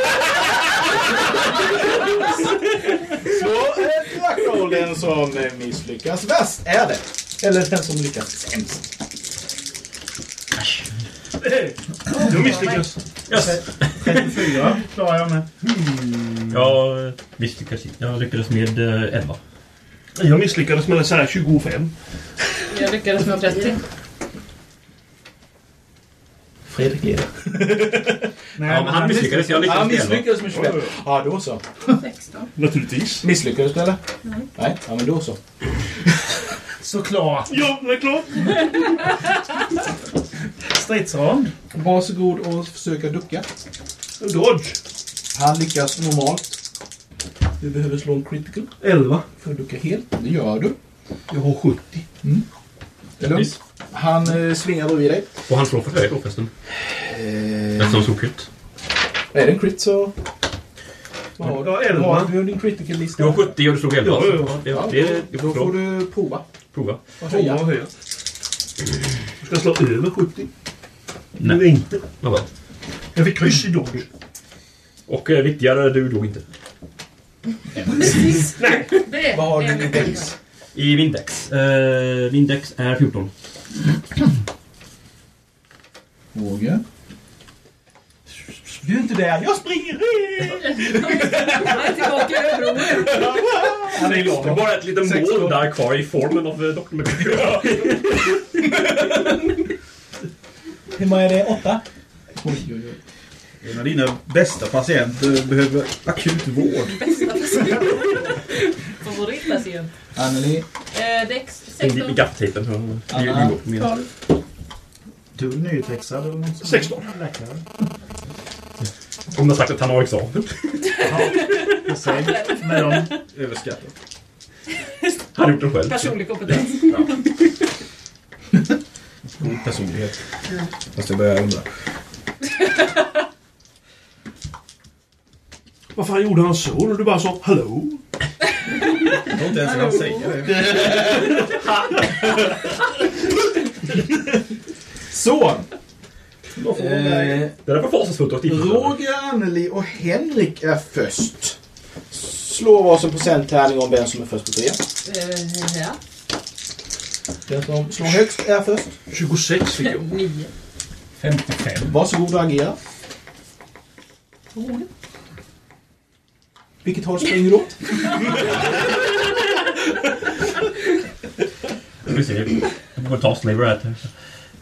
Så eh, Blackroll, den som eh, misslyckas värst är det. Eller den som lyckas sämst. Eh, Du misslyckas. Yes. 34 klarar jag med. Jag misslyckades inte. Jag lyckades med eh, 11. Jag misslyckades med så här 25. Jag lyckades med 30. Fredrik är det. Nej, Ja, men han misslyckades. Jag lyckades Han med misslyckades med 11. 25. Ja, då så. 16. Naturligtvis. Misslyckades du eller? Nej. Nej, ja men då så. Såklart. Ja, det är klart. Stridsrond. Varsågod och försöka ducka. Dodge. Han lyckas normalt. Du behöver slå en critical. 11. För att ducka helt. Det gör du. Jag har 70. Mm. Det är lugnt. Han eh, svingar bredvid dig. Och han slår för högt då förresten. Eftersom sokigt. Är det en crit så... Vad har du? Ja, elva. Vad har du i din critical-lista? Du har 70 och du slog 11. Ja, ja, alltså. Ja, Det, det, det, då får du prova. Prova. Och Tvåa höja. och höja. Du ska slå över 70. Nej. Nu inte. Nåväl. Jag fick kryss i Dodge. Och eh, viktigare, du dog inte. Precis. Nej. Det Vad har är du i Dex? I Vindex. Eh, Vindex är 14. Våga. Du är inte där. Jag springer! Jag är tillbaka över bron. Han är glad. Det är bara ett litet mål där kvar i formen av eh, Dr. McCoy. Hur många är det? Åtta? Oj, oj, oj. En av dina bästa patienter behöver akut vård. Bästa person. Favoritpatient. Anneli. Eh, Dex I 16. gafftejpen. Anna. Du är nyutexad eller något sånt. 16. Läkare. Om du har sagt att han har examen. Säg med dem. Överskattat. Han har gjort det själv. Personlig kompetens. God personlighet. Fast jag börjar undra. Vad fan gjorde han så när du bara sa hallå? Jag tror inte ens han säger det. Så! Eh, Det där var fasansfullt att titta på. Roger, Anneli och Henrik är först. Slå varsin procenttärning om vem som är först på tre. Eh, ja. Den som slår högst är först. 26 fick jag. 9. 55. Varsågod och agera. Vilket håll springer du åt? Ska vi se. Jag får ta slaver här.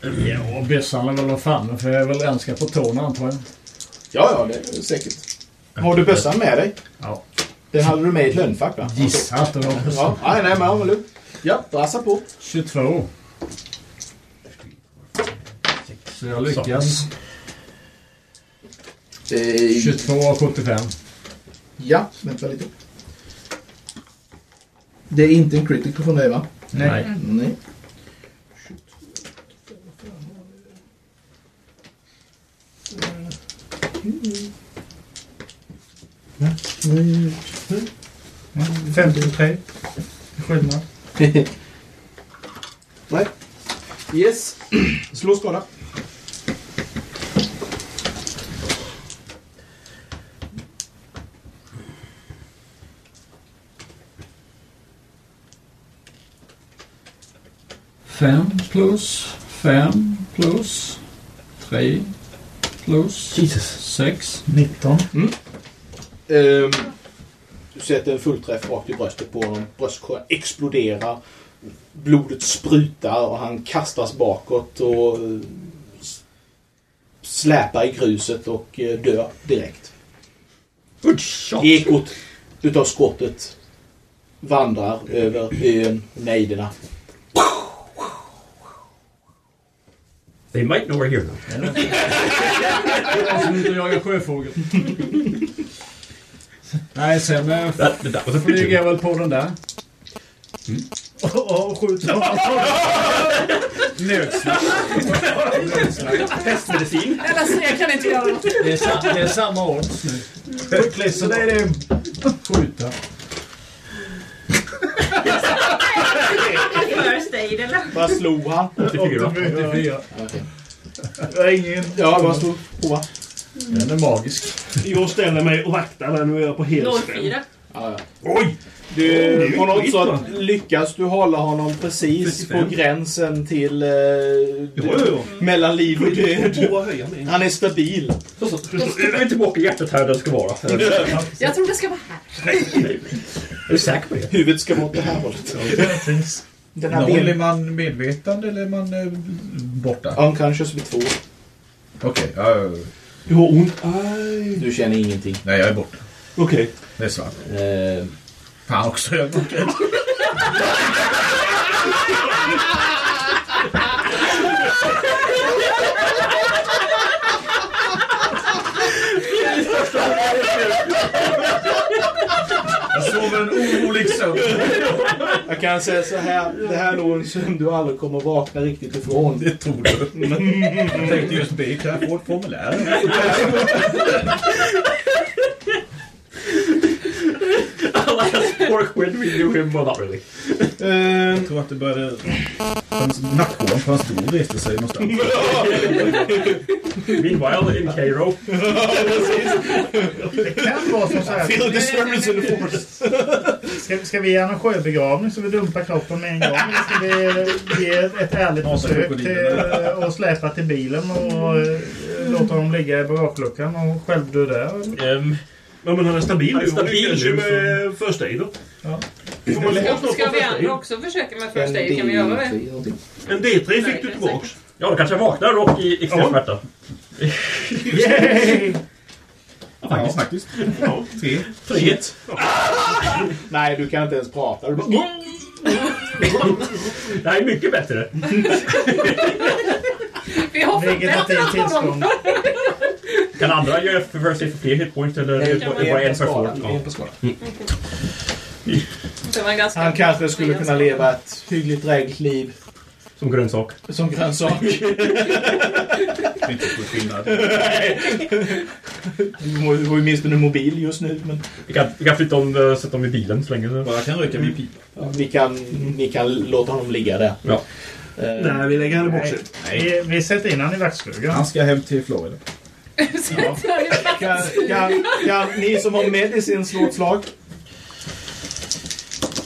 Ja, bössan lär väl vara framme för jag är väl önskad på tårna antar jag. Ja, ja, det är säkert. Har du bössan med dig? Ja. Den hade du med i ett lönnfack va? Gissa att det var Ja, nej, nej, men ja, men lugn. Ja, drassa på. 22. Så jag lyckas. Eh, 22 av 75. Ja, vänta lite. Det är inte en critical från dig va? Nej. Nej. Mm. 53. Skillnad. Nej. Yes. Slå skada. Fem plus fem plus tre plus sex. 19. Mm. Ehm, du sätter en fullträff rakt i bröstet på honom. Bröstkorgen exploderar. Blodet sprutar och han kastas bakåt och eh, s- släpar i gruset och eh, dör direkt. Ekot utav skottet vandrar över ön nejderna. They might know we're here now. Som inte jagar sjöfågel. Nej, sen eh, That, that was a flyger picture. jag väl på den där. Och skjuter. Nödsnack. Hästmedicin. Eller så jag kan inte göra något. Det är, sa- det är samma odds nu. Quickly, så det är det. Skjuta. First aid eller? Vad slog han? 84. 84. Okej. Ingen. Ja, vad stod på? Den är magisk. Jag ställer mig och vaktar den och är på helspänn. 04. Ja, ja. Oj! Det är Du, ju på något skit, va? sätt lyckas du hålla honom precis 35. på gränsen till eh, jo, jo. mellan liv och död. Tvåa höja mig. Han är stabil. Så, så, så, Jag är tillbaka i hjärtat här där det ska vara. Jag tror det ska vara här. Är du säker på det? Huvudet ska vara åt det här hållet. Den här Noll, är bilden. man medvetande eller är man eh, borta? Unconscious vid två. Okej, ja, ja, ja. Du har ont. Aj. Du känner ingenting. nej jag är borta. Okej. Det är svart. Eh, Fan också, jag Jag sover en orolig sömn. jag kan säga så här. Det här är nog en sömn du aldrig kommer vakna riktigt ifrån. Det tror du. Jag tänkte just be, kan jag få ett formulär? Work with me, you him, well not really. Eh, Jag tror att det började... Hans nackhåren på hans stol reste sig någonstans. Meanwhile in Cairo. Kan vara som så här. Feel the disturbance in the force. Ska, ska vi ge honom sjöbegravning så vi dumpar kroppen med en gång? Eller ska vi ge ett ärligt Ja, så försök krokodilen. till- och släpa till bilen och eh, låta dem ligga i bagageluckan och självdö där? Um, Ja, men han är stabil Han är nu. och stabil lyckades ju nu, med första aid. då. Ja. Får man slå snart Ska vi på första aid? andra också försöka med first aid? Kan vi göra det? En D3 Nej, fick du det är tillbaks. Ja, då kanske jag vaknar och i extrem Ja. smärta. Yay! Ja, faktiskt. Ja. Tre. Tre. Nej, du kan inte ens prata. Du bara... Det här är mycket bättre. Vi har Vegetativt förbättrat honom. tillstånd. Kan andra göra reverse för fler hitpoints eller är det kan bara- är det bara en per skada. får? Det är en per skada. Det var en ganska Han kanske skulle kunna leva ett hyggligt drägligt liv Som grönsak. Som grönsak. Inte stor skillnad. Du har ju- har ju minst en mobil just nu. Men... Vi kan, vi kan flytta om, eh, sätta dem i bilen så länge. Bara kan röka min pipa. Ja, ni, kan, ni kan låta honom ligga där. Eh, Ja. Nej, vi lägger honom bort Vi, vi sätter in han i vaxskuggan. Han ska hem till Florida. Kan, kan, kan ni som har medicin slå ett slag?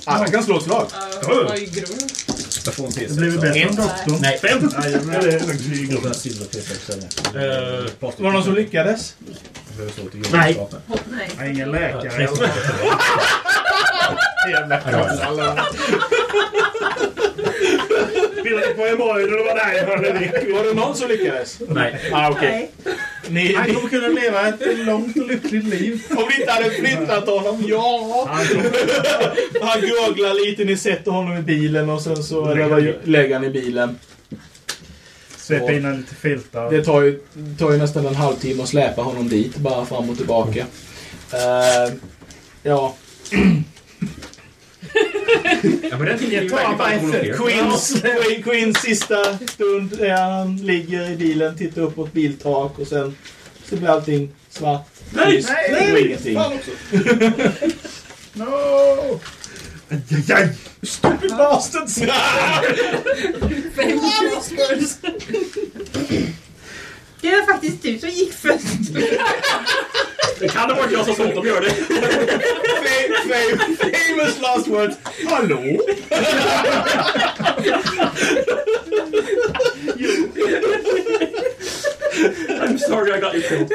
Alla Ah, kan slå ett slag. Vad är grund? Jag får en T6. Det blir väl bättre om Ett. doktorn. Nej. Fem. Nej, jag menar, Eller- Jag får en silver T6. Eh, Var det någon som lyckades? Jag behöver slå till Nej. jordbruksgatan. Nej, ingen läkare. Nej. Jävla knallar. Spelar på hemorrojder och det var där jag hörde det. Var det någon som lyckades? Nej. Ah, okej. Ni, Han ni, kommer kunna leva ett långt och lyckligt liv. om ni inte hade flyttat honom, ja! Han gurglar lite, ni sätter honom i bilen och sen så eller vad- lägger han i bilen. Svepa in han lite filtar. Det tar ju, tar ju nästan en halvtimme att släpa honom dit, bara fram och tillbaka. Eh, ja. Ja, men den tiden är ju Ta verkligen bara att en hon åker. Queens, Queen, Queens sista stund där han ligger i bilen, tittar upp på ett biltak och sen så blir allting svart. Nej! nej, och ingenting. No! Ajajaj! Stupid bastards! Det var faktiskt du som gick först. Det kan ha varit jag som sa åt dem att göra det. Fa- fa- Famous last words. Hallå? I'm sorry I got you killed.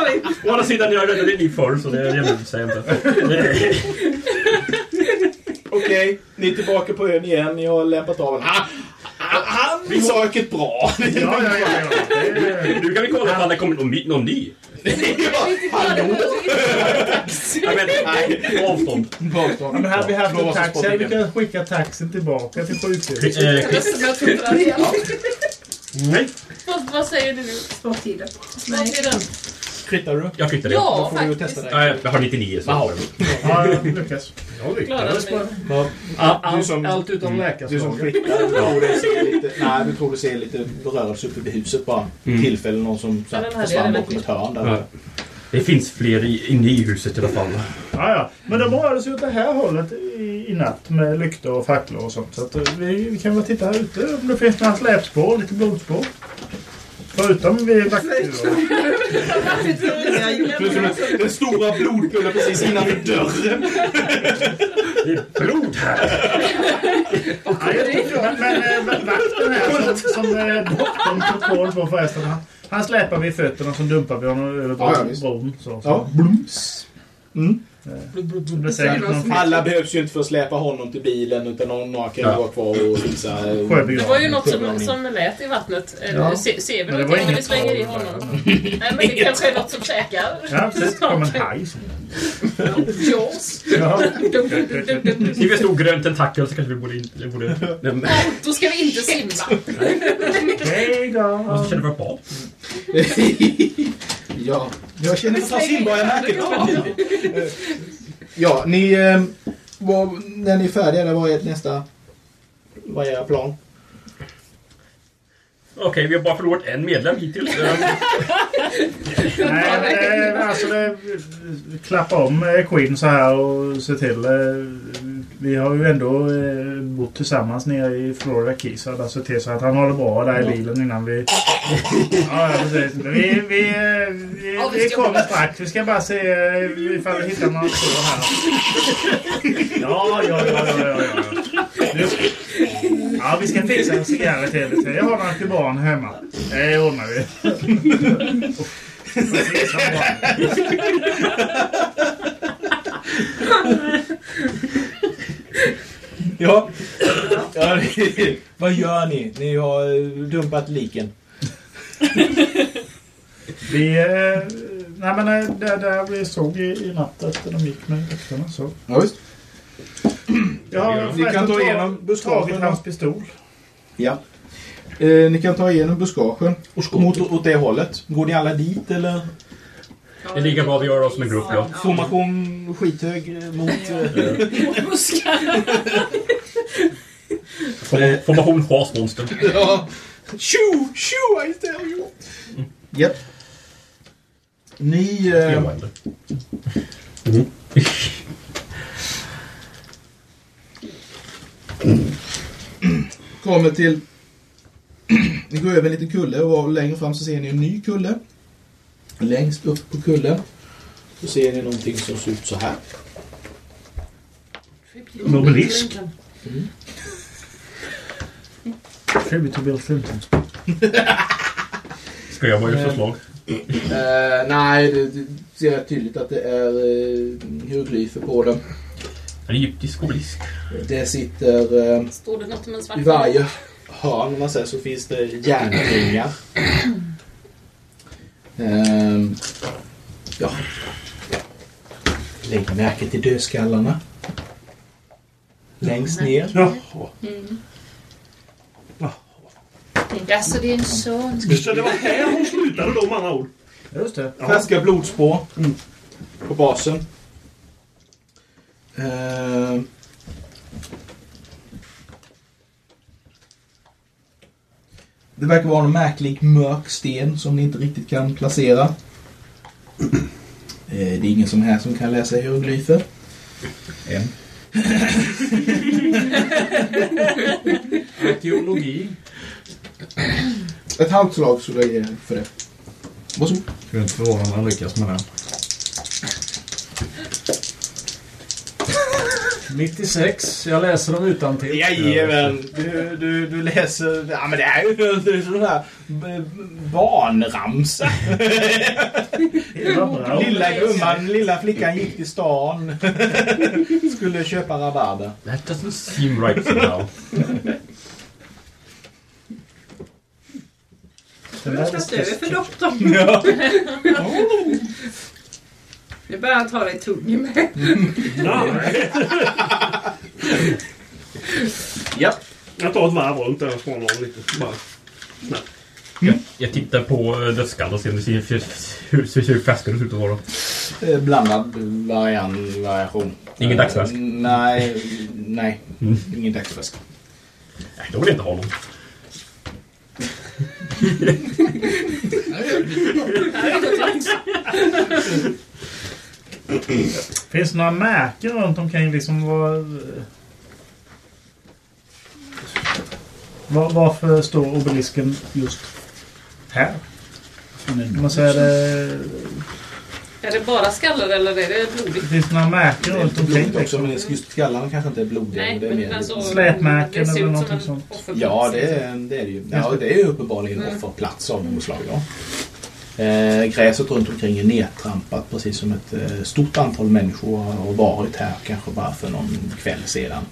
Oj. Å andra sidan, jag räddade ditt liv förr så det jämnar sig inte. Okej, ni är tillbaka på ön igen. Ni har lämpat av honom. Ah, ah, Han söker bra. Ja, ja, ja. ja. Det är- Nu kan vi kolla ifall det kommer någon, ny- någon ny. Jag vet inte. Nej, avstånd. Ja, men här vi Slå hade vad som taxi. spottar Hade vi igen. kunnat skicka taxin tillbaka till sjukhuset? Eh, Chris. Jag tror inte det. Nej, Vad- Vad säger du nu? Sporttiden. Sporttiden. Kritar du? jag kvittar det. Ja, Då får du ju faktiskt. testa det. Nej, jag har 99 så. Wow. Ja, jag lyckas. Jag lyckades Klarade bara. mig. Ja, du Allt, som- allt utom Du som läkarslagen. flyttar. Du Alltså, tror det ser lite, nej, du tror det ser lite rörelse uppe vid huset bara. Mm. Tillfälle någon som så Ja, den här, hade försvann jag redan bakom ett hörn där. Ja. Det finns fler i- inne i huset i alla fall. Ja, ja. Men de rörde sig åt det här hållet i, i natt med lyktor och facklor och sånt. Så att eh, vi, vi kan väl titta här ute om det finns några släpspår, lite blodspår. Förutom vid vaktkulan. Den stora blodpölen precis innanför dörren. Det är blod här. Men, men eh, vakten här som, som eh, doktorn tog koll på förresten. Han, han släpar vid fötterna och så dumpar vi honom över Ja, ja, bron. visst. så, så. Ja. Det blir säkert någon Alla behövs ju inte för att släpa honom till bilen utan någon några kan ju Ja. vara kvar och fixa. sjöbegravning. Det var ju något som, Sjöblandning. som lät i vattnet. Eller, Ja. se, ser vi Men det var någonting när vi inget slänger i tal. honom? Nej, men det kanske är något som käkar. Ja, precis. Det kom en haj. Jaws. Ja. Dum, dum, dum, dum, dum, dum. Ni vet stor grön tentakel så kanske vi borde... in- borde men, Då ska vi inte simma. Hej då! måste känna vårt bad. ja, jag känner att jag simborgarmärket. Ja, ni... Eh, vad, när ni är färdiga, där, vad är ert nästa... Vad är era plan? Okej, vi har bara förlorat en medlem hittills. Eh, Nej, men, eh, alltså, det, klappa om eh, Queen så här och se till. eh, Vi har ju ändå eh, bott tillsammans nere i Florida Keys. Så att se till så att han håller bra där i bilen innan vi... Ja, ja, precis. Men Vi, vi, eh, vi, vi kommer strax. Vi ska bara se eh, ifall vi hittar några spår här. Ja, ja, ja, ja, ja. ja. Nu- Ja, vi ska fixa en cigarr till. er. Jag har några kuban hemma. Det ordnar vi. Precis, han bara- Ja. ja vad gör ni? Ni har eh, dumpat liken. Vi... Eh, nej men eh, det där vi såg i, i natt att de gick med vakterna så. Ja, visst. Jag har Vi kan ta igenom tagit buskagen. hans pistol. Ja. Eh, ni kan ta igenom buskagen. Och mot åt det hållet. Går ni alla dit eller? Det är lika bra att vi gör oss som en grupp, ja. Formation skithög eh, mot... eh, Buskar. Form- Formation Hasmonster. Ja. Mm. Tjo! Tjo! I tell you! Japp. Ni... Eh, kommer till... Ni går över en liten kulle och längre fram så ser ni en ny kulle. Längst upp på kullen så ser ni någonting som ser ut så här. En obelisk. Tribute to Bill Clinton. Ska jag vara Men- just slag? Eh, nej, det, det ser jag tydligt att det är uh, hieroglyfer på den. En egyptisk obelisk. Det sitter... eh, Står det något om en svart I varje hörn om man säger så finns det järnringar. Ehm, ja. Lägg märke till dödskallarna. Längst ner. Mm. Alltså din son. Så det var här hon slutade då med andra ord. Just det. Färska blodspår Mm. på basen. Ehm. det verkar vara någon märklig mörk sten som ni inte riktigt kan placera. Eh, det är ingen som här som kan läsa hieroglyfer. Än. Teologi. Ett halvt slag skulle jag ge för det. Varsågod. Skulle inte förvåna om han lyckas med den. 96. Jag läser dem utan till. Jajamän! Du, du, du läser... Ja, men det är ju det är ju sån här eh, b- barnramsa. lilla gumman, lilla flickan gick till stan. Skulle köpa rabarber. That doesn't seem right now. Du har slagit över för doktorn. Ja. Nu börjar han ta dig i tungan med. Ja. Jag tar ett varv runt där och spanar lite. Bara. Nej. Jag, jag tittar på eh, dödsskallen och ser om det ser, ser, hur, hur, hur färska det ut att vara. Eh, Blandad variant, variation. Ingen dagsfärsk? Eh, Nej, nej. Mm. Ingen dagsfärsk. Nej, då vill jag inte ha någon. Finns det några märken runt omkring liksom vad... Var, varför står obelisken just här? Om man säger det... Är det bara skallar eller är det blodigt? Finns det några märken runt omkring? Blod också, men just skallarna kanske inte är blodiga. Nej, det är men mer- alltså- Slätmärken Det ser eller ut som någonting en sånt? offerplats. Ja, det, är- det är det ju. Ja, det är ju uppenbarligen en Mm. offerplats av något slag. Ja. Eh, gräset runt omkring är nedtrampat precis som ett eh, stort antal människor har varit här kanske bara för någon kväll sedan.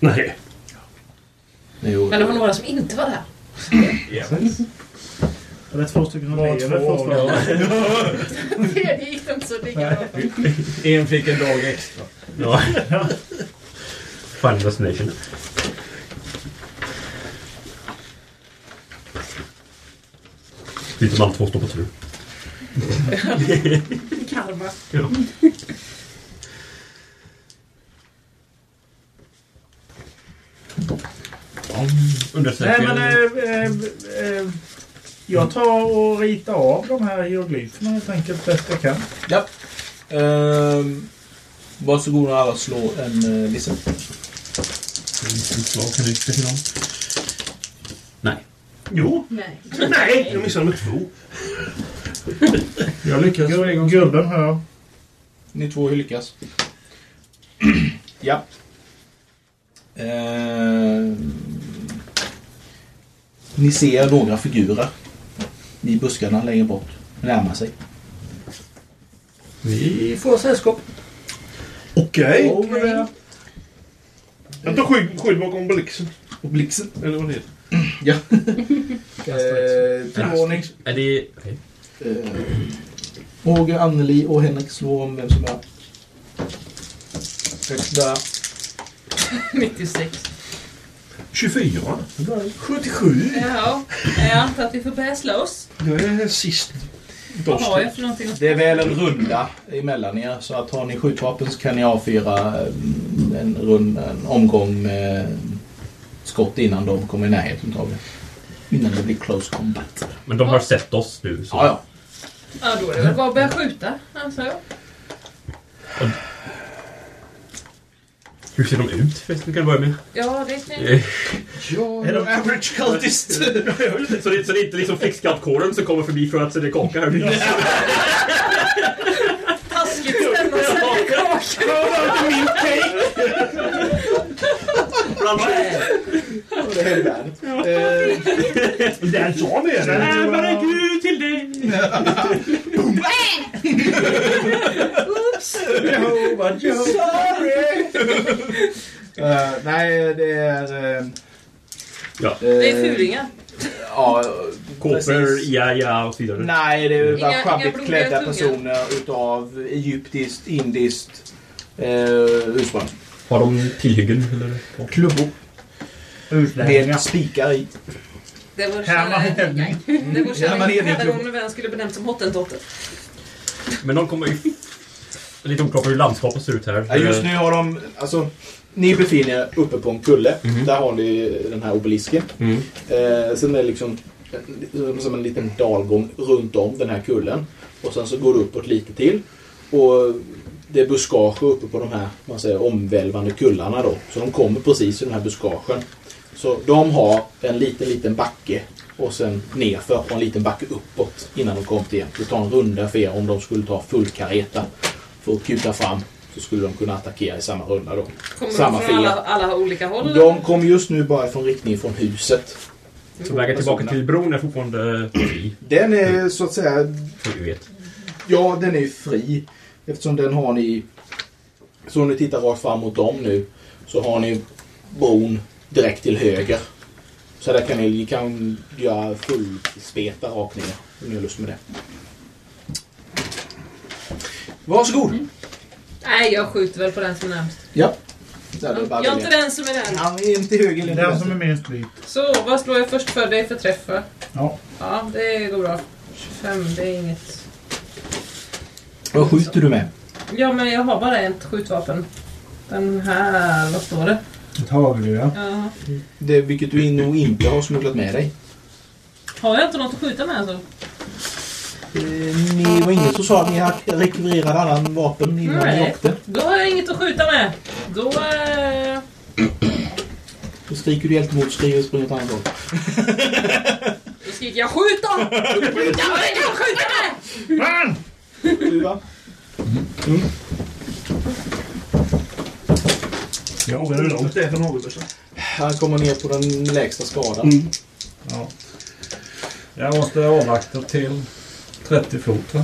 Nej. Jo, Men det var några som inte var där. Det är två stycken som Var lever två, fortfarande. Det gick inte så lika bra. En fick en dag extra. Ja. Final destination. Utom alla två står på tur. Karma. Ja. Nej Undersöker... men eh, eh, eh, jag tar och ritar av de här hieroglyferna helt enkelt bäst jag kan. Ja. Ehm, varsågoda alla slå en eh, listen. Slag kan du inte någon. Nej. Jo. Nej. Nej, jag missade med två. Jag lyckas för en gång. Gubben har jag. Ni två lyckas. ja. Ehm, ni ser några figurer i buskarna längre bort. Närmar sig. Vi får sällskap. Okej. Okej. Jag tar skydd, skydd bakom blixen. Och blixen. Eller vad det heter. Ja. eh, turordning. Är det... Okej. Eh, Roger, Anneli och Henrik slår om vem som är högst där. 96. 24. 77. Ja, jag antar att vi får börja slåss. Jag är sist. Vad har jag för någonting? Det är väl en runda emellan er. Så att har ni skjutvapen så kan ni avfyra eh, en, rund, en omgång med skott innan de kommer i närheten av det. Innan det blir close combat. Men de har sett oss nu. Så. Ja, ja. Ja, då är det väl bara att börja skjuta, antar jag. Hur ser de ut förresten? Kan du börja med? Ja, det kan Eh, Är de average cultist? så, det, så det är inte liksom flickskattkåren som kommer förbi för att se det kakar här. Taskigt stämma sig med kakor. Min cake! Bland Det är hela världen. Eh, Där sa vi det! Närmare Gud till dig! Oops! Jehova, Jehova. Sorry! Eh, nej, det är... eh, Ja. Det är furingar. Ja, Kåpor, precis. ja, ja och så vidare. Nej, det är bara Inga- inga sjabbigt blodiga klädda tungor. personer utav egyptiskt, indiskt eh, ursprung. Har de tillhyggen? Eller? Klubbor. Med spikar i. Det var Herman kära Hedling. Det Herman var kära Hedling. pedagogen vän skulle benämnt som hottentotter. Men de kommer ju... Lite oklart hur landskapet ser ut här. Ja, just nu har de... Alltså, ni befinner er uppe på en kulle. Där har ni den här obelisken. Mhm. Mm. Eh, sen är det liksom eh, som en liten dalgång runt om den här kullen. Och sen så går det uppåt lite till. Och det är buskage uppe på de här man säger, omvälvande kullarna då. Så de kommer precis i den här buskagen. Så de har en liten, liten backe och sen nerför och en liten backe uppåt innan de kom till er. Det tar en runda för er om de skulle ta full kareta för att kuta fram så skulle de kunna attackera i samma runda då. Kommer samma de från fiende. alla, alla olika håll? De kom just nu bara från riktning från huset. Så vägen tillbaka till bron är fortfarande fri. Den är så att säga... För du vet. Ja, den är ju fri. Eftersom den har ni... Så om ni tittar rakt fram mot dem nu så har ni bron direkt till höger. Så där kan ni, ni kan göra full speta rakt ner om ni har lust med det. Varsågod! Mm. Nej, jag skjuter väl på den som är närmst. Ja. Där är det bara Jag är inte den som är den. Han är inte höger eller Den som är minst blyg. Så, vad slår jag först för dig för träff va? Ja. Ja, det går bra. 25, det är inget. Vad skjuter du med? Ja, men jag har bara ett skjutvapen. Den här, vad står det? Ett hagelgevär. Ja. Det, vilket du nog inte har smugglat med dig. Har jag inte något att skjuta med alltså? Eh, Ni var ingen som sa att ni rekvirerade annan vapen innan ni Nej. åkte. Då har jag inget att skjuta med. Då... Eh... Då skriker du hjältemod, skriver och springer åt andra hållet. Då skriker jag skjuta! Jag har inget att skjuta med! Man! Du va? Mm. Jag undrar hur långt det är från hagelbössan. Han kommer ner på den lägsta skadan. Ja. Jag måste avvakta till 30 fot va?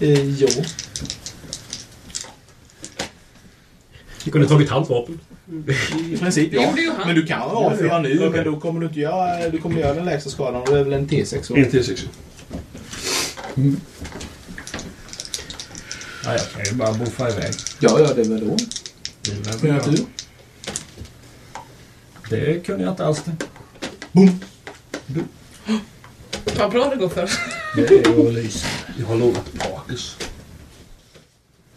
Eh, jo. Du kunde tagit hans vapen. I princip Det ja. gjorde ju han. Men du kan ha Ja, ja. avfyra nu, Okej. men då kommer du inte göra, du kommer göra den lägsta skadan och det är väl en T6? va? En T6. Ja, jag kan ju bara boffa iväg. Ja, ja, det är väl då. Det är väl Hur bra. är du? Det kunde jag inte alls det. Vad bra det går för. Det är ju lysande. Jag har lånat Pakis.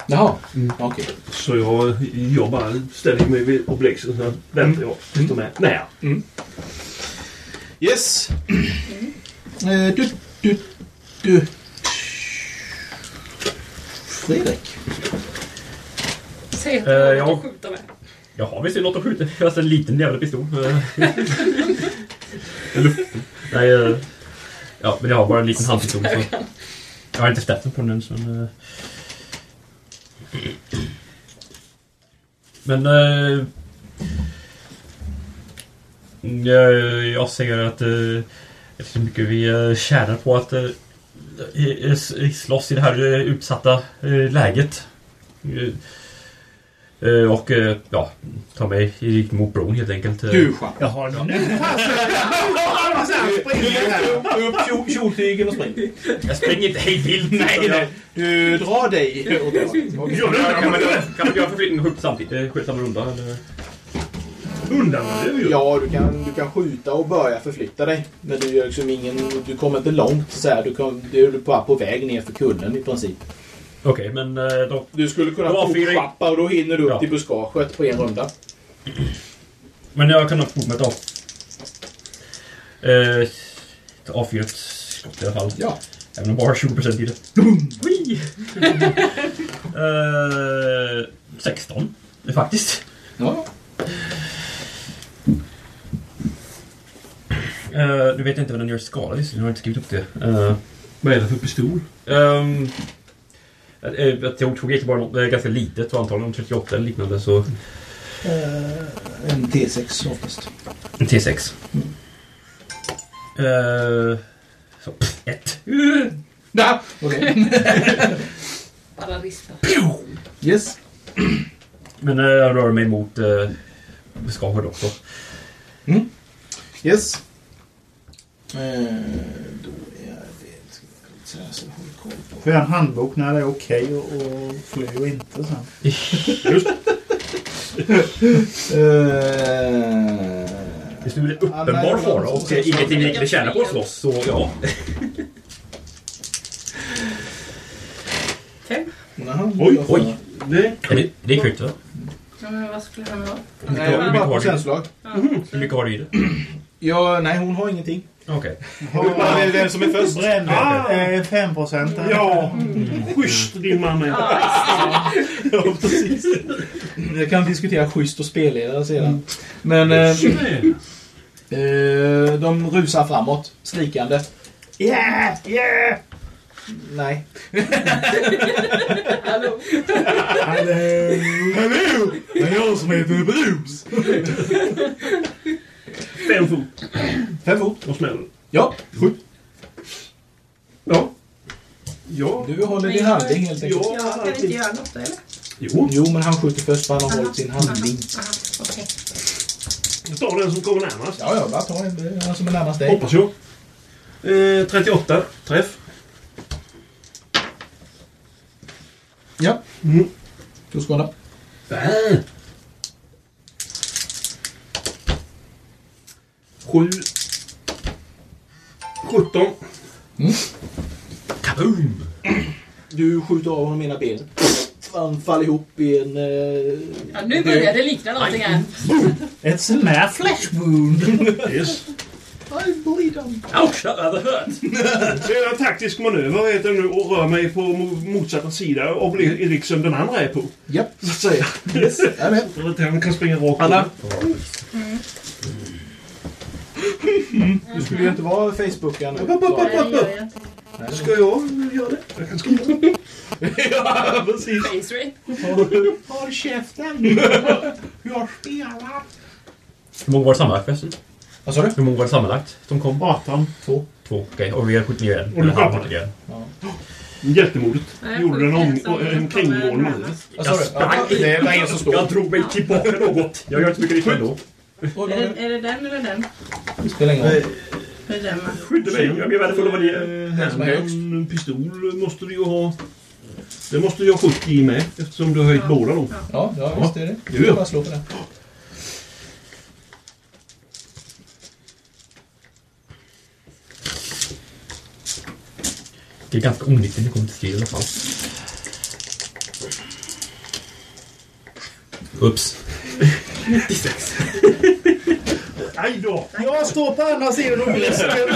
Jaha, okej. Så jag, jag bara ställer mig vid obelixen så väntar jag. Sitter med. Nej. Yes! Eh, du, du, du. Fredrik. Säg att Eh, jag har ja. något att skjuta med. Jag har visst något att skjuta. Jag har en liten jävla pistol. Eh. Eller- Nej, eh, ja, men jag har bara en liten handpistol. Så. Jag har inte släppt den på den ens, men... eh. Men... eh, Jag, jag säger att... eh, Eftersom mycket vi eh, tjänar på att eh, eh, s- slåss i det här eh, utsatta eh, läget. Eh, Eh, Och eh, ja, ta mig i riktning mot bron helt enkelt. Eh, Du Jean. Jaha, nu Du upp kjol- kjoltygeln och spring. Jag springer inte hej vilt. Nej, nej. Du drar dig åt det hållet. Okej. Gör det, kan man göra- Kan man göra förflyttning och skjuta samtidigt? Eh, Skjuta samma runda eller? Undan Ja, du kan, du kan skjuta och börja förflytta dig. Men du, gör liksom ingen, du kommer inte långt. Så här, du, kom, du är bara på väg ner för kullen i princip. Okej, men eh, då... Du skulle kunna Då avfyrar- fortschappa och då hinner du upp Ja. till buskaget på en runda. Men jag kan ha fått med ett A. Eh, ett A4 skott i alla fall. Ja. Även om bara 20% i det. Boom! Wii! eh, 16 eh, faktiskt. Ja. Eh, nu vet jag inte vad den gör i skala visserligen, jag har inte skrivit upp det. Eh, Vad är det för pistol? Ehm, att, eh, att jag tog inte bara något eh, ganska litet, och antagligen 38 eller liknande. Så Eh, en T6 Eh, oftast. en T6. Eh, så, pff, ett. Ja, okej. Alla rispar. yes. Men eh, jag rör mig mot eh, skavor också. Yes. Eh, då är det... Ska vi se här så jag håller koll på. Får jag en handbok när det är okej och, och fly och inte sen? Eh, Just nu är det uppenbar fara och eh, ingenting vi inte tjänar på att slåss. Så ja. Fem. Jaha, Oj, jag får- oj. Är det, det är skytt va? Ja, men vad skulle den vara? Nej, det var bara procentslag. Ja. Hur mycket har du i det? Ja, nej, hon har ingenting. Okej. Vem- vem som är först? Bränn. Ah! Eh, 5 procent. Ja, Mm. schysst din man är. Ja, precis. Jag kan diskutera schysst och spelledare sedan. Men... Tjena. Eh, eh, de rusar framåt, skrikande. Yeah! Yeah! Nej. Hallå? Hallå! Hallå! Det är jag som heter Bruce! Fem fot. Fem fot. Och smäller. Ja, skjut. Ja. Ja. Du håller din handling helt enkelt. Ja, jag kan inte göra något eller? Jo. jo, men han skjuter först för han har hållit sin handling. Aha, okej. Jag tar den som kommer närmast. Ja, ja, bara ta en. Det är Han som är närmast dig. Hoppas jag. Eh, 38. Träff. Ja. Mm. Du skada. Äh. Sju. 17. Kaboom! Du skjuter av honom ena benet. Han faller ihop i en... Eh, Ja, nu börjar det likna någonting här. It's a mare flesh wound. Yes. I bleed on. Ouch! That rather hurt! Så jag gör en taktisk manöver vet jag nu och rör mig på mo- motsatta sida och blir i liksom den andra är på. Japp. Så att säga. Yes. Jag är med. Så att han kan springa rakt Anna. på. Du skulle ju inte vara Facebookaren. nu. Upp, upp, upp, Så- upp, upp. Ska jag göra det? Jag kan skriva. Ja, precis. Face rape. Håll käften! Jag spelar! Hur många var det sammanlagt förresten? Vad sa du? Hur många var det sammanlagt som kom? 18. Två. Två. Okej, och vi har skjutit ner en. Och du har skjuter? skjutit ner en. Jättemodigt. Nej, Gjorde den jag om, får inte en ens komma kringgående manöver. närmast. Vad sa Jag du? sprang! Ja, det är ingen som Jag står. drog mig tillbaka något. Jag gör inte mycket nytta ändå. Oj, Är oj, det, är det den eller den? oj. Spelar ingen roll. Är det den va? Skydda mig! Jag blir värdefull av vad ni är. Eh, som är högst. En pistol måste du ju ha. Det måste jag ha 70 i med eftersom du har höjt båda då. Ja, ja, visst är det. Jo, Du ja. bara slå på det. Det är ganska onyttigt när det kommer till strid i alla fall. Ups. Aj då! Jag står på andra sidan och gnisper.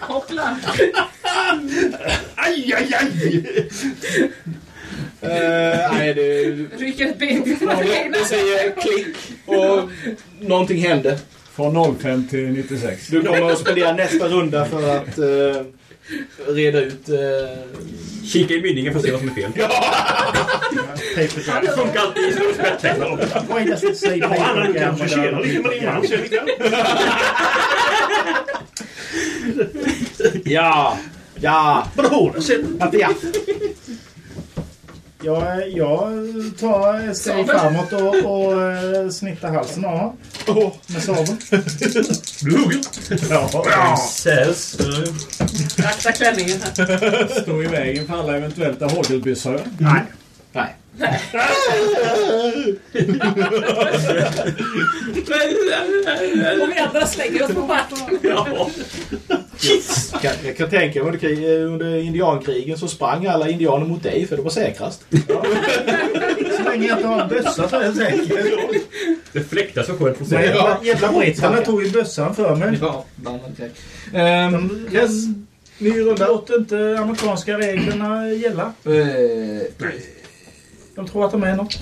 Hoppla! Aj, aj, aj! Eh, nej, det... Rycker ett ben från Det det säger klick och någonting hände. Från 05 till 96. Du kommer att spendera nästa runda för att eh, reda ut... eh, Kika i mynningen för att se vad som är fel. Paper Det funkar alltid som experttävlan. Why does it say Ja, Anna, paper du kanske tjänar lite med din man jam? sen ikväll. ja! Ja! Vadå? Det ser- Att ja! Ja, jag tar ett steg framåt och, och eh, snittar halsen av honom. Med sabeln. Du hugger. Ja. Says. Akta klänningen här. Står i vägen för alla eventuella hagelbössor. Nej. Nej. Och vi andra slänger oss på backen. Jag kan, jag kan tänka mig under, krig- eh, under indiankrigen så sprang alla indianer mot dig för det var säkrast. Så länge jag inte har en bössa så är jag säker. Det fläktar så skönt från Nej, jävla- Jävla britterna tog ju bössan för mig. Ja, De- Ehm, yes. Ny runda. Låt inte amerikanska reglerna gälla. De tror att de är något.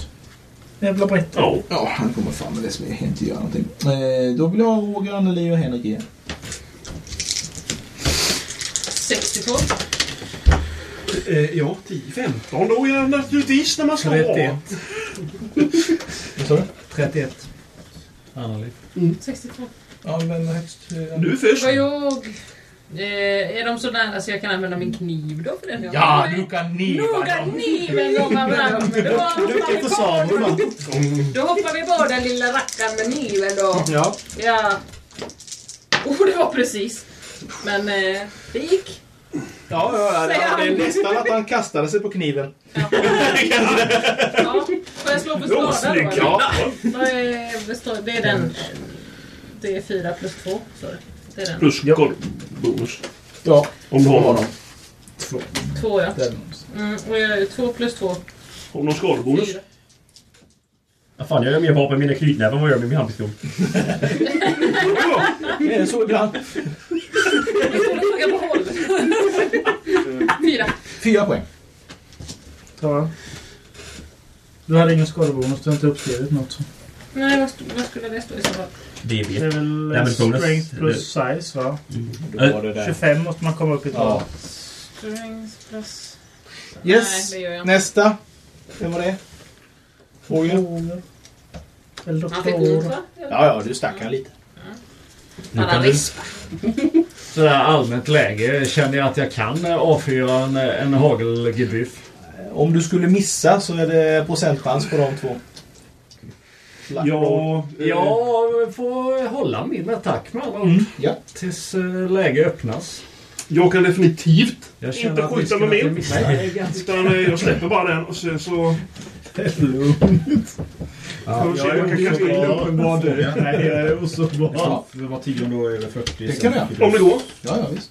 Jävla britter. Ja, han kommer fram med det som jag inte gör någonting. Eh, då vill jag ha Roger, Anneli och Henrik igen. 62. Eh, ja, 10, 15 då är det naturligtvis när man slår. 31. Vad sa du? 31. Anneli. 62. Ja, men högst... eh, Du Mm. först. Var jag... Eh, är de så nära så jag kan använda min kniv då för den jag Ja, har? nu kan ni Nog att ni vänder om varandra. Då hoppar vi på- Då hoppar vi på den lilla rackaren med kniven då. Ja. Ja. Oh, det var precis. Men eh, det gick. Ja, ja, ja, Säger det han. är nästan att han kastade sig på kniven. Ja. Får jag slå på Jo, skada då? snygg, eller? ja. Vad är bestå- Det är den... eh, Det är 4 plus 2. Så det är den. Plus golvbonus. Ja. Om du har dem. Två. 2 ja. Mm, och jag är 2 plus 2. Om du har skalbonus. Fyra. Vad fan, jag har mer vapen med mina knytnävar än vad jag gör med min handpistol. Det är så ibland. Jag borde fråga på håll. Fyra. Fyra poäng. Ta. Du hade ingen skadebonus. Du har inte uppskrivit något. Nej, vad, st- vad skulle det stå i så fall? DB. Det är väl Nej, men bonus. strength Det- plus size va? Då var det där. Eh, 25 måste man komma upp i. Ja. Ja. Strings plus... Yes. Nej, det gör jag inte. Nästa. Vem var det? Roger. Eller Han fick ont va? Ja, ja, du stack han lite. Han har vispa. Sådär allmänt läge känner jag att jag kan eh, avfyra en, en hagelgebyff. Om du skulle missa så är det procentchans på de två. Ja, jag får hålla min attack med alla mm. ja. Tills eh, läge öppnas. Jag kan definitivt Jag känner inte att vi skjuta skulle med min. missa. Nej, ganska- Utan eh, jag släpper bara den och sen så... Lugnt. Ja, jag är uppenbar död. Nej, jag är osårbar. Ja. Det var tionde år över 40. Det sen kan jag. fick du- Om det går. Ja, ja, visst.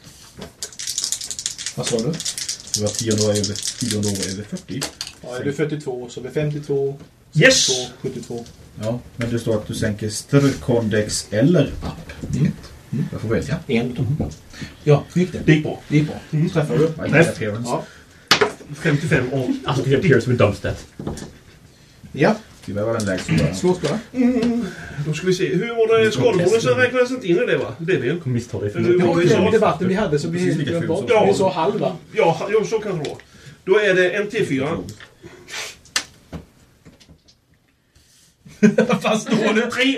Vad sa du? Det var tionde år över, tionde år över 40. Ja, är du 42 så är vi 52. Yes! 72. Ja, men det står att du sänker strkondex eller app. Mm. Jag får välja. En utav Ja, gick det? Det gick bra. Det gick bra. Träffar du? Nej, Träff. Ja. 55 och... Alltså, det appears som en dumpstat. Ja. Tyvärr var den lägst. bara. Slå skåra. Mm. Då ska vi se. Hur var det skalbonusen? Räknades inte in i det va? Det vill. Kommer missta dig för Hur var I det? den debatten vi hade så vi glömde bort. Vi sa halva. Ja, ha- ja, så kan det vara. Då är det en T4. Vad står det? Tre!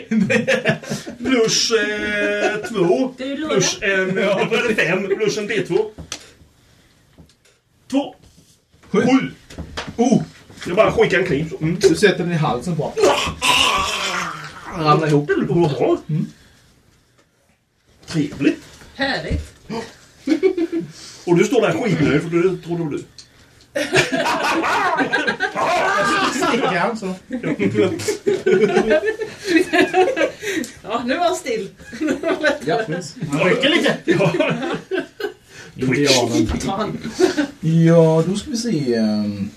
plus eh, två. Plus en... Ja, då är det fem. Plus en D2. Två. Sju. Oh! Jag bara skickar en kniv. så. Mm. Du sätter den i halsen på Han ramlar ihop. Bra. Trevligt. Härligt. Och du står där skitnöjd för du tror det var du. Sticker han så? Ja, nu var han still. Ja, Han rycker lite. Indianen. Ja, då ska vi se. ehm,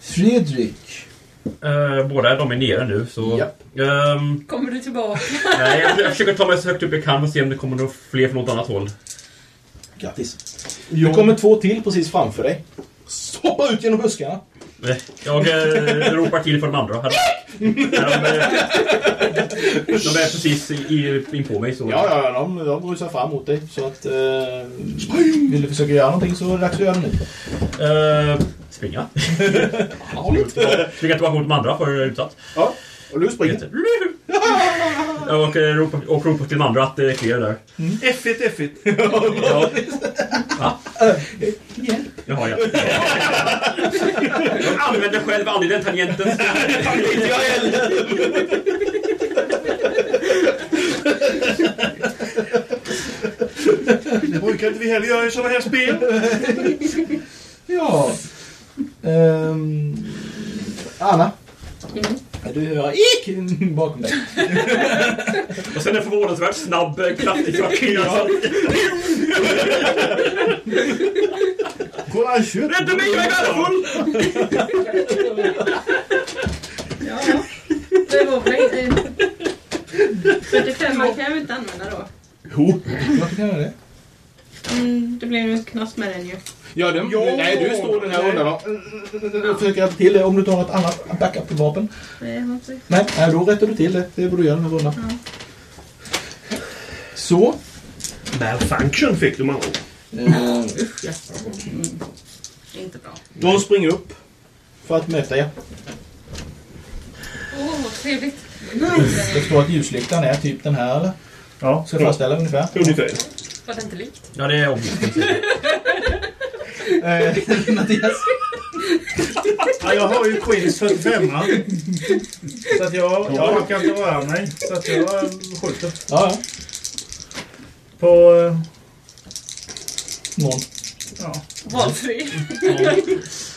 Fredrik. Eh, båda de är nere nu så... Ehm, Kommer du tillbaka? nej, jag, jag försöker ta mig så högt upp jag kan och se om det kommer några fler från något annat håll. Grattis. Det kommer två till precis framför dig. Hoppa ut genom buskarna. Nej, Jag eh, ropar till för de andra. Här. De, eh, de är precis i, i, in på mig så... Ja, ja, ja de, de rusar fram mot dig. Så att... Eh, vill du försöka göra någonting så är det dags att göra det nu. Eh, springa. Springa tillbaka mot de andra för utsatt. Ja, och du springer. Och, eh, ropa, och ropa till de andra att det är fler där. F1, F1. Ja. Va? Jaha, ja. Jag använder själv aldrig den tangenten. Inte jag heller. Det brukar inte vi heller göra i sådana här spel. Ja. Ehm, Anna. Du hör ik bakom dig. Och sen en förvånansvärt snabb eh, kraftig kvarting. Alltså. Kolla, han kör! Rädda mig, jag är värdefull! Ja, det var Kovra i 45 man kan jag ju inte använda då. Jo. Varför kan jag det? Mm, det blev ju ett knas med den ju. Ja, den, Jo. nej, du står den här undan då. Jag försöker rätta till det om du tar ett annat backup-vapen. Nej, jag har inte. Nej, nej, då rättar du till det. Det är vad du gör den här rundan. Ja. Så. Malfunction fick du man Eh, Usch, ja. Mm. Det är inte bra. De springer upp för att möta er. Åh, vad trevligt. Det står att ljuslyktan är typ den här eller? Ja. Ska jag föreställa ungefär? Ungefär. Var det inte likt? Ja, det är objektivt. Mattias? Ja, jag har ju Queens 45 Så att jag, jag orkar inte röra mig. Så att jag skjuter. Ja, ja. På... eh, Någon. Ja. Valfri. Mm.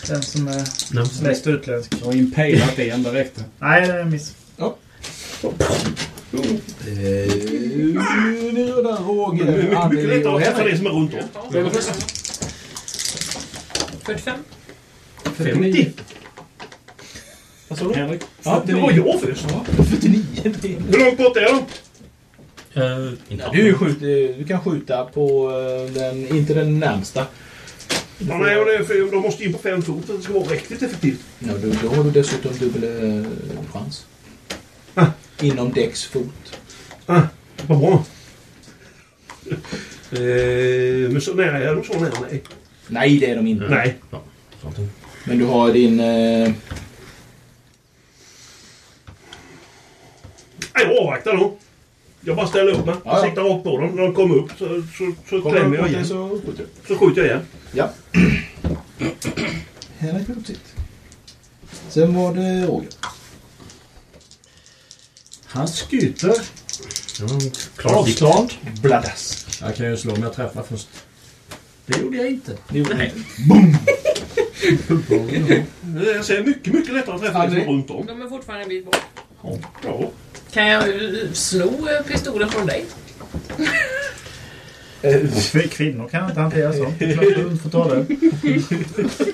Den som är Namn. mest utländsk. Och impalat en direkt. Nej, det är en miss. Ja. Nu är det Mycket- Roger, mycket lättare att träffa det Anneli som är runt om. och Henrik. 45. 50. Vad sa du? Henrik? Ja, det var jag först. 49. Hur långt bort är de? Eh, Du, skjuter, du kan skjuta på eh, den, inte den närmsta. Ja, nej, och det är för, de måste in på fem fot. Det ska vara riktigt effektivt. Ja, då, då har du dessutom dubbel eh, chans. Inom däcks fot. Ah, vad bra. Eh, men så nära är de så nära mig. Nej, det är de inte. Nej. Men du har din... Eh, Nej, jag avvaktar då. Jag bara ställer upp mig. Jag siktar rakt på dem. När de kommer upp så, så, så Kommer de klämmer på jag dig igen. så skjuter du. Så skjuter jag igen. Ja. Henrik har gjort sitt. Sen var det Roger. Han skjuter. Avstånd. Bladass. Jag kan ju slå om jag träffar först. Det gjorde jag inte. Det gjorde Nej. Jag ser mycket, mycket lättare att träffa det som är runt om. De är fortfarande en bit bort. Ja. Kan jag eh, sno eh, pistolen från dig? Kvin- Kvinnor kan inte hantera sånt. Det är klart du inte får ta det.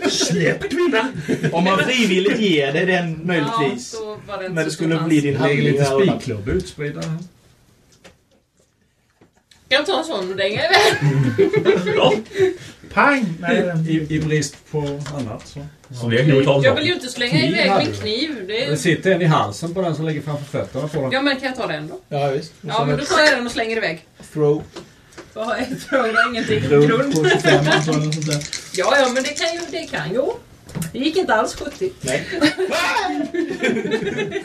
Släpp kvinnan! Om man frivilligt ger dig den möjligtvis. Ja, då var det inte Men det så skulle stor bli chans. din Lägger handling. lite här undan. spikklubb utspridda här. Kan jag ta en sån och dänga iväg? Pang! I, I brist på annat så. Så vi har knivigt avstånd. Jag vill ju inte slänga Kniv iväg hade min du. kniv. Det Det är... sitter en i halsen på den som ligger framför fötterna på Ja, den. men kan jag ta den då? Ja, visst. Och Ja, sen men då ett tar jag den och slänger iväg. Throw. Vad har jag för ingenting? Runt Grund. 75 och sånt där. Ja, ja, men det kan ju, det kan ju. Det gick inte alls 70. Nej.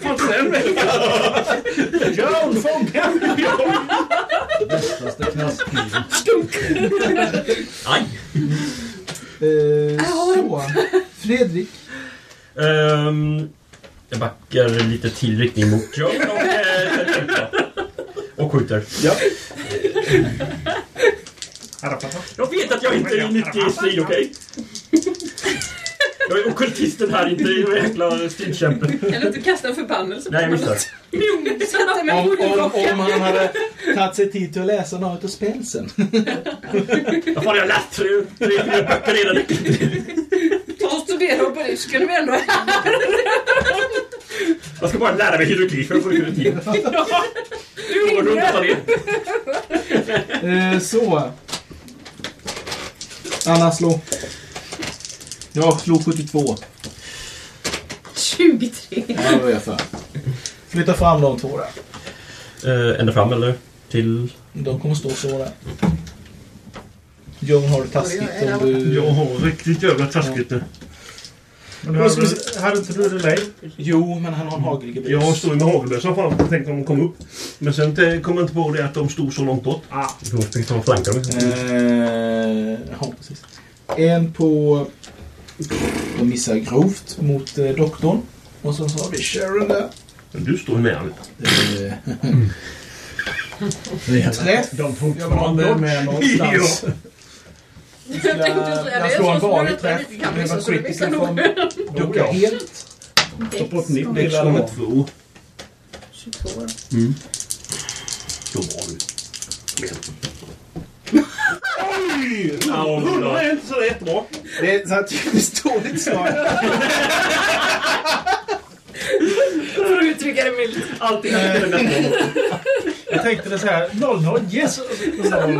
Fan, den vägen! Joan, fånga! Fast det knas- Aj! Eh, Ah, så. Fredrik. Ehm, jag backar lite till riktning mot Joe och, eh, och skjuter. Ja. Jag vet att jag inte är mitt i strid, okej? Jag är ockultisten här, inte en jäkla stridkämpe. Eller att du kastar en förbannelse Nej, jag honom. missar. Pjong, satte den med Om, om, om moderkakan. han hade tagit sig tid till att läsa några av spelsen. Vad fan, jag har läst tre, tre, tre böcker redan. Ta och studera på det, skulle vi ändå ha. Jag ska bara lära mig hieroglyfer och få ut tiden. Du Går runt och tar det. Eh, så. Anna, slå. Jag slog 72. 23. Ja, det var jag för. Flytta fram de två där. Eh, ända fram, eller? Till... De kommer stå så där. John har det taskigt om du... Jag har riktigt jävla taskigt nu. Men du hade, hade inte du det lej? Jo, men han har en hagelgebus. Jag står ju med hagelbössa framför och tänkte om de kom upp. Men sen eh, kom jag inte på det att de stod så långt bort. Ah, Då måste vi ta en flanka. Eh, ja, precis. En på... De missar grovt mot eh, doktorn. Och sen så har vi Sharon där. men du står ju med Anita. Träff! De Jag fortfarande var med någonstans. Jag tänkte säga det. Jag slår en så skulle vanlig jag träff. inte kan Det missa, var så det missar critical nog. från ducka helt. Dex. Det är nummer två. 22. Då var du. Oj! Ja, Hundra är inte så jättebra. Det är ett sånt här typiskt dåligt slag. Förutom uttrycka det milt. Allting Jag tänkte det så här, 00, yes! Aj,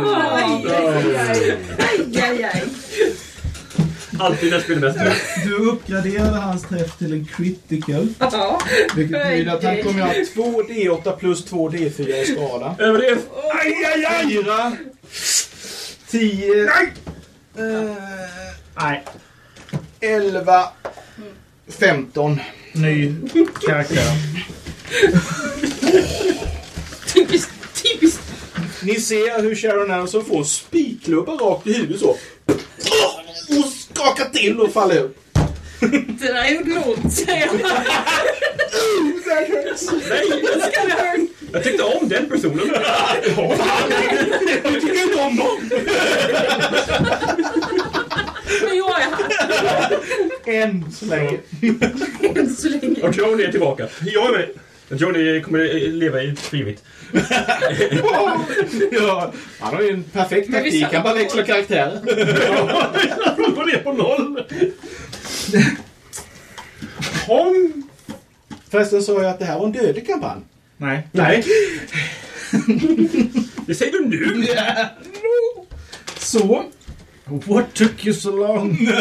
aj, aj. Alltid den spelmästaren. Du uppgraderade hans träff till en critical. Ja. Vilket betyder att han kommer att ha två... 2D8 plus 2D4 i skada. Överlev! Aj, aj, aj! 4. 10. Nej! nej. Eh, 11. 15. Ny karaktär. typiskt, typiskt. Ni ser hur Sharon Anderson får spikklubba rakt i huvudet så. Och skakar till och faller upp. Det där gjorde ont, säger jag. Nej! Jag tyckte om den personen. Jag tycker inte om någon. Nu jag är här. Än så länge. Än så länge. Och Johnny är tillbaka. Jag är med. Johnny kommer leva i frivitt. ja, han har ju en perfekt Men vi taktik. sa- Han bara växlar karaktärer. Han går ner på noll. Kom! Förresten sa jag att det här var en dödlig kampanj. Nej. Nej. Det säger du nu! Så. What took you so long?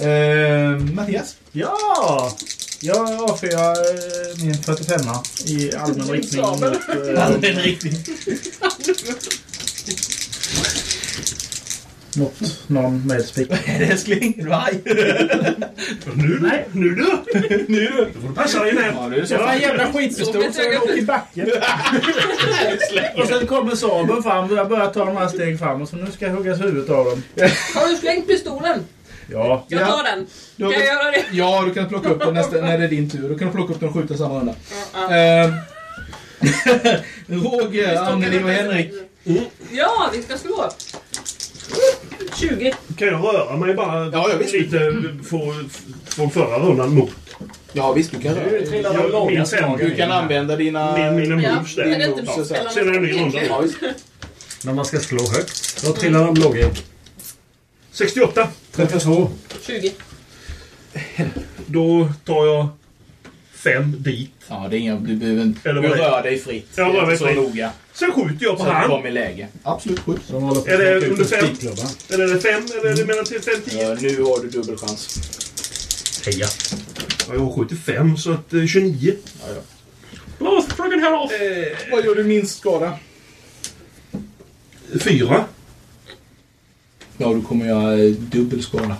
Eh, uh, Mattias? Ja! Jag avfyrar eh, min 45 i allmän Din riktning. eh, sabel. Allmän riktning. Mot någon med spik. Älskling, är du arg? Nu Nej, nu du! nu du! Då får du passa dig med. Ja, Det var en jävla skitpistol så jag åker i backen. och sen kommer sabeln fram och jag börjar ta några steg framåt så nu ska jag huggas huvudet av dem. Har du slängt pistolen? Ja. Jag tar den. Kan jag göra det? Ja, du kan plocka upp den nästa, när det är din tur. Du kan plocka upp den och skjuta samma runda. Ja. Eh, Roger, Anneli och Henrik. Ja, vi ska slå. 20. Kan jag röra mig bara lite få, från förra rundan mot? Ja visst, du kan röra dig. Jag- min sämre. Du kan använda dina... Min- mina moves där. Din Är det inte moves bra? och så här. Sen är det en ny runda. Ja, visst. När man ska slå högt. Då trillar de låga. 68. 32. 20. Då tar jag fem dit. Ja, det är inga, du behöver inte... Eller du vad det är. rör dig fritt. Jag rör mig så fritt. noga. Sen skjuter jag på Så att du han. kommer i läge. Absolut, skjut. Är det under fem? Eller är det fem? Eller är det mellan till fem, tio? Ja, nu har du dubbelchans. Heja. Ja, jag har 75 så att eh, 29. Ja, ja. Blås frågan här off! Vad gör du minst skada? Fyra. Ja, du kommer göra eh, dubbel skada.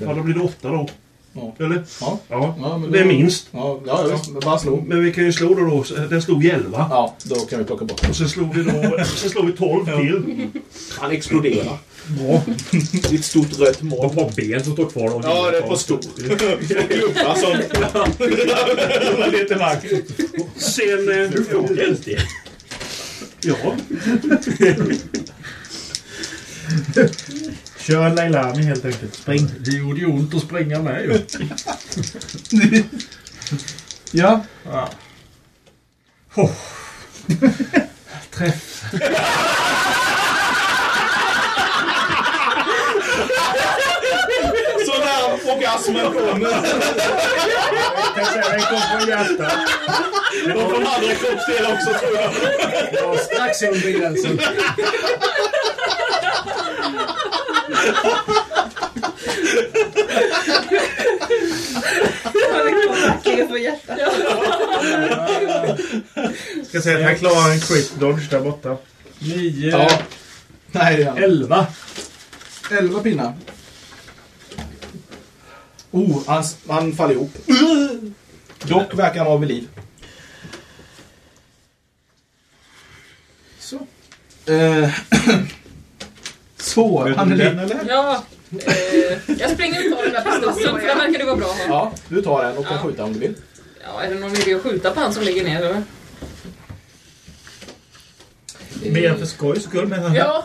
Ja, då blir det åtta då. Ja. Eller? Ja. Ja. men det är då- minst. Ja, ja, visst. Men bara slå. Men vi kan ju slå då. då. så- Den slog i elva. Ja, då kan vi plocka bort Och sen slog vi då... sen slog vi 12 till. Han exploderar. Bra. Det är ett stort rött moln. Ett par ben som står kvar. och- Ja, det är på stor. Klubba som... Rullar ner till marken. Sen... Eh, ja. Kör Leilani helt enkelt. Spring. Det gjorde ju ont att springa med ju. Ja. Ja. Så när orgasmen kommer. Jag kan säga, den kom från hjärtat. Det var från andra kroppsdelar också tror jag. Ja, strax under gränsen. Det får hjärtat. Ska säga att han klarar en crit dodge där borta. 9. Ja. Nej, det är han. 11. Elva pinnar. Oh, han, han faller ihop. Dock verkar han vara vid liv. Så. Eh, Så, Anneli. Ja. Eh, jag springer ut och tar den där pistolen, för den verkar du vara bra att ha. Ja, du tar den och kan skjuta om du vill. Ja, är det någon idé att skjuta på han som ligger ner eller? Mer för skojs skull menar jag. Ja.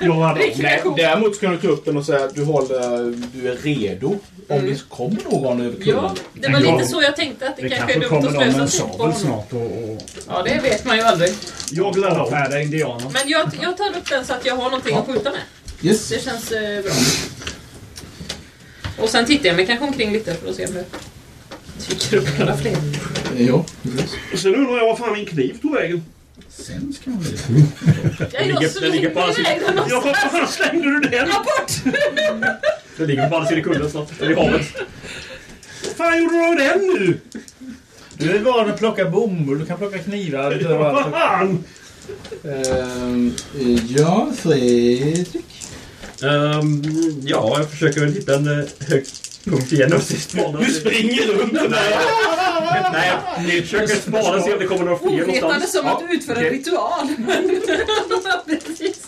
Jag hade Nej, däremot ska du ta upp den och säga att du, håller, du är redo om Mm. det kommer någon över kullen. Ja, det var lite så jag tänkte att det, kanske är dumt att slösa tid på honom. och... och... Ja, det vet man ju aldrig. Jag laddar om. Färda indianer. Men jag, jag tar upp den så att jag har någonting att skjuta med. Yes. Det känns eh, bra. Och sen tittar jag mig kanske omkring lite för att se om jag tycker upp några fler. Eh, Ja, precis. Sen undrar jag var fan min kniv tog vägen. Sen ska man väl... Den ligger, den ligger på andra sidan. Ja, vad fan slängde du den? Ja, bort! Det ligger på andra sidan kullen snart. Eller i havet. Vad fan gjorde du av den nu? Du är van att plocka bomull, du kan plocka knivar. Du har allt. Fan! Ehm, eh, ja, Fredrik. Ehm, ja, jag försöker väl hitta en eh, hög punkt igen och sist spana. Du springer runt den där. Nej, jag försöker spana och se om det kommer några fler Ovetande någonstans. som att du utför en okej. ritual. Precis.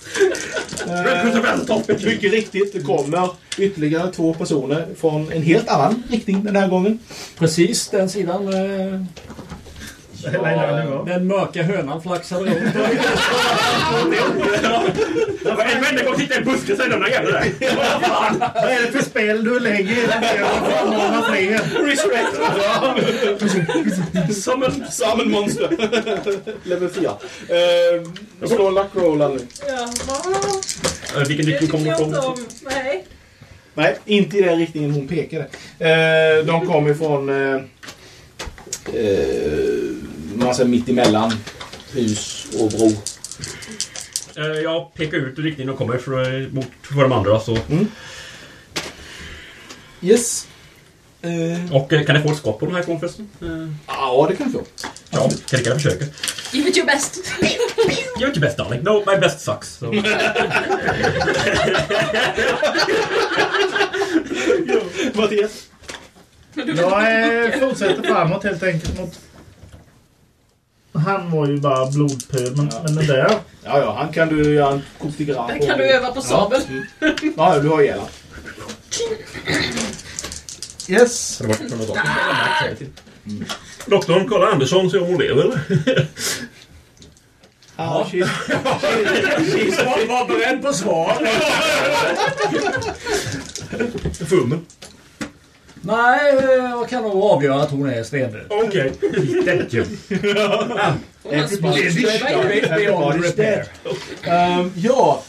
Eh, Mycket riktigt, det kommer ytterligare två personer från en helt annan riktning den här gången. Precis den sidan. Eh, Ja, den mörka hönan flaxade runt. Varenda gång sitter en buske så är den där jävla där. Vad fan? Vad är det för spel du lägger i den här förmånen fler? Respect! summon, summon monster. Level 4. Uh, slå en luck roll Annie. Ja, Eh, vilken riktning kommer de de från? ifrån? Nej. Nej, inte i den riktningen hon pekade. Eh, de kom ifrån... Eh, eh, man säger mitt emellan hus och bro. Eh, Jag pekar ut riktningen och kommer för, mot för de andra. Så. Yes. Och eh, kan jag få ett skott på den här gången förresten? Ja, det kan du få. Ja, kan lika gärna försöka. Give it your best. Jag är inte bäst darling. No, my best sucks. So. Mattias? Jag eh, fortsätter framåt helt enkelt mot... Han var ju bara blodpöl, men, men den där... Ja, ja, han kan du göra en konfigurant Där kan du öva på sabel. Ja, mm. ja du har ju elan. Yes. Doktorn kollar Andersson så om hon lever. eller? Ja, shit. Var, var beredd på svar. Fummen. Nej, eh, jag kan nog avgöra att hon är stendöd. Okej. Thank you. Everybody's dead. Everybody's dead. Ehm, ja,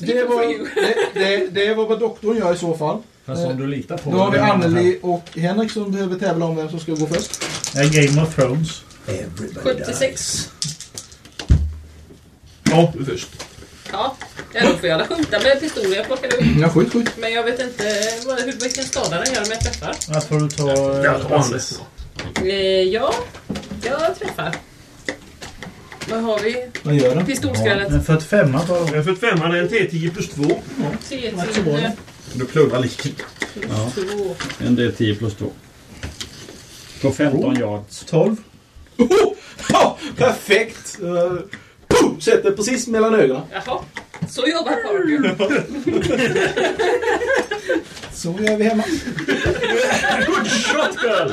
det var, det, det, det var vad doktorn gör i så fall. Fast Eh, om du litar på Då har vi den- Anneli och Henrik som behöver tävla om vem som ska gå först. Nej, Game of Thrones. 76. Ja, du först. Ja, jag ropar alla skjuta med pistolen jag plockade upp. Ja, skjut, skjut. Men jag vet inte vad, hur, vilken skada den gör om jag träffar. Här får du ta... eh, Jag tar Anders. passet. Eh, ja, jag träffar. Vad har vi? Vad gör den? Pistolskrället. Men 45 var Jag har fått femman, det är en T10 plus 2. Tre så bra. till Du plurrar lite. eh, två. En del 10 plus 2. På 15 yards. 12. Ja, perfekt! Eh, boom, sätter precis mellan ögonen. Jaha, så jobbar Parker. Så gör vi hemma. Good shot girl!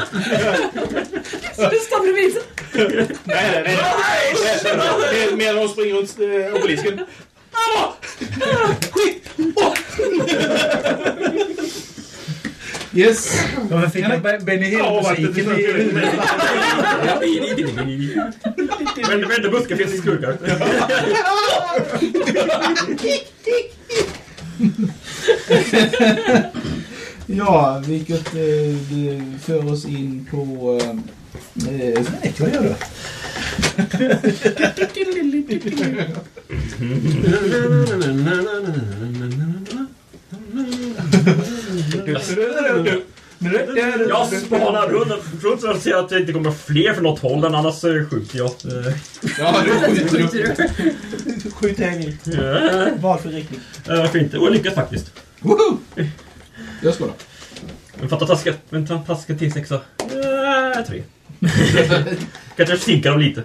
Du står bredvid. Nej, nej, nej. Ah, nej, nej, nej. Det är mer de springer runt eh, obelisken. Hallå! Skit! Åh! Yes. Varför fick jag Be- Benny Hill-musiken i huvudet? Vänd- Vänd och buska finns i skurkar. Ja, vilket eh, det för oss in på... Eh, eh, Fredrik, vad gör du? Jag spanar runt, runt för att se att det inte kommer fler från något håll, än annars eh, skjuter jag. Eh, Ja, du skjuter. Skjut Henrik. eh, Valfri riktning. eh, Varför inte? Och jag lyckas faktiskt. Woho! Jag ska då. Men fatta taskiga, men ta taskiga T6. Eh, Tre. Kanske sinka dem lite.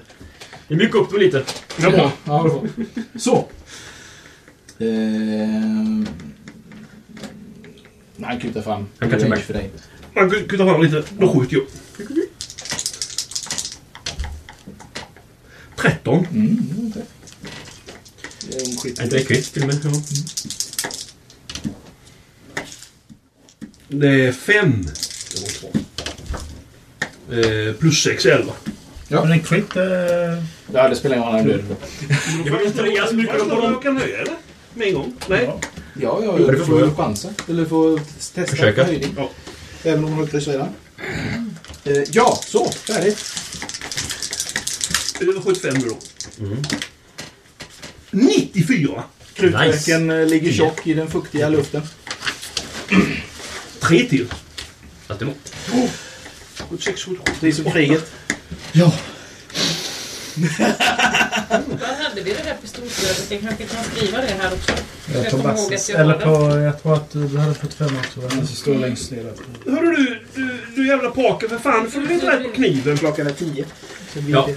Jag mjukar upp dem lite. Men bra. Ja, det får. Så. Ehm, Han kutar fram. Han kan ta Range back. för dig. Man kan kan ta fram lite, då skjuter jag. 13. Mm, tack. Det är en skit. Är inte det kvitt till och med? Ja. Det är 5. Eh, plus 6 är 11. Men en kvitt... eh, Ja, det spelar ingen roll. Han är död. Det var just det, jag skulle kunna få dem. kan höja det med en gång. Nej. Ja, ja, Jo, ja. det Du får får jag. ju chansen. Eller du får testa Försöka. höjning. Ja. Även om hon har kryss redan. Eh, ja, så. Färdigt. Över 75 nu då. 94! Krutverken eh, ligger tjock i den fuktiga luften. Tre till. Satt emot. 76, 77, Precis som kriget. Ja. Var hade vi det där pistolstödet? Jag kanske kan skriva det här också. Jag kommer tror, ihåg att Bassis, jag eller var där. på, jag tror att du hade 45 också. va? ner där. Hörru du, du, du jävla pake för fan. Får du inte rätt på kniven? Klockan är 10. Ja.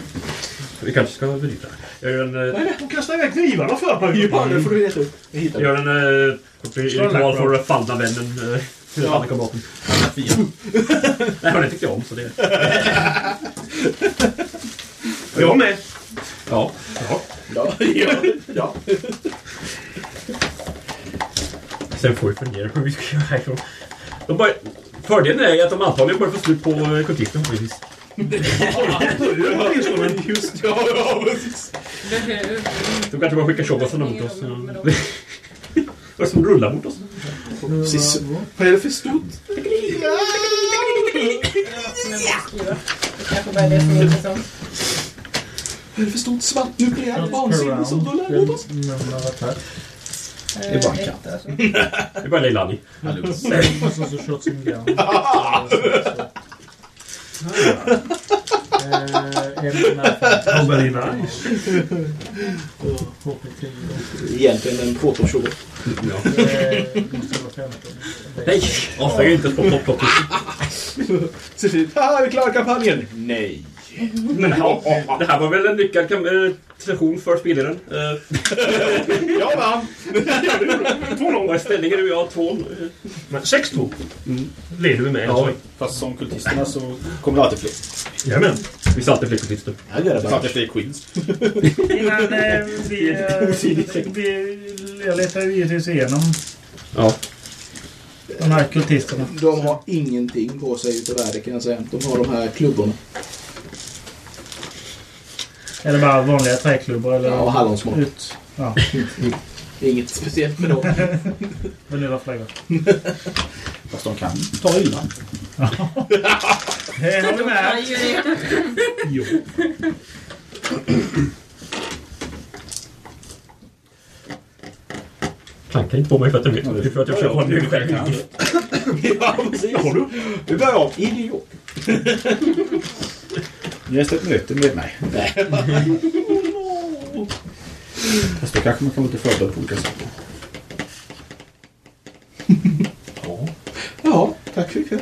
Vi kanske ska bryta. Jag gör en... eh, Hon kastar iväg knivarna för mig. Ja, nu får du veta ut. Vi hittar Jag gör den. en... eh, Slå den här Ritual för bra. att fallna vännen. eh, Till Ja. alla kamraten. Fyra. Nej, men det tyckte jag om så det... Jag med. Ja. Ja, ja, ja. Sen får vi fundera på hur vi ska göra härifrån. De bör... Fördelen är ju att de antagligen börjar få slut på eh, konflikten precis. Just ja, ja, precis. De kanske bara skickar tjobbasarna mot oss. Vad som rullar mot oss. precis. Vad är det för stort? Det kanske bara är det som är intressant. Vad är det för stort svart nukleärt vansinne som rullar mot oss? Det är bara en katt. Det är bara lilla Annie. Alltså, så short som gun. Eh, Oh, very nice. Egentligen en påtårtjobot. Eh, Nej! Avslöja inte på pop pop. Se till. Ah, vi klarar kampanjen! Nej. Men ja, det här var väl en lyckad kam- eh, session för spelaren. Eh, Jag vann! 2-0. Vad är ställningen nu? Jag har två... eh, Men 6-2 leder vi med. Ja. Fast som kultisterna så kommer det alltid fler. Jajamän. Vi satte fler kultister. Jag gör det Det bara. alltid fler queens. Innan eh, vi... eh, vi jag letar ju givetvis igenom Ja. de här kultisterna. De har ingenting på sig utav värde kan jag säga. De har de här klubborna. Är det bara vanliga träklubbor? Eller? Ja, hallonsmak. Ut. Ja, Inget speciellt med dem. vaniljaflaggor. Fast de kan ta illa. Hej, Eh, har du med? Jo. Klankar inte på mig för att jag vet. Det är för att jag försöker hålla mig själv. ja, precis. Har du? Vi börjar om i New York. Just ett möte med mig. Fast då kanske man kan vara lite förberedd på olika saker. Ja, tack för ikväll.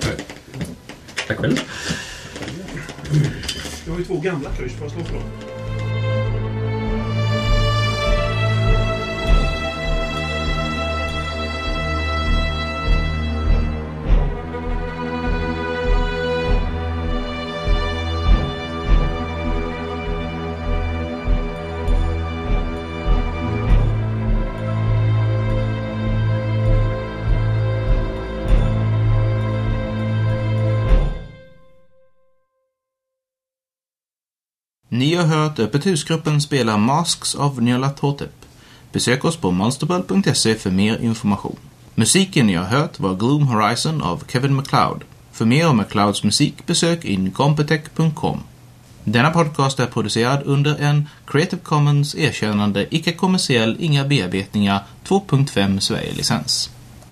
Tack själv. Jag har ju två gamla kryss. Får jag slå på dem? Ni har hört Öppet husgruppen spela Masks av Nyarlathotep. Besök oss på monsterball.se för mer information. Musiken ni har hört var Gloom Horizon av Kevin MacLeod. För mer om MacLeods musik besök incompetech.com. Denna podcast är producerad under en Creative Commons erkännande icke-kommersiell, inga bearbetningar 2.5 Sverige-licens.